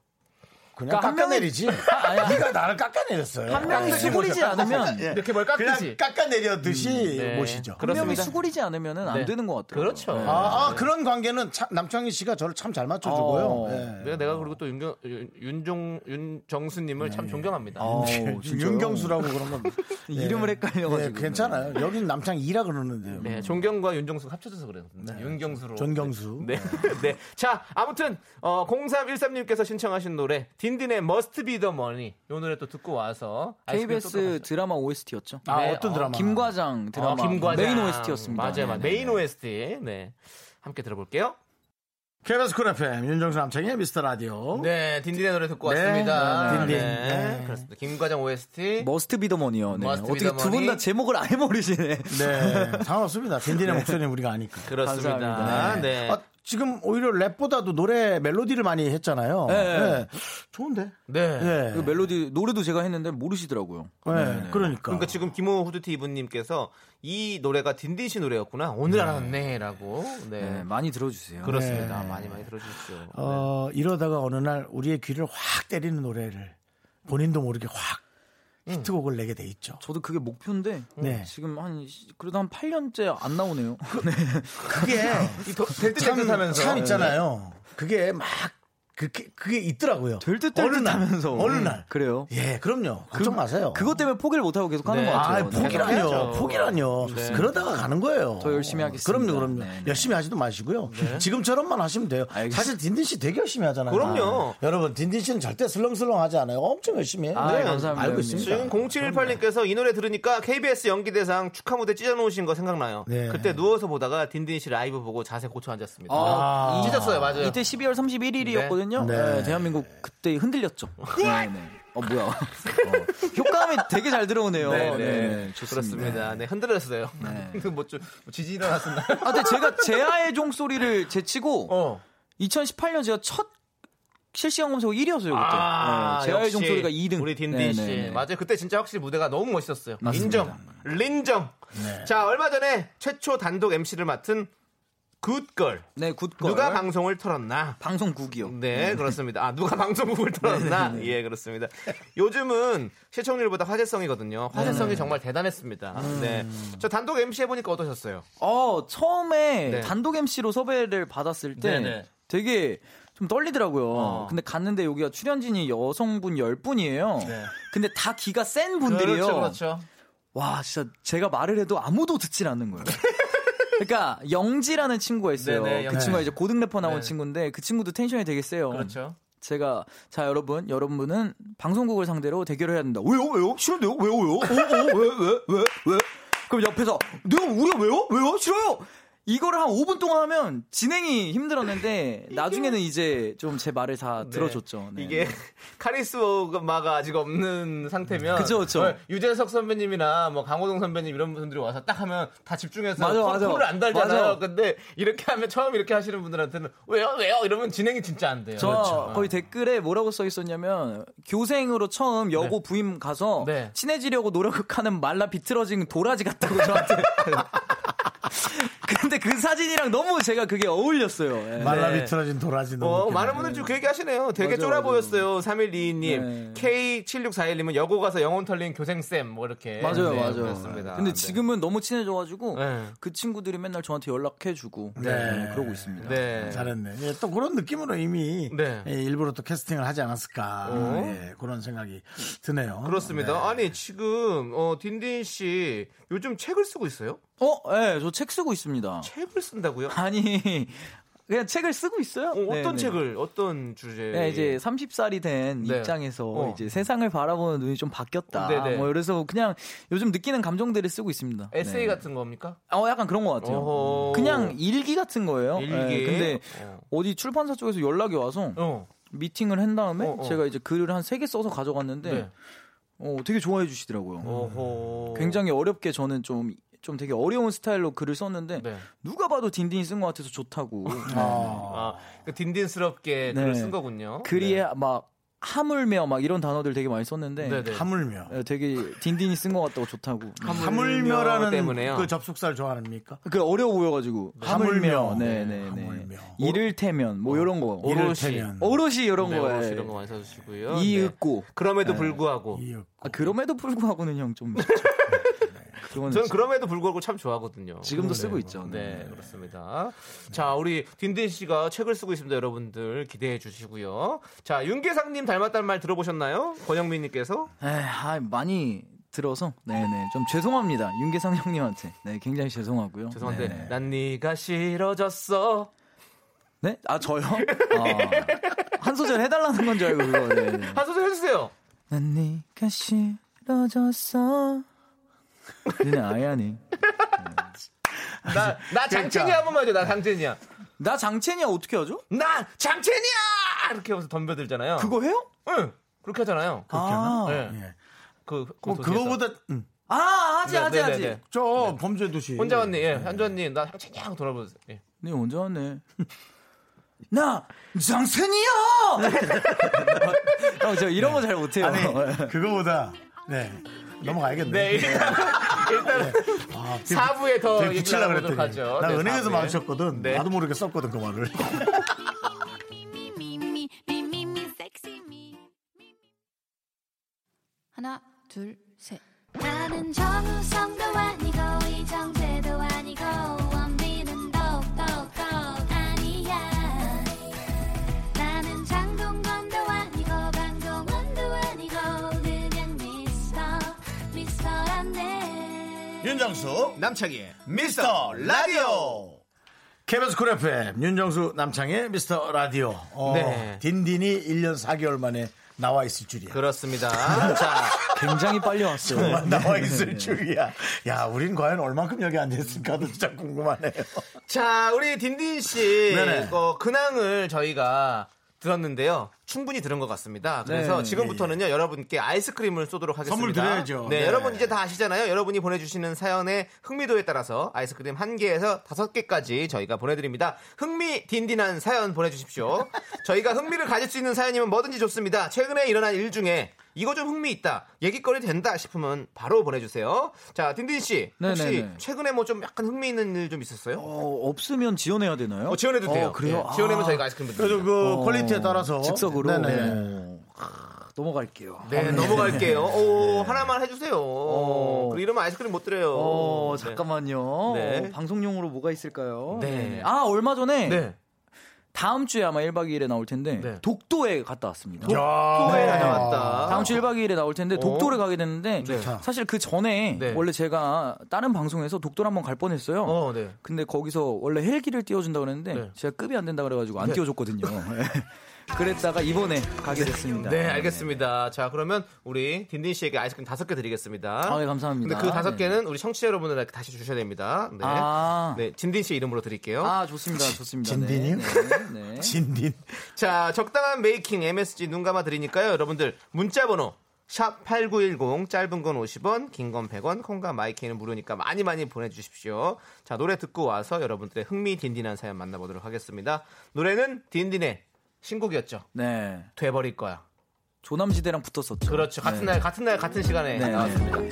Speaker 1: 그냥
Speaker 10: 그러니까 한
Speaker 1: 깎아내리지.
Speaker 10: 아니야.
Speaker 1: 네가 나를 깎아내렸어요.
Speaker 10: 한 명이 수그리지 않으면
Speaker 1: 예.
Speaker 2: 이렇게 뭘
Speaker 1: 그냥
Speaker 2: 깎듯이.
Speaker 1: 깎아내려듯이 모시죠.
Speaker 10: 한 명이
Speaker 2: 그렇습니다.
Speaker 10: 수그리지 않으면은 안
Speaker 2: 네.
Speaker 10: 되는 것 같아요.
Speaker 2: 그렇죠.
Speaker 10: 예.
Speaker 1: 아, 아, 그런 관계는 참, 남창희 씨가 저를 참 잘 맞춰주고요.
Speaker 10: 어.
Speaker 1: 예.
Speaker 2: 네. 내가, 내가 그리고 또 윤경, 윤- 윤종, 윤정수님을 참 존경합니다.
Speaker 10: 네. 아우, 어, 진짜요?
Speaker 1: 윤경수라고 그런 건 네.
Speaker 10: 이름을 헷갈려가지고.
Speaker 1: 괜찮아요. 여긴 남창이라 그러는데요.
Speaker 2: 네, 존경과 윤정수 합쳐져서 그래요.
Speaker 10: 네.
Speaker 1: 어,
Speaker 2: 윤경수로.
Speaker 1: 존경수.
Speaker 2: 네. 네. 자, 아무튼 어 0313님께서 신청하신 노래 딘딘의 Must Be the Money. 이 노래 또 듣고 와서 아이스크림
Speaker 10: KBS
Speaker 2: 쏘도록 하죠.
Speaker 10: 그 드라마 OST였죠.
Speaker 1: 아
Speaker 2: 네,
Speaker 1: 어떤
Speaker 2: 어,
Speaker 1: 드라마?
Speaker 10: 김과장 드라마
Speaker 2: 아, 김과장.
Speaker 10: 메인 OST였습니다. 네,
Speaker 2: 맞아요. 맞아요. 메인 OST. 네. 함께 들어볼게요.
Speaker 1: KBS 쿨 FM 윤정수 남창희 미스터 라디오.
Speaker 2: 네, 딘딘의 노래 듣고
Speaker 1: 네,
Speaker 2: 왔습니다.
Speaker 1: 네, 딘딘.
Speaker 2: 네,
Speaker 1: 네.
Speaker 2: 그렇습니다. 김과장 OST.
Speaker 10: 머스트 비더머니요. 네.
Speaker 2: Must Be
Speaker 10: 어떻게
Speaker 2: the
Speaker 10: 두 분 다
Speaker 2: Money. 음.
Speaker 10: 제목을 아예 모르시네.
Speaker 1: 네, 상관없습니다. 딘딘의 목소리는 우리가 아니까.
Speaker 2: 그렇습니다.
Speaker 10: 감사합니다.
Speaker 2: 네.
Speaker 1: 아, 지금 오히려 랩보다도 노래 멜로디를 많이 했잖아요.
Speaker 10: 네.
Speaker 1: 네. 좋은데.
Speaker 2: 네.
Speaker 1: 네.
Speaker 10: 그 멜로디 노래도 제가 했는데 모르시더라고요.
Speaker 1: 네, 그러니까.
Speaker 2: 그러니까 지금 김호 후드티 이분님께서 이 노래가 딘딘 씨 노래였구나. 오늘 알았네라고. 네.
Speaker 10: 네, 많이 들어주세요. 네.
Speaker 2: 그렇습니다. 많이 많이 들어주십시오.
Speaker 1: 어, 이러다가 어느 날 우리의 귀를 확 때리는 노래를 본인도 모르게 확 히트곡을 내게 돼 있죠.
Speaker 10: 저도 그게 목표인데
Speaker 1: 네.
Speaker 10: 지금 한 시- 그래도 한 8년째 안 나오네요. 네.
Speaker 1: 그게 참,
Speaker 2: 하면서.
Speaker 1: 참 있잖아요. 그게 막 그게, 그게 있더라고요.
Speaker 10: 될듯
Speaker 1: 어느 날,
Speaker 10: 될듯하면서
Speaker 1: 어느 날.
Speaker 10: 그래요.
Speaker 1: 예, 그럼요. 걱정 마세요.
Speaker 10: 그것 때문에 포기를 못 하고 계속 하는
Speaker 2: 네.
Speaker 10: 것
Speaker 1: 아,
Speaker 10: 같아요.
Speaker 1: 포기라뇨.
Speaker 2: 해야죠.
Speaker 1: 포기라뇨.
Speaker 2: 네.
Speaker 1: 그러다가 가는 거예요.
Speaker 10: 더 열심히 하겠습니다.
Speaker 1: 그럼요, 그럼요.
Speaker 10: 네, 네.
Speaker 1: 열심히 하지도 마시고요. 지금처럼만 하시면 돼요.
Speaker 10: 알겠습니다.
Speaker 1: 사실 딘딘 씨 되게 열심히 하잖아요.
Speaker 2: 그럼요.
Speaker 1: 아, 여러분, 딘딘 씨는 절대 슬렁슬렁 하지 않아요. 엄청 열심히 해요. 네.
Speaker 10: 아, 감사합니다,
Speaker 1: 알고
Speaker 10: 형님.
Speaker 1: 있습니다.
Speaker 2: 지금 0718님께서 이 노래 들으니까 KBS 연기대상 축하 무대 찢어놓으신 거 생각나요.
Speaker 1: 네.
Speaker 2: 그때 누워서 보다가 딘딘 씨 라이브 보고 자세 고쳐 앉았습니다.
Speaker 10: 아, 이-
Speaker 2: 찢었어요, 맞아요.
Speaker 10: 이때 12월
Speaker 1: 네.
Speaker 10: 31일이었거든요.
Speaker 1: 네.
Speaker 10: 대한민국 그때 흔들렸죠. 네, 네. 어 뭐야? 어, 효과음이 되게 잘 들어오네요.
Speaker 2: 네, 네.
Speaker 10: 좋습니다.
Speaker 2: 그렇습니다. 네, 흔들렸어요. 뭐좀 지지 일어났었나?
Speaker 10: 아, 근데 제가 제아의 종 소리를 제치고
Speaker 2: 어.
Speaker 10: 2018년 제가 첫 실시간 검색 1위였어요 그때. 네, 제아의
Speaker 2: 역시
Speaker 10: 종 소리가 2등.
Speaker 2: 우리
Speaker 10: 네,
Speaker 2: 딘딘
Speaker 10: 네,
Speaker 2: 씨.
Speaker 10: 네.
Speaker 2: 맞아요. 그때 진짜 확실히 무대가 너무 멋있었어요.
Speaker 10: 맞습니다. 네.
Speaker 2: 인정. 린정. 자, 얼마 전에 최초 단독 MC를 맡은 굿걸.
Speaker 10: 네, 굿걸.
Speaker 2: 누가 방송을 털었나?
Speaker 10: 방송국이요. 네,
Speaker 2: 네, 그렇습니다. 아, 누가 방송국을 틀었나? 예, 그렇습니다. 요즘은 시청률보다 화제성이거든요.
Speaker 10: 네,
Speaker 2: 화제성이 정말 대단했습니다.
Speaker 10: 음.
Speaker 2: 네. 저 단독 MC 해보니까 어떠셨어요?
Speaker 10: 어, 처음에
Speaker 2: 네.
Speaker 10: 단독 MC로 섭외를 받았을 때
Speaker 2: 네, 어. 네.
Speaker 10: 되게 좀 좀 떨리더라고요. 근데 갔는데 여기가 출연진이 여성분 10분이에요. 근데 다 기가 센 분들이에요.
Speaker 2: 네. 그렇죠, 그렇죠.
Speaker 10: 와, 진짜 제가 말을 해도 아무도 듣질 않는 거예요. 그러니까 영지라는 친구가 있어요.
Speaker 2: 네네,
Speaker 10: 그
Speaker 2: 영지.
Speaker 10: 친구가 이제 고등 래퍼 나온
Speaker 2: 네네.
Speaker 10: 친구인데 그 친구도 텐션이 되게 세요.
Speaker 2: 그렇죠.
Speaker 10: 제가 자 여러분 여러분은 방송국을 상대로 대결을 해야 된다. 왜요 왜요 싫은데요 왜요 어, 왜요 왜왜왜왜 왜? 그럼 옆에서 내가 우리가 왜요 왜요 싫어요. 이거를 한 5분 동안 하면 진행이 힘들었는데 나중에는 이제 좀 제 말을 다 들어줬죠. 네.
Speaker 2: 이게 카리스마가 아직 없는 상태면
Speaker 10: 그쵸, 그쵸.
Speaker 2: 어, 유재석 선배님이나 뭐 강호동 선배님 이런 분들이 와서 딱 하면 다 집중해서
Speaker 10: 맞아,
Speaker 2: 풀-
Speaker 10: 맞아.
Speaker 2: 풀을 안 달잖아요.
Speaker 10: 맞아.
Speaker 2: 근데 이렇게 하면 처음 이렇게 하시는 분들한테는 왜요 왜요 이러면 진행이 진짜 안 돼요. 그렇죠.
Speaker 10: 저
Speaker 2: 어.
Speaker 10: 거의 댓글에 뭐라고 써 있었냐면 교생으로 처음 여고 부임 가서
Speaker 2: 네.
Speaker 10: 친해지려고 노력하는 말라 비틀어진 도라지 같다고 저한테. 근데 그 사진이랑 너무 제가 그게 어울렸어요. 예.
Speaker 1: 말라
Speaker 2: 네.
Speaker 1: 비틀어진 도라지 너무
Speaker 2: 어,
Speaker 1: 웃기네.
Speaker 2: 많은 분들 지금 그 얘기 하시네요. 되게
Speaker 10: 맞아요,
Speaker 2: 쫄아
Speaker 10: 맞아요.
Speaker 2: 보였어요. 3122님.
Speaker 10: 네.
Speaker 2: K7641님은 여고 가서 영혼 털린 교생쌤, 뭐 이렇게.
Speaker 10: 맞아요,
Speaker 2: 네,
Speaker 10: 맞아요.
Speaker 2: 그렇습니다. 네.
Speaker 10: 근데 지금은 너무 친해져가지고
Speaker 2: 네.
Speaker 10: 그 친구들이 맨날 저한테 연락해주고
Speaker 1: 네.
Speaker 10: 네, 그러고 있습니다.
Speaker 2: 네.
Speaker 1: 잘했네. 예, 또 그런 느낌으로 이미
Speaker 2: 네.
Speaker 1: 예, 일부러 또 캐스팅을 하지 않았을까
Speaker 2: 어?
Speaker 1: 예, 그런 생각이 드네요.
Speaker 2: 그렇습니다.
Speaker 1: 네.
Speaker 2: 아니, 지금, 어, 딘딘 씨, 요즘 책을 쓰고 있어요?
Speaker 10: 어, 예, 저 책 쓰고 있습니다.
Speaker 2: 책을 쓴다고요?
Speaker 10: 아니, 그냥 책을 쓰고 있어요.
Speaker 2: 어, 어떤
Speaker 10: 네, 네.
Speaker 2: 책을, 어떤 주제?
Speaker 10: 네, 이제 30살이 된
Speaker 2: 예. 네.
Speaker 10: 입장에서
Speaker 2: 어.
Speaker 10: 이제 세상을 바라보는 눈이 좀 바뀌었다.
Speaker 2: 네, 네.
Speaker 10: 뭐 그래서 그냥 요즘 느끼는 감정들을 쓰고 있습니다.
Speaker 2: 에세이
Speaker 10: 네.
Speaker 2: 같은 겁니까?
Speaker 10: 어, 약간 그런 것 같아요.
Speaker 2: 어허.
Speaker 10: 그냥 일기 같은 거예요.
Speaker 2: 일기.
Speaker 10: 네, 근데
Speaker 2: 어.
Speaker 10: 어디 출판사 쪽에서 연락이 와서
Speaker 2: 어.
Speaker 10: 미팅을 한 다음에
Speaker 2: 어, 어.
Speaker 10: 제가 이제 글을 한 세 개 써서 가져갔는데
Speaker 2: 네.
Speaker 10: 어, 되게 좋아해 주시더라고요.
Speaker 2: 어허.
Speaker 10: 음, 굉장히 어렵게 저는 좀, 좀 되게 어려운 스타일로 글을 썼는데
Speaker 2: 네.
Speaker 10: 누가 봐도 딘딘이 쓴 것 같아서 좋다고
Speaker 1: 네. 어,
Speaker 2: 아, 그 딘딘스럽게
Speaker 10: 어. 네.
Speaker 2: 글을 쓴 거군요.
Speaker 10: 글이 막 하물며 막 이런 단어들 되게 많이 썼는데
Speaker 2: 네, 네.
Speaker 1: 하물며.
Speaker 10: 예, 되게 딘딘이 쓴 것 같다고 좋다고.
Speaker 1: 하물며라는
Speaker 2: 때문에요.
Speaker 1: 그 접속사를 좋아합니까?
Speaker 10: 그 어려워 보여가지고 하물며,
Speaker 1: 하물며.
Speaker 10: 네네네.
Speaker 1: 하물며.
Speaker 10: 이를테면 뭐 이런 거.
Speaker 2: 오롯이.
Speaker 1: 이를테면.
Speaker 10: 오롯이 이런
Speaker 2: 네,
Speaker 10: 거.
Speaker 2: 오롯이
Speaker 10: 예.
Speaker 2: 이런 거 많이 써주시고요. 네.
Speaker 10: 이윽고.
Speaker 2: 그럼에도 불구하고.
Speaker 1: 이윽.
Speaker 10: 아, 그럼에도 불구하고는 형 좀. 네, 그거는
Speaker 2: 저는
Speaker 10: 지-
Speaker 2: 그럼에도 불구하고 참 좋아하거든요.
Speaker 10: 지금도 쓰고 있죠.
Speaker 2: 음. 네, 그렇습니다. 자, 우리 딘딘 씨가 책을 쓰고 있습니다. 여러분들 기대해 주시고요. 자, 윤계상님 닮았다는 말 들어보셨나요? 권영민님께서
Speaker 10: 에이, 아, 많이 들어서 네네 좀 죄송합니다 윤계상 형님한테 네 굉장히 죄송하고요.
Speaker 2: 죄송한데
Speaker 10: 네네.
Speaker 2: 난 네가 싫어졌어.
Speaker 10: 네? 아 저요? 아, 한 소절 해달라는 건 줄 알고 그거. 네네.
Speaker 2: 한 소절 해주세요.
Speaker 10: 난 네가 싫어졌어. 너네 아야니.
Speaker 2: 나, 나 장첸이 한 번만 해줘. 나 장첸이야.
Speaker 10: 나 장첸이야 어떻게 하죠?
Speaker 2: 나 장첸이야! 이렇게 하면서 덤벼들잖아요.
Speaker 10: 그거 어, 해요?
Speaker 2: 응, 그렇게 하잖아요. 그,
Speaker 10: 아,
Speaker 2: 네.
Speaker 1: 예.
Speaker 2: 그,
Speaker 1: 뭐
Speaker 2: 그 소리에서.
Speaker 1: 그거보다 음,
Speaker 10: 아 하지
Speaker 2: 네,
Speaker 10: 하지
Speaker 2: 네,
Speaker 10: 하지.
Speaker 2: 네, 네.
Speaker 1: 저 범죄 도시
Speaker 2: 혼자 왔니? 예, 한주 언니, 나 장첸이야! 하고 돌아보세요. 예.
Speaker 10: 네 언제 왔네. 나 장첸이야. 형, 저 이런 거 잘 못해요.
Speaker 1: 아니 그거보다 네 넘어가야겠네.
Speaker 2: 네, 일단, 일단
Speaker 1: 아, 되게-
Speaker 2: 4부에 더
Speaker 1: 되게
Speaker 2: 얘기
Speaker 1: 붙이려고
Speaker 2: 나눠보도록
Speaker 1: 그랬더니
Speaker 2: 하죠.
Speaker 1: 나
Speaker 2: 네,
Speaker 1: 은행에서
Speaker 2: 4부에.
Speaker 1: 마주쳤거든.
Speaker 2: 네.
Speaker 1: 나도 모르게 썼거든 그 말을.
Speaker 4: me, me, me, me, me, sexy me.
Speaker 5: 하나, 둘, 셋.
Speaker 4: 나는 정우성도 아니고 이정재도 아니고 원빈은 더욱더 아니야 나는 장동건도 아니고 방종원도 아니고 그냥 미스터 미스터란데
Speaker 1: 윤정수 남창희의 미스터 라디오 KBS 쿨 FM 윤정수 남창희의 미스터 라디오 어,
Speaker 2: 네.
Speaker 1: 딘딘이 1년 4개월 만에 나와 있을 줄이야
Speaker 2: 그렇습니다. 자,
Speaker 10: 굉장히 빨리 왔어요.
Speaker 1: 정말 나와 있을 줄이야 야 우린 과연 얼만큼 여기 앉아있을까도 진짜 궁금하네요
Speaker 2: 자, 우리 딘딘 씨,
Speaker 1: 네네.
Speaker 2: 어, 근황을 저희가 들었는데요. 충분히 들은 것 같습니다. 그래서
Speaker 10: 네,
Speaker 2: 지금부터는요, 여러분께 아이스크림을 쏘도록 하겠습니다.
Speaker 1: 선물 드려야죠.
Speaker 2: 네,
Speaker 1: 네.
Speaker 2: 여러분 이제 다 아시잖아요. 여러분이 보내주시는 사연의 흥미도에 따라서 아이스크림 한개에서 다섯 개까지 저희가 보내드립니다. 흥미 딘딘한 사연 보내주십시오. 저희가 흥미를 가질 수 있는 사연이면 뭐든지 좋습니다. 최근에 일어난 일 중에 이거 좀 흥미 있다, 얘기거리 된다 싶으면 바로 보내주세요. 자, 딘딘 씨, 혹시
Speaker 10: 네네네.
Speaker 2: 최근에 뭐 좀 약간 흥미 있는 일 좀 있었어요?
Speaker 10: 어, 없으면 지원해야 되나요?
Speaker 2: 어, 지원해도 돼요.
Speaker 10: 어, 그래요?
Speaker 2: 예, 지원하면
Speaker 10: 아,
Speaker 2: 저희가 아이스크림
Speaker 1: 그래서
Speaker 2: 드립니다.
Speaker 1: 그 퀄리티에 따라서
Speaker 10: 즉석으로.
Speaker 1: 네네.
Speaker 10: 네. 아, 넘어갈게요.
Speaker 2: 네, 넘어갈게요. 오, 하나만 해주세요. 그리고 이러면 아이스크림 못 드려요.
Speaker 10: 어,
Speaker 2: 네.
Speaker 10: 잠깐만요.
Speaker 2: 네.
Speaker 10: 어, 방송용으로 뭐가 있을까요?
Speaker 2: 네.
Speaker 10: 아, 얼마 전에
Speaker 2: 네.
Speaker 10: 다음 주에 아마 1박 2일에 나올 텐데 독도에 갔다 왔습니다.
Speaker 2: 독도에 다녀왔다.
Speaker 10: 다음 주 1박 2일에 나올 텐데 독도를 가게 됐는데
Speaker 2: 좋다.
Speaker 10: 사실 그 전에
Speaker 2: 어? 네.
Speaker 10: 원래 제가 다른 방송에서 독도를 한번 갈 뻔했어요.
Speaker 2: 어, 네.
Speaker 10: 근데 거기서 원래 헬기를 띄워준다 그랬는데 제가 급이 안 된다 그래가지고 안
Speaker 2: 네.
Speaker 10: 띄워줬거든요. 그랬다가 이번에 가게 됐습니다.
Speaker 2: 네, 알겠습니다. 자, 그러면 우리 딘딘 씨에게 아이스크림 다섯 개 드리겠습니다.
Speaker 10: 아, 네, 감사합니다.
Speaker 2: 근데 그 다섯
Speaker 10: 네.
Speaker 2: 개는 우리 청취자 여러분들한테 다시 주셔야 됩니다. 네.
Speaker 10: 아.
Speaker 2: 네, 진딘 씨 이름으로 드릴게요.
Speaker 10: 아 좋습니다, 좋습니다. 네,
Speaker 1: 진디님?
Speaker 10: 네, 네.
Speaker 1: 진딘.
Speaker 2: 자, 적당한 메이킹 MSG 눈 감아 드리니까요. 여러분들 문자 번호 샵 8910 짧은 건 50원, 긴 건 100원, 콩과 마이크는 무료니까 많이 많이 보내 주십시오. 자, 노래 듣고 와서 여러분들의 흥미 딘딘한 사연 만나 보도록 하겠습니다. 노래는 딘딘의 신곡이었죠.
Speaker 10: 네.
Speaker 2: 돼 버릴 거야.
Speaker 10: 조남지대랑 붙었었죠.
Speaker 2: 그렇죠. 같은
Speaker 10: 네.
Speaker 2: 날 같은 날 같은 시간에
Speaker 10: 네,
Speaker 2: 나왔습니다.
Speaker 10: 네.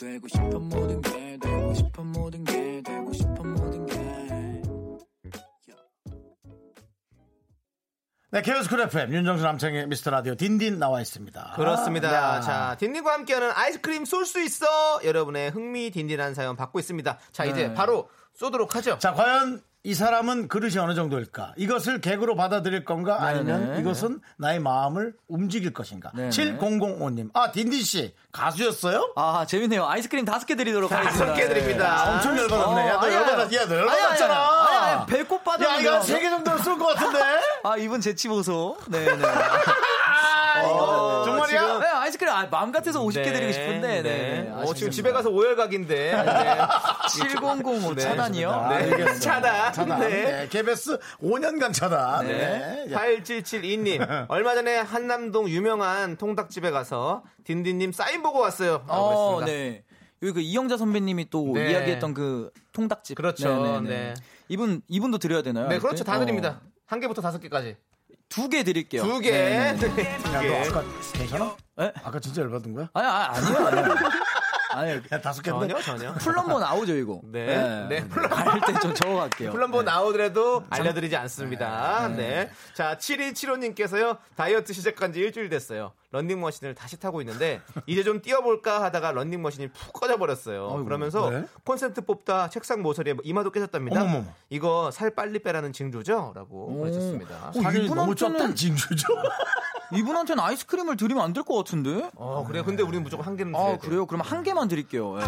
Speaker 13: 되고 싶어 모든 게 되고 싶어 모든 게 되고 싶어 모든 게
Speaker 1: 네, 케이스 쿨 FM 윤정수 남창의 미스터 라디오 딘딘 나와 있습니다.
Speaker 2: 그렇습니다.
Speaker 1: 아, 야.
Speaker 2: 자, 딘딘과 함께하는 아이스크림 쏠 수 있어. 여러분의 흥미 딘딘한 사연 받고 있습니다. 자, 이제
Speaker 1: 네.
Speaker 2: 바로 쏘도록 하죠.
Speaker 1: 자, 과연 이 사람은 그릇이 어느 정도일까? 이것을 개그로 받아들일 건가? 아니면
Speaker 10: 네,
Speaker 1: 이것은 나의 마음을 움직일 것인가?
Speaker 10: 네.
Speaker 1: 7005님. 아, 딘딘 씨 가수였어요?
Speaker 10: 아 재밌네요. 아이스크림 다섯 개 드리도록 하겠습니다.
Speaker 2: 다섯 개 드립니다.
Speaker 10: 네.
Speaker 1: 아, 엄청 열받았네. 야, 너
Speaker 10: 아니야.
Speaker 1: 열받았, 야, 너
Speaker 10: 아니야,
Speaker 1: 열받았잖아.
Speaker 10: 아니야, 아니야, 아니야. 배꼽 빠져.
Speaker 1: 야, 이거 한 3개 정도는 쏠 것 같은데?
Speaker 10: 아 이분 재치 보소. 네네.
Speaker 1: 어,
Speaker 2: 정말이야?
Speaker 10: 네, 아이스크림 아, 마음 같아서 50개
Speaker 2: 네,
Speaker 10: 드리고 싶은데. 네.
Speaker 2: 어, 지금 집에 가서 오열각인데. 네.
Speaker 10: 7005
Speaker 2: 네,
Speaker 10: 차단이요. 아,
Speaker 2: 네.
Speaker 1: 알겠습니다.
Speaker 2: 차단.
Speaker 1: 차단.
Speaker 2: 네.
Speaker 1: 네. KBS 5년간 차단. 네. 야,
Speaker 2: 8772님 얼마 전에 한남동 유명한 통닭집에 가서 딘딘님 사인 보고 왔어요. 라고
Speaker 10: 어,
Speaker 2: 했습니다.
Speaker 10: 네. 여기 그 이영자 선배님이 또
Speaker 2: 네.
Speaker 10: 이야기했던 그 통닭집.
Speaker 2: 그렇죠. 네.
Speaker 10: 이분 이분도 드려야 되나요?
Speaker 2: 네, 그렇죠. 다
Speaker 10: 어.
Speaker 2: 드립니다. 한 개부터 다섯 개까지.
Speaker 10: 두 개 드릴게요.
Speaker 2: 두 개.
Speaker 10: 네, 네, 네.
Speaker 2: 네, 두
Speaker 1: 너
Speaker 2: 개.
Speaker 1: 아까 괜찮아?
Speaker 10: 에?
Speaker 1: 아까 진짜 열받은 거야?
Speaker 10: 아니, 아니, 아니요, 아니요. 아니요.
Speaker 1: 야, 다섯 개인데?
Speaker 2: 전혀, 전혀.
Speaker 10: 플럼버 나오죠, 이거.
Speaker 2: 네. 네, 플럼버.
Speaker 10: 갈때좀 적어갈게요.
Speaker 2: 플럼버 나오더라도 알려드리지 않습니다. 네. 자, 7275님께서요, 다이어트 시작한 지 일주일 됐어요. 런닝머신을 다시 타고 있는데, 이제 좀 뛰어볼까 하다가 런닝머신이 푹 꺼져버렸어요.
Speaker 1: 아이고,
Speaker 2: 그러면서
Speaker 1: 네.
Speaker 2: 콘센트 뽑다 책상 모서리에 뭐 이마도 깨졌답니다.
Speaker 1: 어머머머.
Speaker 2: 이거 살 빨리 빼라는 징조죠? 라고 하셨습니다.
Speaker 10: 오,
Speaker 1: 사실
Speaker 10: 이분
Speaker 1: 너무
Speaker 10: 한테는-
Speaker 1: 쪘단 징조죠?
Speaker 10: 이분한테는 아이스크림을 드리면 안 될 것 같은데?
Speaker 2: 어, 네, 그래요? 근데 우리는 무조건 한 개는 드려야
Speaker 10: 아, 그래요? 그럼 한 개만 드릴게요.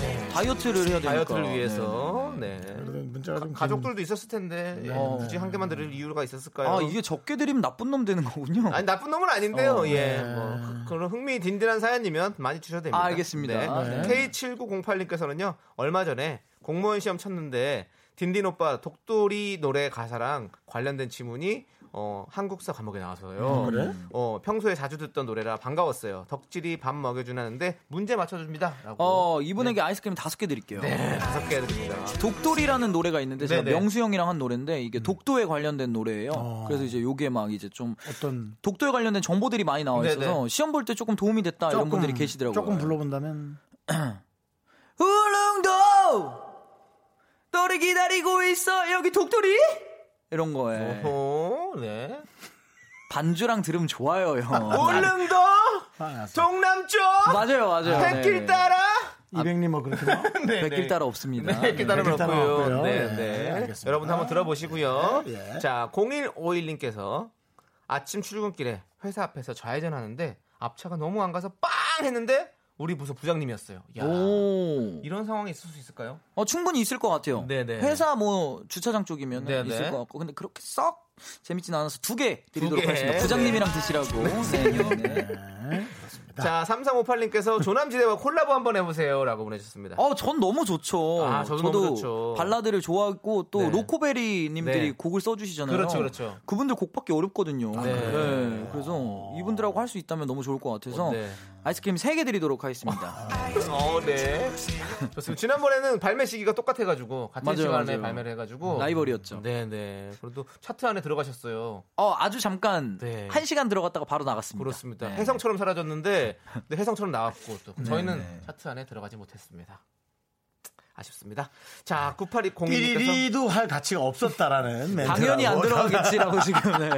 Speaker 10: 예. 다이어트를 해야 되니까.
Speaker 2: 다이어트를 위해서. 네.
Speaker 1: 문자가 좀
Speaker 2: 가족들도 있었을 텐데, 예,
Speaker 10: 어.
Speaker 2: 굳이 한 개만 들을 이유가 있었을까요?
Speaker 10: 아, 이게 적게 드리면 나쁜 놈 되는 거군요.
Speaker 2: 아니 나쁜 놈은 아닌데요.
Speaker 10: 어,
Speaker 2: 예. 뭐 그, 런 흥미 딘딘한 사연이면 많이 주셔도 됩니다.
Speaker 10: 아, 네. 알겠습니다. 네.
Speaker 2: K7908님께서는요. 얼마 전에 공무원 시험 쳤는데 딘딘 오빠 독도리 노래 가사랑 관련된 지문이 어, 한국사 과목에
Speaker 10: 아,
Speaker 2: 나와서요. 어, 평소에 자주 듣던 노래라 반가웠어요. 덕질이 밥 먹여주는데 문제 맞춰줍니다. 라고.
Speaker 10: 어, 이분에게 아이스크림 다섯 개 드릴게요.
Speaker 2: 네, 다섯 개 드립니다.
Speaker 10: 독돌이라는 노래가 있는데 제가
Speaker 2: 네네. 음. 어.
Speaker 10: 명수 형이랑 한 노래인데 이게 독도에 관련된 노래예요. 그래서 이제 요게 막 이제 좀
Speaker 1: 어떤
Speaker 10: 독도에 관련된 정보들이 많이 나와 있어서
Speaker 2: 네네.
Speaker 10: 시험 볼 때 조금 도움이 됐다 이런 분들이 계시더라고요.
Speaker 1: 조금 불러본다면
Speaker 10: 울릉도 너를 기다리고 있어 여기 독도리 이런 거에
Speaker 2: 오, 네.
Speaker 10: 반주랑 들으면 좋아요 형.
Speaker 2: 울릉도 동남쪽
Speaker 10: 맞아요 맞아요.
Speaker 2: 백길
Speaker 10: 네.
Speaker 2: 따라
Speaker 1: 이백님 뭐 그렇게 뭐?
Speaker 2: 네,
Speaker 10: 백길
Speaker 2: 네.
Speaker 10: 따라 없습니다.
Speaker 2: 네, 이렇게 따르면
Speaker 1: 따라
Speaker 2: 없고요.
Speaker 1: 없고요.
Speaker 2: 네,
Speaker 1: 네,
Speaker 2: 네.
Speaker 1: 알겠습니다.
Speaker 2: 여러분 한번 들어보시고요.
Speaker 1: 예, 예.
Speaker 2: 자, 0151님께서 아침 출근길에 회사 앞에서 좌회전하는데 앞차가 너무 안 가서 빵 했는데 우리 부서 부장님이었어요. 야,
Speaker 10: 오.
Speaker 2: 이런 상황이 있을 수 있을까요?
Speaker 10: 어 충분히 있을 것 같아요.
Speaker 2: 네네.
Speaker 10: 회사 뭐 주차장 쪽이면
Speaker 2: 네네.
Speaker 10: 있을 것 같고 근데 그렇게 썩 재밌진 않아서 두 개 드리도록
Speaker 2: 개.
Speaker 10: 하겠습니다. 부장님이랑 드시라고. 네, 네, 네.
Speaker 2: 자, 3358님께서 조남지대와 콜라보 한번 해보세요. 라고 보내주셨습니다.
Speaker 10: 어, 전 너무 좋죠.
Speaker 2: 아, 저도 너무 좋죠.
Speaker 10: 발라드를 좋아하고 또
Speaker 2: 네.
Speaker 10: 로코베리 님들이
Speaker 2: 네.
Speaker 10: 곡을 써주시잖아요.
Speaker 2: 그렇죠, 그렇죠. 아,
Speaker 10: 그분들 곡밖에 어렵거든요. 네.
Speaker 2: 그래요?
Speaker 10: 그래서 이분들하고 할 수 있다면 너무 좋을 것 같아서
Speaker 2: 네.
Speaker 10: 아이스크림 3개 드리도록 하겠습니다.
Speaker 2: 어, 네. 좋습니다. 지난번에는 발매 시기가 똑같아가지고 같은
Speaker 10: 맞아요,
Speaker 2: 시간에
Speaker 10: 맞아요.
Speaker 2: 발매를 해가지고
Speaker 10: 라이벌이었죠.
Speaker 2: 네네. 그래도 차트 안에 들어가셨어요.
Speaker 10: 어, 아주 잠깐
Speaker 2: 네.
Speaker 10: 한시간 들어갔다가 바로 나갔습니다.
Speaker 2: 그렇습니다.
Speaker 10: 네.
Speaker 2: 해성처럼
Speaker 10: 네.
Speaker 2: 사라졌는데 근데 해성처럼 나왔고 또 저희는 차트 안에 들어가지 못했습니다. 아쉽습니다.
Speaker 10: 네.
Speaker 2: 자, 9820님께서
Speaker 1: 삐리리도 할 가치가 없었다라는 멘트.
Speaker 2: 당연히 안 들어가겠지라고 지금,
Speaker 10: 네.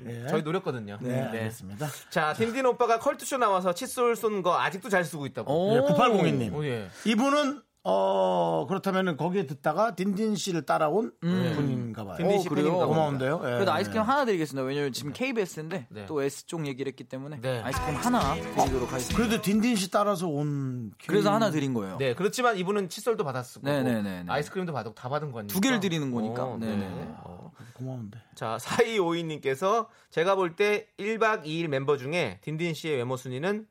Speaker 2: 네, 저희
Speaker 1: 노력
Speaker 2: 노렸거든요.
Speaker 1: 네, 알겠습니다.
Speaker 2: 자, 딘딘 오빠가 컬투쇼 나와서 칫솔 쏜 거 아직도 잘 쓰고 있다고.
Speaker 1: 예, 9802님.
Speaker 2: 오, 예.
Speaker 1: 이분은 어 그렇다면은 거기에 듣다가 딘딘 씨를 따라온
Speaker 2: 음.
Speaker 10: 음.
Speaker 2: 네.
Speaker 1: 분인가 봐요.
Speaker 10: 딘딘
Speaker 1: 어,
Speaker 10: 씨
Speaker 1: 그래요?
Speaker 10: 팬인가 봅니다.
Speaker 1: 고마운데요. 예.
Speaker 10: 그래도 아이스크림 하나 드리겠습니다. 왜냐면 지금 KBS인데 또 S 쪽 얘기를 했기 때문에 아이스크림 하나 드리도록 하겠습니다.
Speaker 1: 그래도 딘딘 씨 따라서 온
Speaker 10: 그래서 하나 드린 거예요.
Speaker 2: 네, 그렇지만 이분은 칫솔도 받았고
Speaker 10: 네, 네, 네, 네.
Speaker 2: 아이스크림도 받았고 다 받은 거니까.
Speaker 10: 두 개를 드리는 거니까.
Speaker 2: 어,
Speaker 10: 네,
Speaker 2: 네.
Speaker 10: 네.
Speaker 2: 어.
Speaker 1: 고마운데.
Speaker 2: 자, 4252님께서 제가 볼 때 1박 2일 멤버 중에 딘딘 씨의 외모 순위는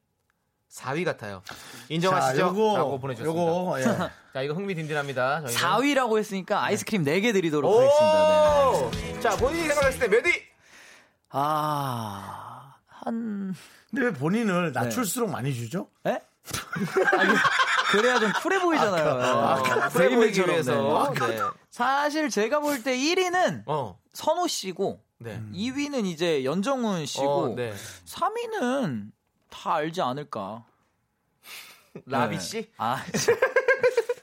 Speaker 2: 4위 같아요. 인정하시죠?
Speaker 10: 자, 요거,
Speaker 2: 라고 보내주셨습니다.
Speaker 10: 요거, 예.
Speaker 2: 자, 이거 흥미딘딘합니다. 저희는.
Speaker 10: 4위라고 했으니까 아이스크림 네. 4개 드리도록
Speaker 2: 오!
Speaker 10: 하겠습니다. 네.
Speaker 2: 자, 본인이 생각했을 때 몇 위?
Speaker 10: 아, 한.
Speaker 1: 근데 왜 본인을
Speaker 2: 네.
Speaker 1: 낮출수록 많이 주죠?
Speaker 10: 예? 그래야 좀 쿨해 보이잖아요.
Speaker 1: 아, 그- 아, 그-
Speaker 2: 쿨해 보이기
Speaker 10: 대리맨처럼,
Speaker 2: 위해서.
Speaker 10: 네.
Speaker 2: 네. 어,
Speaker 10: 사실 제가 볼 때 1위는 선호 씨고
Speaker 2: 네.
Speaker 10: 음. 2위는 이제 연정훈 씨고
Speaker 2: 어, 네.
Speaker 10: 3위는 다 알지 않을까.
Speaker 2: 라비
Speaker 10: 네.
Speaker 2: 씨?
Speaker 10: 아,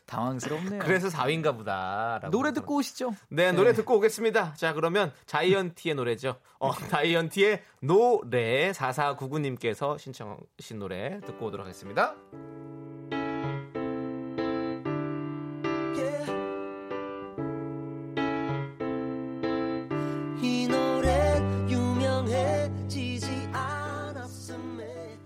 Speaker 10: 당황스럽네요.
Speaker 2: 그래서 4위인가 보다.
Speaker 10: 노래 듣고 오시죠.
Speaker 2: 네, 노래 듣고 오겠습니다. 자, 그러면 자이언티의 노래죠. 어, 자이언티의 노래 4499님께서 신청하신 노래 듣고 오도록 하겠습니다.
Speaker 14: 이 노래 유명해지지 않았음에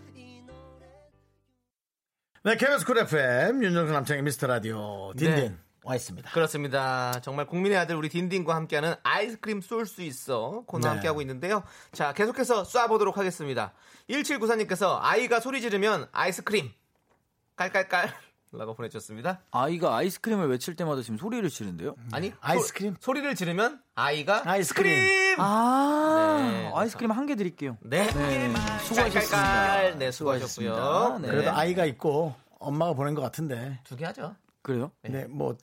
Speaker 1: 네, KBS 쿨 FM 윤정수 남창의 미스터 라디오 딘딘
Speaker 2: 네.
Speaker 1: 와 있습니다.
Speaker 2: 그렇습니다. 정말 국민의 아들 우리 딘딘과 함께하는 아이스크림 쏠 수 있어 코너
Speaker 1: 네.
Speaker 2: 함께하고 있는데요. 자, 계속해서 쏴보도록 하겠습니다. 1794님께서 아이가 소리 지르면 아이스크림 깔깔깔 라고 보내주셨습니다.
Speaker 10: 아이가 아이스크림을 외칠 때마다 지금 소리를 지른대요.
Speaker 2: 네. 아니 아이스크림 소, 리를 지르면 아이가 크림!
Speaker 10: 아,
Speaker 2: 네,
Speaker 10: 아이스크림 한 개 드릴게요.
Speaker 2: 네.
Speaker 10: 수고하셨습니다.
Speaker 2: 깔깔깔. 네, 수고하셨고요.
Speaker 10: 수고하셨습니다. 네.
Speaker 1: 그래도 아이가 있고 엄마가 보낸 것 같은데.
Speaker 2: 두 개 하죠.
Speaker 10: 그래요?
Speaker 1: 네, 뭐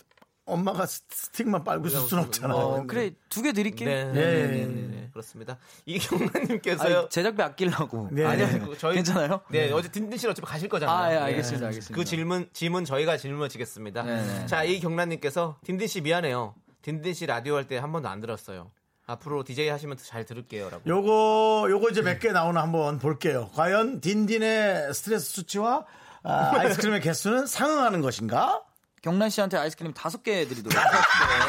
Speaker 1: 엄마가 스- 스틱만 빨고 있을 순 없잖아요.
Speaker 2: 어,
Speaker 10: 그래 두 개 드릴게요.
Speaker 2: 네, 네, 네, 네, 네. 그렇습니다. 이경란님께서요.
Speaker 10: 아니, 제작비 아끼려고.
Speaker 2: 네. 아니요, 그 저희
Speaker 10: 괜찮아요?
Speaker 2: 네, 어제 딘딘 씨 어차피 가실 거잖아요.
Speaker 10: 아, 예,
Speaker 2: 네.
Speaker 10: 알겠습니다, 알겠습니다.
Speaker 2: 그 질문 질문 저희가 질문지겠습니다.
Speaker 10: 네.
Speaker 2: 자, 이경란님께서 딘딘 씨 미안해요. 딘딘 씨 라디오 할 때 한 번도 안 들었어요. 앞으로 DJ 하시면 잘 들을게요라고.
Speaker 1: 요거 요거 이제 몇 개 나오나 한번 볼게요. 과연 딘딘의 스트레스 수치와 아, 아이스크림의 개수는 상응하는 것인가?
Speaker 10: 경란 씨한테 아이스크림 다섯 개 드리도록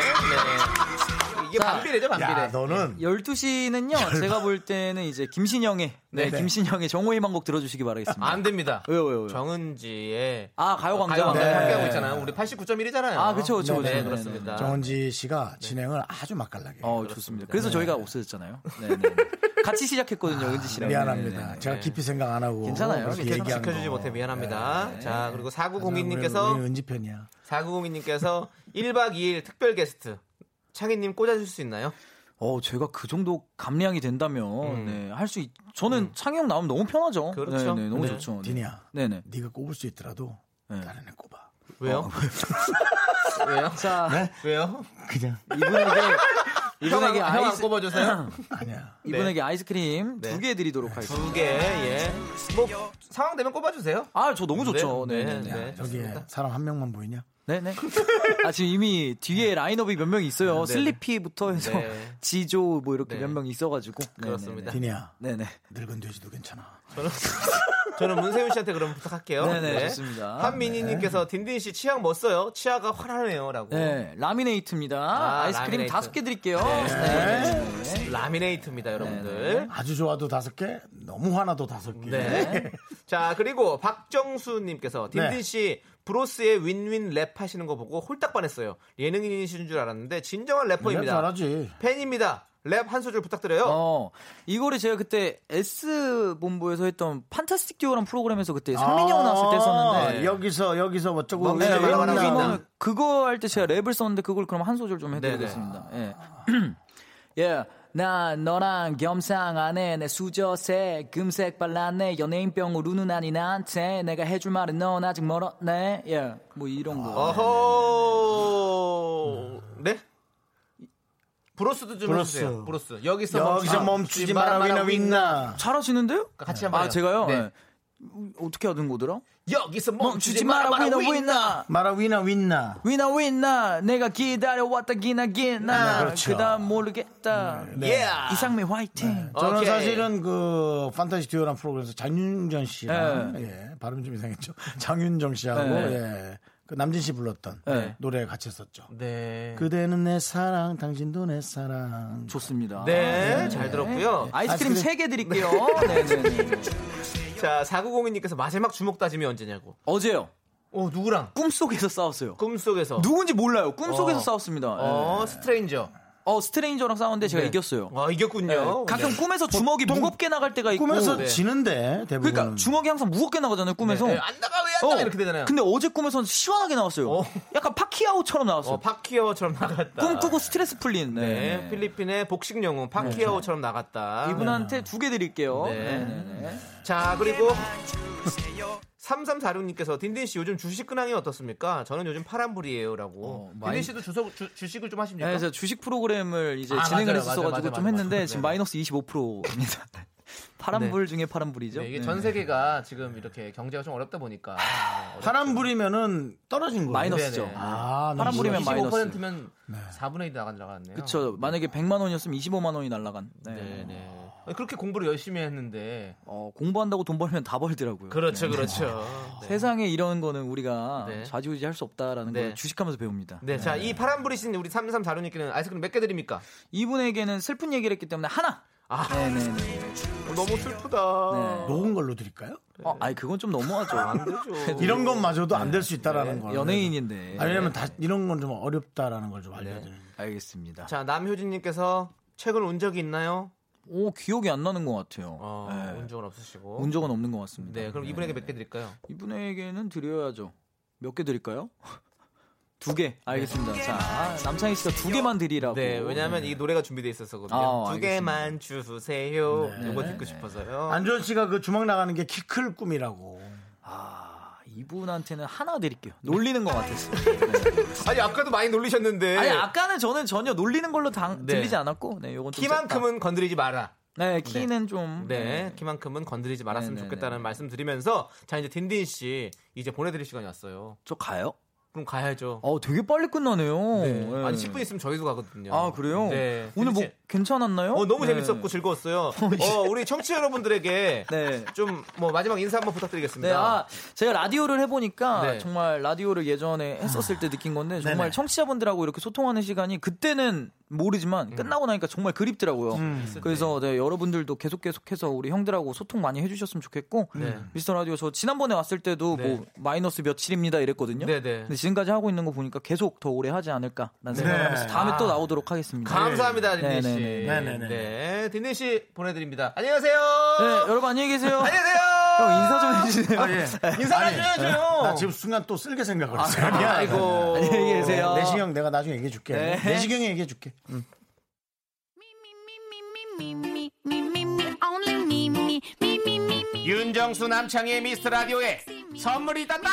Speaker 2: 네. 이게 반비례죠,
Speaker 10: 아,
Speaker 2: 반비례.
Speaker 1: 너는
Speaker 10: 12시는요. 제가 볼 때는 이제 김신영의 네,
Speaker 2: 네.
Speaker 10: 김신영의 정호희만 곡 들어주시기 바라겠습니다.
Speaker 2: 안 됩니다.
Speaker 10: 왜요, 왜요? 왜요?
Speaker 2: 정은지의
Speaker 10: 아, 가요광장.
Speaker 2: 가요광장
Speaker 10: 네.
Speaker 2: 함께하고 있잖아요. 우리 89.1이잖아요.
Speaker 10: 아, 그쵸, 그쵸,
Speaker 2: 네,
Speaker 10: 그쵸.
Speaker 2: 네, 그렇습니다.
Speaker 1: 정은지 씨가 진행을 아주 맛깔나게.
Speaker 10: 아, 어, 좋습니다. 그래서
Speaker 1: 네.
Speaker 10: 저희가 없어졌잖아요. 네, 네. 같이 시작했거든요, 은지 씨랑.
Speaker 1: 미안합니다.
Speaker 10: 네, 네, 네.
Speaker 1: 제가 깊이 생각 안 하고
Speaker 10: 괜찮아요.
Speaker 1: 그렇게
Speaker 10: 괜찮아요.
Speaker 1: 얘기한
Speaker 2: 지켜주지
Speaker 1: 거. 네,
Speaker 2: 못해 미안합니다.
Speaker 10: 네.
Speaker 2: 자, 그리고
Speaker 1: 우리
Speaker 2: 4902님께서
Speaker 1: 은지 편이야.
Speaker 10: 어,
Speaker 2: 4902님께서 1박 2일 특별 게스트 창희님 꽂아줄 수 있나요?
Speaker 10: 어, 제가 그 정도 감량이 된다면 네, 할 수 있... 저는 창영 나오면 너무 편하죠.
Speaker 2: 그렇죠.
Speaker 10: 네, 네, 너무
Speaker 2: 네.
Speaker 10: 좋죠. 네.
Speaker 1: 디니야.
Speaker 10: 네, 네.
Speaker 1: 네가 꼽을 수 있더라도 다른 애 꼽아.
Speaker 2: 왜요? 왜요?
Speaker 10: 어, 자, 네.
Speaker 2: 왜요?
Speaker 1: 그냥
Speaker 10: 이분에게
Speaker 2: 이분에게
Speaker 10: 이분에게
Speaker 2: 형안
Speaker 10: 아이스-
Speaker 2: 꼽아주세요.
Speaker 1: 아니야.
Speaker 10: 이분에게 아이스크림 두 개 드리도록 하겠습니다.
Speaker 2: 두 개, 예. 뭐 상황 되면 꼽아주세요.
Speaker 10: 아, 저 너무 좋죠. 네, 네, 네.
Speaker 1: 저기에 사람 한 명만 보이냐?
Speaker 10: 네, 네. 아, 지금 이미 뒤에 라인업이 몇 명 있어요. 슬리피부터 해서
Speaker 1: 네.
Speaker 10: 지조 뭐 이렇게 몇 명 있어가지고.
Speaker 2: 그렇습니다.
Speaker 1: 디니야.
Speaker 10: 네네.
Speaker 1: 늙은 돼지도 괜찮아.
Speaker 2: 저는 저는 문세윤 씨한테 그럼 부탁할게요.
Speaker 10: 네네, 좋습니다.
Speaker 2: 한민희님께서 딘딘 씨 치약 뭐 써요? 치아가 화나네요라고.
Speaker 10: 네, 라미네이트입니다.
Speaker 2: 어. 아,
Speaker 10: 아, 이스크림
Speaker 2: 라미네이트.
Speaker 10: 다섯 개 드릴게요. 네.
Speaker 2: 라미네이트입니다, 여러분들.
Speaker 1: 아주 좋아도 다섯 개, 너무 화나도 다섯 개.
Speaker 2: 네. 자, 그리고 박정수님께서
Speaker 1: 네.
Speaker 2: 딘딘 씨 브로스의 윈윈 랩 하시는 거 보고 홀딱 반했어요. 예능인이신 줄 알았는데 진정한
Speaker 1: 랩
Speaker 2: 래퍼입니다.
Speaker 1: 잘하지.
Speaker 2: 팬입니다. 랩 한 소절 부탁드려요.
Speaker 10: 어, 이거를 제가 그때 S 본부에서 했던 판타스틱 듀오라는 프로그램에서 그때
Speaker 1: 아,
Speaker 10: 성민이 형 나왔을 때 썼는데
Speaker 1: 여기서 여기서 어쩌고
Speaker 10: 네,
Speaker 1: 저쩌고
Speaker 10: 그러면
Speaker 1: 했나.
Speaker 10: 그거 할 때 제가 랩을 썼는데 그걸 그럼 한 소절 좀 해드리겠습니다. 예. 예. 난 너랑 겸상 안 해 내 수저색 금색 발랐네 연예인병으로 우는 아니 나한테 내가 해줄 말은 넌 아직 멀었네 예뭐 이런 거
Speaker 2: 어허. 네? 브로스도 좀
Speaker 1: 브로스.
Speaker 2: 해주세요. 브로스. 여기서,
Speaker 1: 여기서 멈추지 마라, 위나, 위나.
Speaker 10: 잘하시는데요?
Speaker 2: 같이 한번
Speaker 10: 아
Speaker 2: 해요.
Speaker 10: 제가요
Speaker 2: 네.
Speaker 10: 예. 어떻게 하던 거더라?
Speaker 2: 여기서
Speaker 10: 멈추지 마라 위나 위나
Speaker 1: 마라 위나 위나
Speaker 10: 위나 위나 내가 기다려왔다 기나
Speaker 1: 네,
Speaker 10: 기나
Speaker 1: 그렇죠.
Speaker 10: 아, 그다음 모르겠다
Speaker 1: 네. Yeah.
Speaker 10: 이상미 화이팅
Speaker 1: 저는 사실은 그 판타지 듀오라는 프로그램에서 장윤정 씨랑 예, 발음 좀 이상했죠. 장윤정 씨하고
Speaker 10: 네.
Speaker 1: 예, 그 남진 씨 불렀던
Speaker 10: 네.
Speaker 1: 노래 같이 했었죠.
Speaker 2: 네.
Speaker 1: 그대는 내 사랑, 당신도 내 사랑.
Speaker 10: 좋습니다.
Speaker 2: 네, 잘 들었고요.
Speaker 10: 아이스크림 세 개 드릴게요. 네, 네, 네.
Speaker 2: 자, 4902님께서 마지막 주목 다짐이 언제냐고.
Speaker 10: 어제요.
Speaker 2: 어, 누구랑?
Speaker 10: 꿈속에서 싸웠어요.
Speaker 2: 꿈속에서.
Speaker 10: 그 누군지 몰라요. 꿈속에서
Speaker 2: 어.
Speaker 10: 싸웠습니다.
Speaker 2: 어,
Speaker 10: 네.
Speaker 2: 스트레인저.
Speaker 10: 어, 스트레인저랑 싸웠는데 제가
Speaker 2: 네.
Speaker 10: 이겼어요.
Speaker 2: 아, 이겼군요.
Speaker 10: 네. 가끔
Speaker 2: 네.
Speaker 10: 꿈에서 주먹이 무겁게 나갈 때가 있고
Speaker 1: 꿈에서
Speaker 10: 네.
Speaker 1: 지는데 대부분.
Speaker 10: 그러니까 주먹이 항상 무겁게 나가잖아요. 꿈에서.
Speaker 2: 네, 안 나가 왜 안 나가 이렇게 되잖아요.
Speaker 10: 근데 어제 꿈에서는 시원하게 나왔어요. 약간 파키아오처럼 나왔어요.
Speaker 2: 어, 파키아오처럼 나갔다.
Speaker 10: 꿈 꾸고 스트레스 풀린. 네.
Speaker 2: 네, 필리핀의 복식 영웅 파키아오처럼 나갔다.
Speaker 10: 이분한테 두 개 드릴게요.
Speaker 2: 네.
Speaker 10: 네, 네, 네.
Speaker 2: 자, 그리고 3346님께서 딘딘 씨 요즘 주식 근황이 어떻습니까? 저는 요즘 파란불이에요라고. 딘딘
Speaker 10: 많이-
Speaker 2: 씨도 주석, 주, 주식을 좀 하십니까?
Speaker 10: 아, 그래서 주식 프로그램을 이제
Speaker 2: 아,
Speaker 10: 진행을
Speaker 2: 맞아요,
Speaker 10: 했었어가지고
Speaker 2: 맞아요, 맞아요,
Speaker 10: 좀
Speaker 2: 맞아요.
Speaker 10: 했는데
Speaker 2: 네.
Speaker 10: 지금 마이너스 25%입니다. 파란불 중에 파란불이죠.
Speaker 2: 네, 이게 전 세계가 지금 이렇게 경제가 좀 어렵다 보니까 네, 어렵-
Speaker 1: 파란불이면은 떨어진 거예요.
Speaker 10: 마이너스죠.
Speaker 2: 네네.
Speaker 1: 아, 네.
Speaker 10: 파란불이면 마이너스. 네.
Speaker 2: 25%면 4분의 1 나간 나갔네요.
Speaker 10: 그쵸. 만약에 100만 원이었으면 25만 원이 날라간. 네.
Speaker 2: 네, 네. 아니, 그렇게 공부를 열심히 했는데
Speaker 10: 어, 공부한다고 돈 벌면 다 벌더라고요.
Speaker 2: 그렇죠,
Speaker 10: 네.
Speaker 2: 그렇죠. 네.
Speaker 10: 세상에 이런 거는 우리가
Speaker 2: 네.
Speaker 10: 좌지우지 할 수 없다라는
Speaker 2: 네.
Speaker 10: 걸 주식하면서 배웁니다.
Speaker 2: 네, 자, 이 파란불이신 우리 3346님께는 아이스크림 몇 개 드립니까?
Speaker 10: 이분에게는 슬픈 얘기를 했기 때문에 하나.
Speaker 2: 아,
Speaker 10: 네네.
Speaker 2: 어, 너무 슬프다.
Speaker 1: 녹은 걸로 드릴까요?
Speaker 10: 어, 아니 그건 좀 너무하죠.
Speaker 2: 안 되죠.
Speaker 1: 이런 것마저도 안 될 수 있다라는 거.
Speaker 10: 네. 연예인인데.
Speaker 2: 네.
Speaker 1: 아니면 다 이런 건 좀 어렵다라는 걸 좀 알려드리는.
Speaker 10: 알겠습니다.
Speaker 2: 자, 남효진님께서 최근 운 적이 있나요?
Speaker 10: 오 기억이 안 나는 것 같아요.
Speaker 2: 어,
Speaker 10: 네.
Speaker 2: 운 적은 없으시고.
Speaker 10: 운 적은 없는 것 같습니다.
Speaker 2: 네, 그럼 이분에게 몇 개 드릴까요?
Speaker 10: 이분에게는 드려야죠. 몇 개 드릴까요? 두 개. 알겠습니다. 자, 남창희 씨가 두 개만 드리라고.
Speaker 2: 네, 왜냐하면 이 노래가 준비돼 있었거든요.
Speaker 10: 아,
Speaker 2: 두
Speaker 10: 알겠습니다.
Speaker 2: 개만 주세요. 이거 듣고 싶어서요.
Speaker 1: 안전 씨가 그 주먹 나가는 게 키 클 꿈이라고.
Speaker 10: 아, 이분한테는 하나 드릴게요. 놀리는 것 같았어요.
Speaker 2: 아니 아까도 많이 놀리셨는데.
Speaker 10: 아니, 아까는 저는 전혀 놀리는 걸로 당,
Speaker 2: 네.
Speaker 10: 들리지 않았고, 네, 요건 좀
Speaker 2: 키만큼은 건드리지 마라.
Speaker 10: 짰다. 네, 키는 좀.
Speaker 2: 네, 키만큼은 건드리지 말았으면
Speaker 10: 네, 네,
Speaker 2: 좋겠다는 말씀 드리면서 자 이제 딘딘 씨 이제 보내드릴 시간이 왔어요.
Speaker 10: 저 가요?
Speaker 2: 그럼 가야죠.
Speaker 10: 어, 되게 빨리 끝나네요. 네.
Speaker 2: 아니 10분 있으면 저희도 가거든요.
Speaker 10: 아, 그래요?
Speaker 2: 네.
Speaker 10: 오늘 뭐
Speaker 2: 딘딘 씨,
Speaker 10: 괜찮았나요?
Speaker 2: 어, 너무
Speaker 10: 네. 예.
Speaker 2: 재밌었고 즐거웠어요. 어, 우리 청취자 여러분들에게
Speaker 10: 네.
Speaker 2: 좀 뭐 마지막 인사 한번
Speaker 10: 네,
Speaker 2: 부탁드리겠습니다.
Speaker 10: 아, 제가 라디오를 해보니까
Speaker 2: 네.
Speaker 10: 정말 라디오를 예전에 했었을 때 느낀 건데 정말
Speaker 1: 네네.
Speaker 10: 청취자분들하고 이렇게 소통하는 시간이 그때는 모르지만 끝나고 나니까 정말 그립더라고요. 그래서 네, 여러분들도 계속 계속해서 우리 형들하고 소통 많이 해주셨으면 좋겠고
Speaker 2: 네.
Speaker 10: 미스터 라디오 저 지난번에 왔을 때도
Speaker 2: 네.
Speaker 10: 뭐 마이너스 며칠입니다 이랬거든요.
Speaker 2: 네네.
Speaker 10: 근데 지금까지 하고 있는 거 보니까 계속 더 오래 하지 않을까라는 생각을
Speaker 1: 네.
Speaker 10: 하면서 다음에
Speaker 2: 아.
Speaker 10: 또 나오도록 하겠습니다.
Speaker 2: 감사합니다,
Speaker 10: 네,
Speaker 2: 딘딘 씨.
Speaker 10: 네,
Speaker 1: 네, 네, 네.
Speaker 2: 네, 딘딘 씨 보내드립니다. 안녕하세요.
Speaker 10: 네, 여러분 안녕히 계세요.
Speaker 2: 안녕하세요.
Speaker 10: 형 인사 좀 해주세요.
Speaker 2: 인사를 해줘야죠.
Speaker 1: 나 지금 순간 또 쓸게 생각을 했어요. 미안.
Speaker 2: 어. 아이고.
Speaker 10: 안녕히 계세요.
Speaker 1: 내시경 내가 나중에 얘기해 줄게.
Speaker 10: 네.
Speaker 1: 내시경이 얘기해 줄게.
Speaker 4: me, me, me, me, me, only me, me, me, me, me, me.
Speaker 2: 윤정수 남창의 미스터 라디오에 선물이 있단다.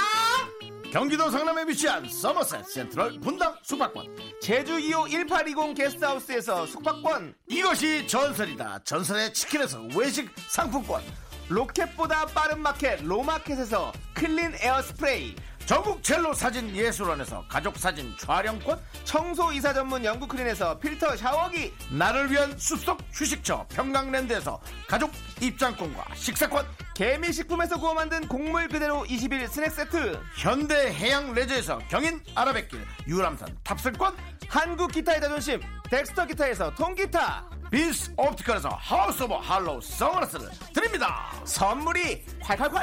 Speaker 1: 경기도 성남에 위치한 서머셋 센트럴 분당 숙박권.
Speaker 2: 제주 2호 1820 게스트하우스에서 숙박권.
Speaker 1: 이것이 전설이다. 전설의 치킨에서 외식 상품권.
Speaker 2: 로켓보다 빠른 마켓 로마켓에서 클린 에어 스프레이.
Speaker 1: 전국 첼로 사진 예술원에서 가족 사진 촬영권.
Speaker 2: 청소 이사 전문 영국 클린에서 필터 샤워기.
Speaker 1: 나를 위한 숲속 휴식처 평강랜드에서 가족 입장권과 식사권.
Speaker 2: 개미식품에서 구워 만든 곡물 그대로 20일 스낵 세트.
Speaker 1: 현대 해양 레저에서 경인 아라뱃길 유람선 탑승권.
Speaker 2: 한국 기타의 자존심. 덱스터 기타에서 통기타.
Speaker 1: 빈스 옵티컬에서 하우스 오브 할로우 선글라스를 드립니다.
Speaker 2: 선물이 콸콸콸.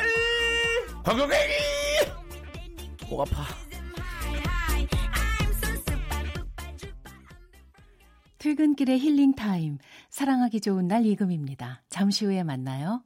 Speaker 1: 광고객이 목 아파.
Speaker 15: 퇴근길의 힐링 타임. 사랑하기 좋은 날 이금입니다. 잠시 후에 만나요.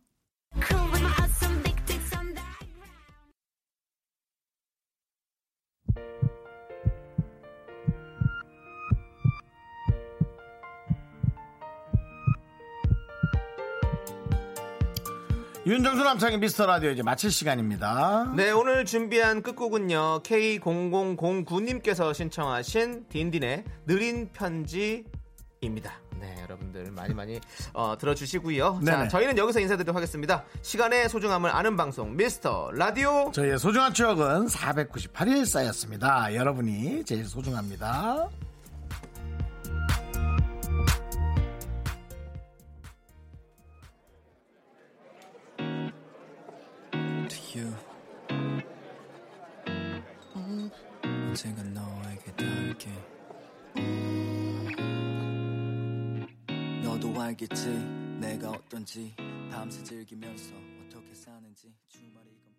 Speaker 1: 윤정수 남창의 미스터 라디오 이제 마칠 시간입니다.
Speaker 2: 네, 오늘 준비한 끝곡은요. K0009님께서 신청하신 딘딘의 느린 편지입니다. 네, 여러분들 많이 많이 어, 들어주시고요. 자,
Speaker 1: 네네.
Speaker 2: 저희는 여기서 인사드리도록 하겠습니다. 시간의 소중함을 아는 방송 미스터 라디오.
Speaker 1: 저희의 소중한 추억은 498일 쌓였습니다. 여러분이 제일 소중합니다.
Speaker 13: to you. 언젠가 너에게 닿을게. 너도 알겠지 내가 어떤지 밤새 즐기면서 어떻게 사는지 주말에 이거.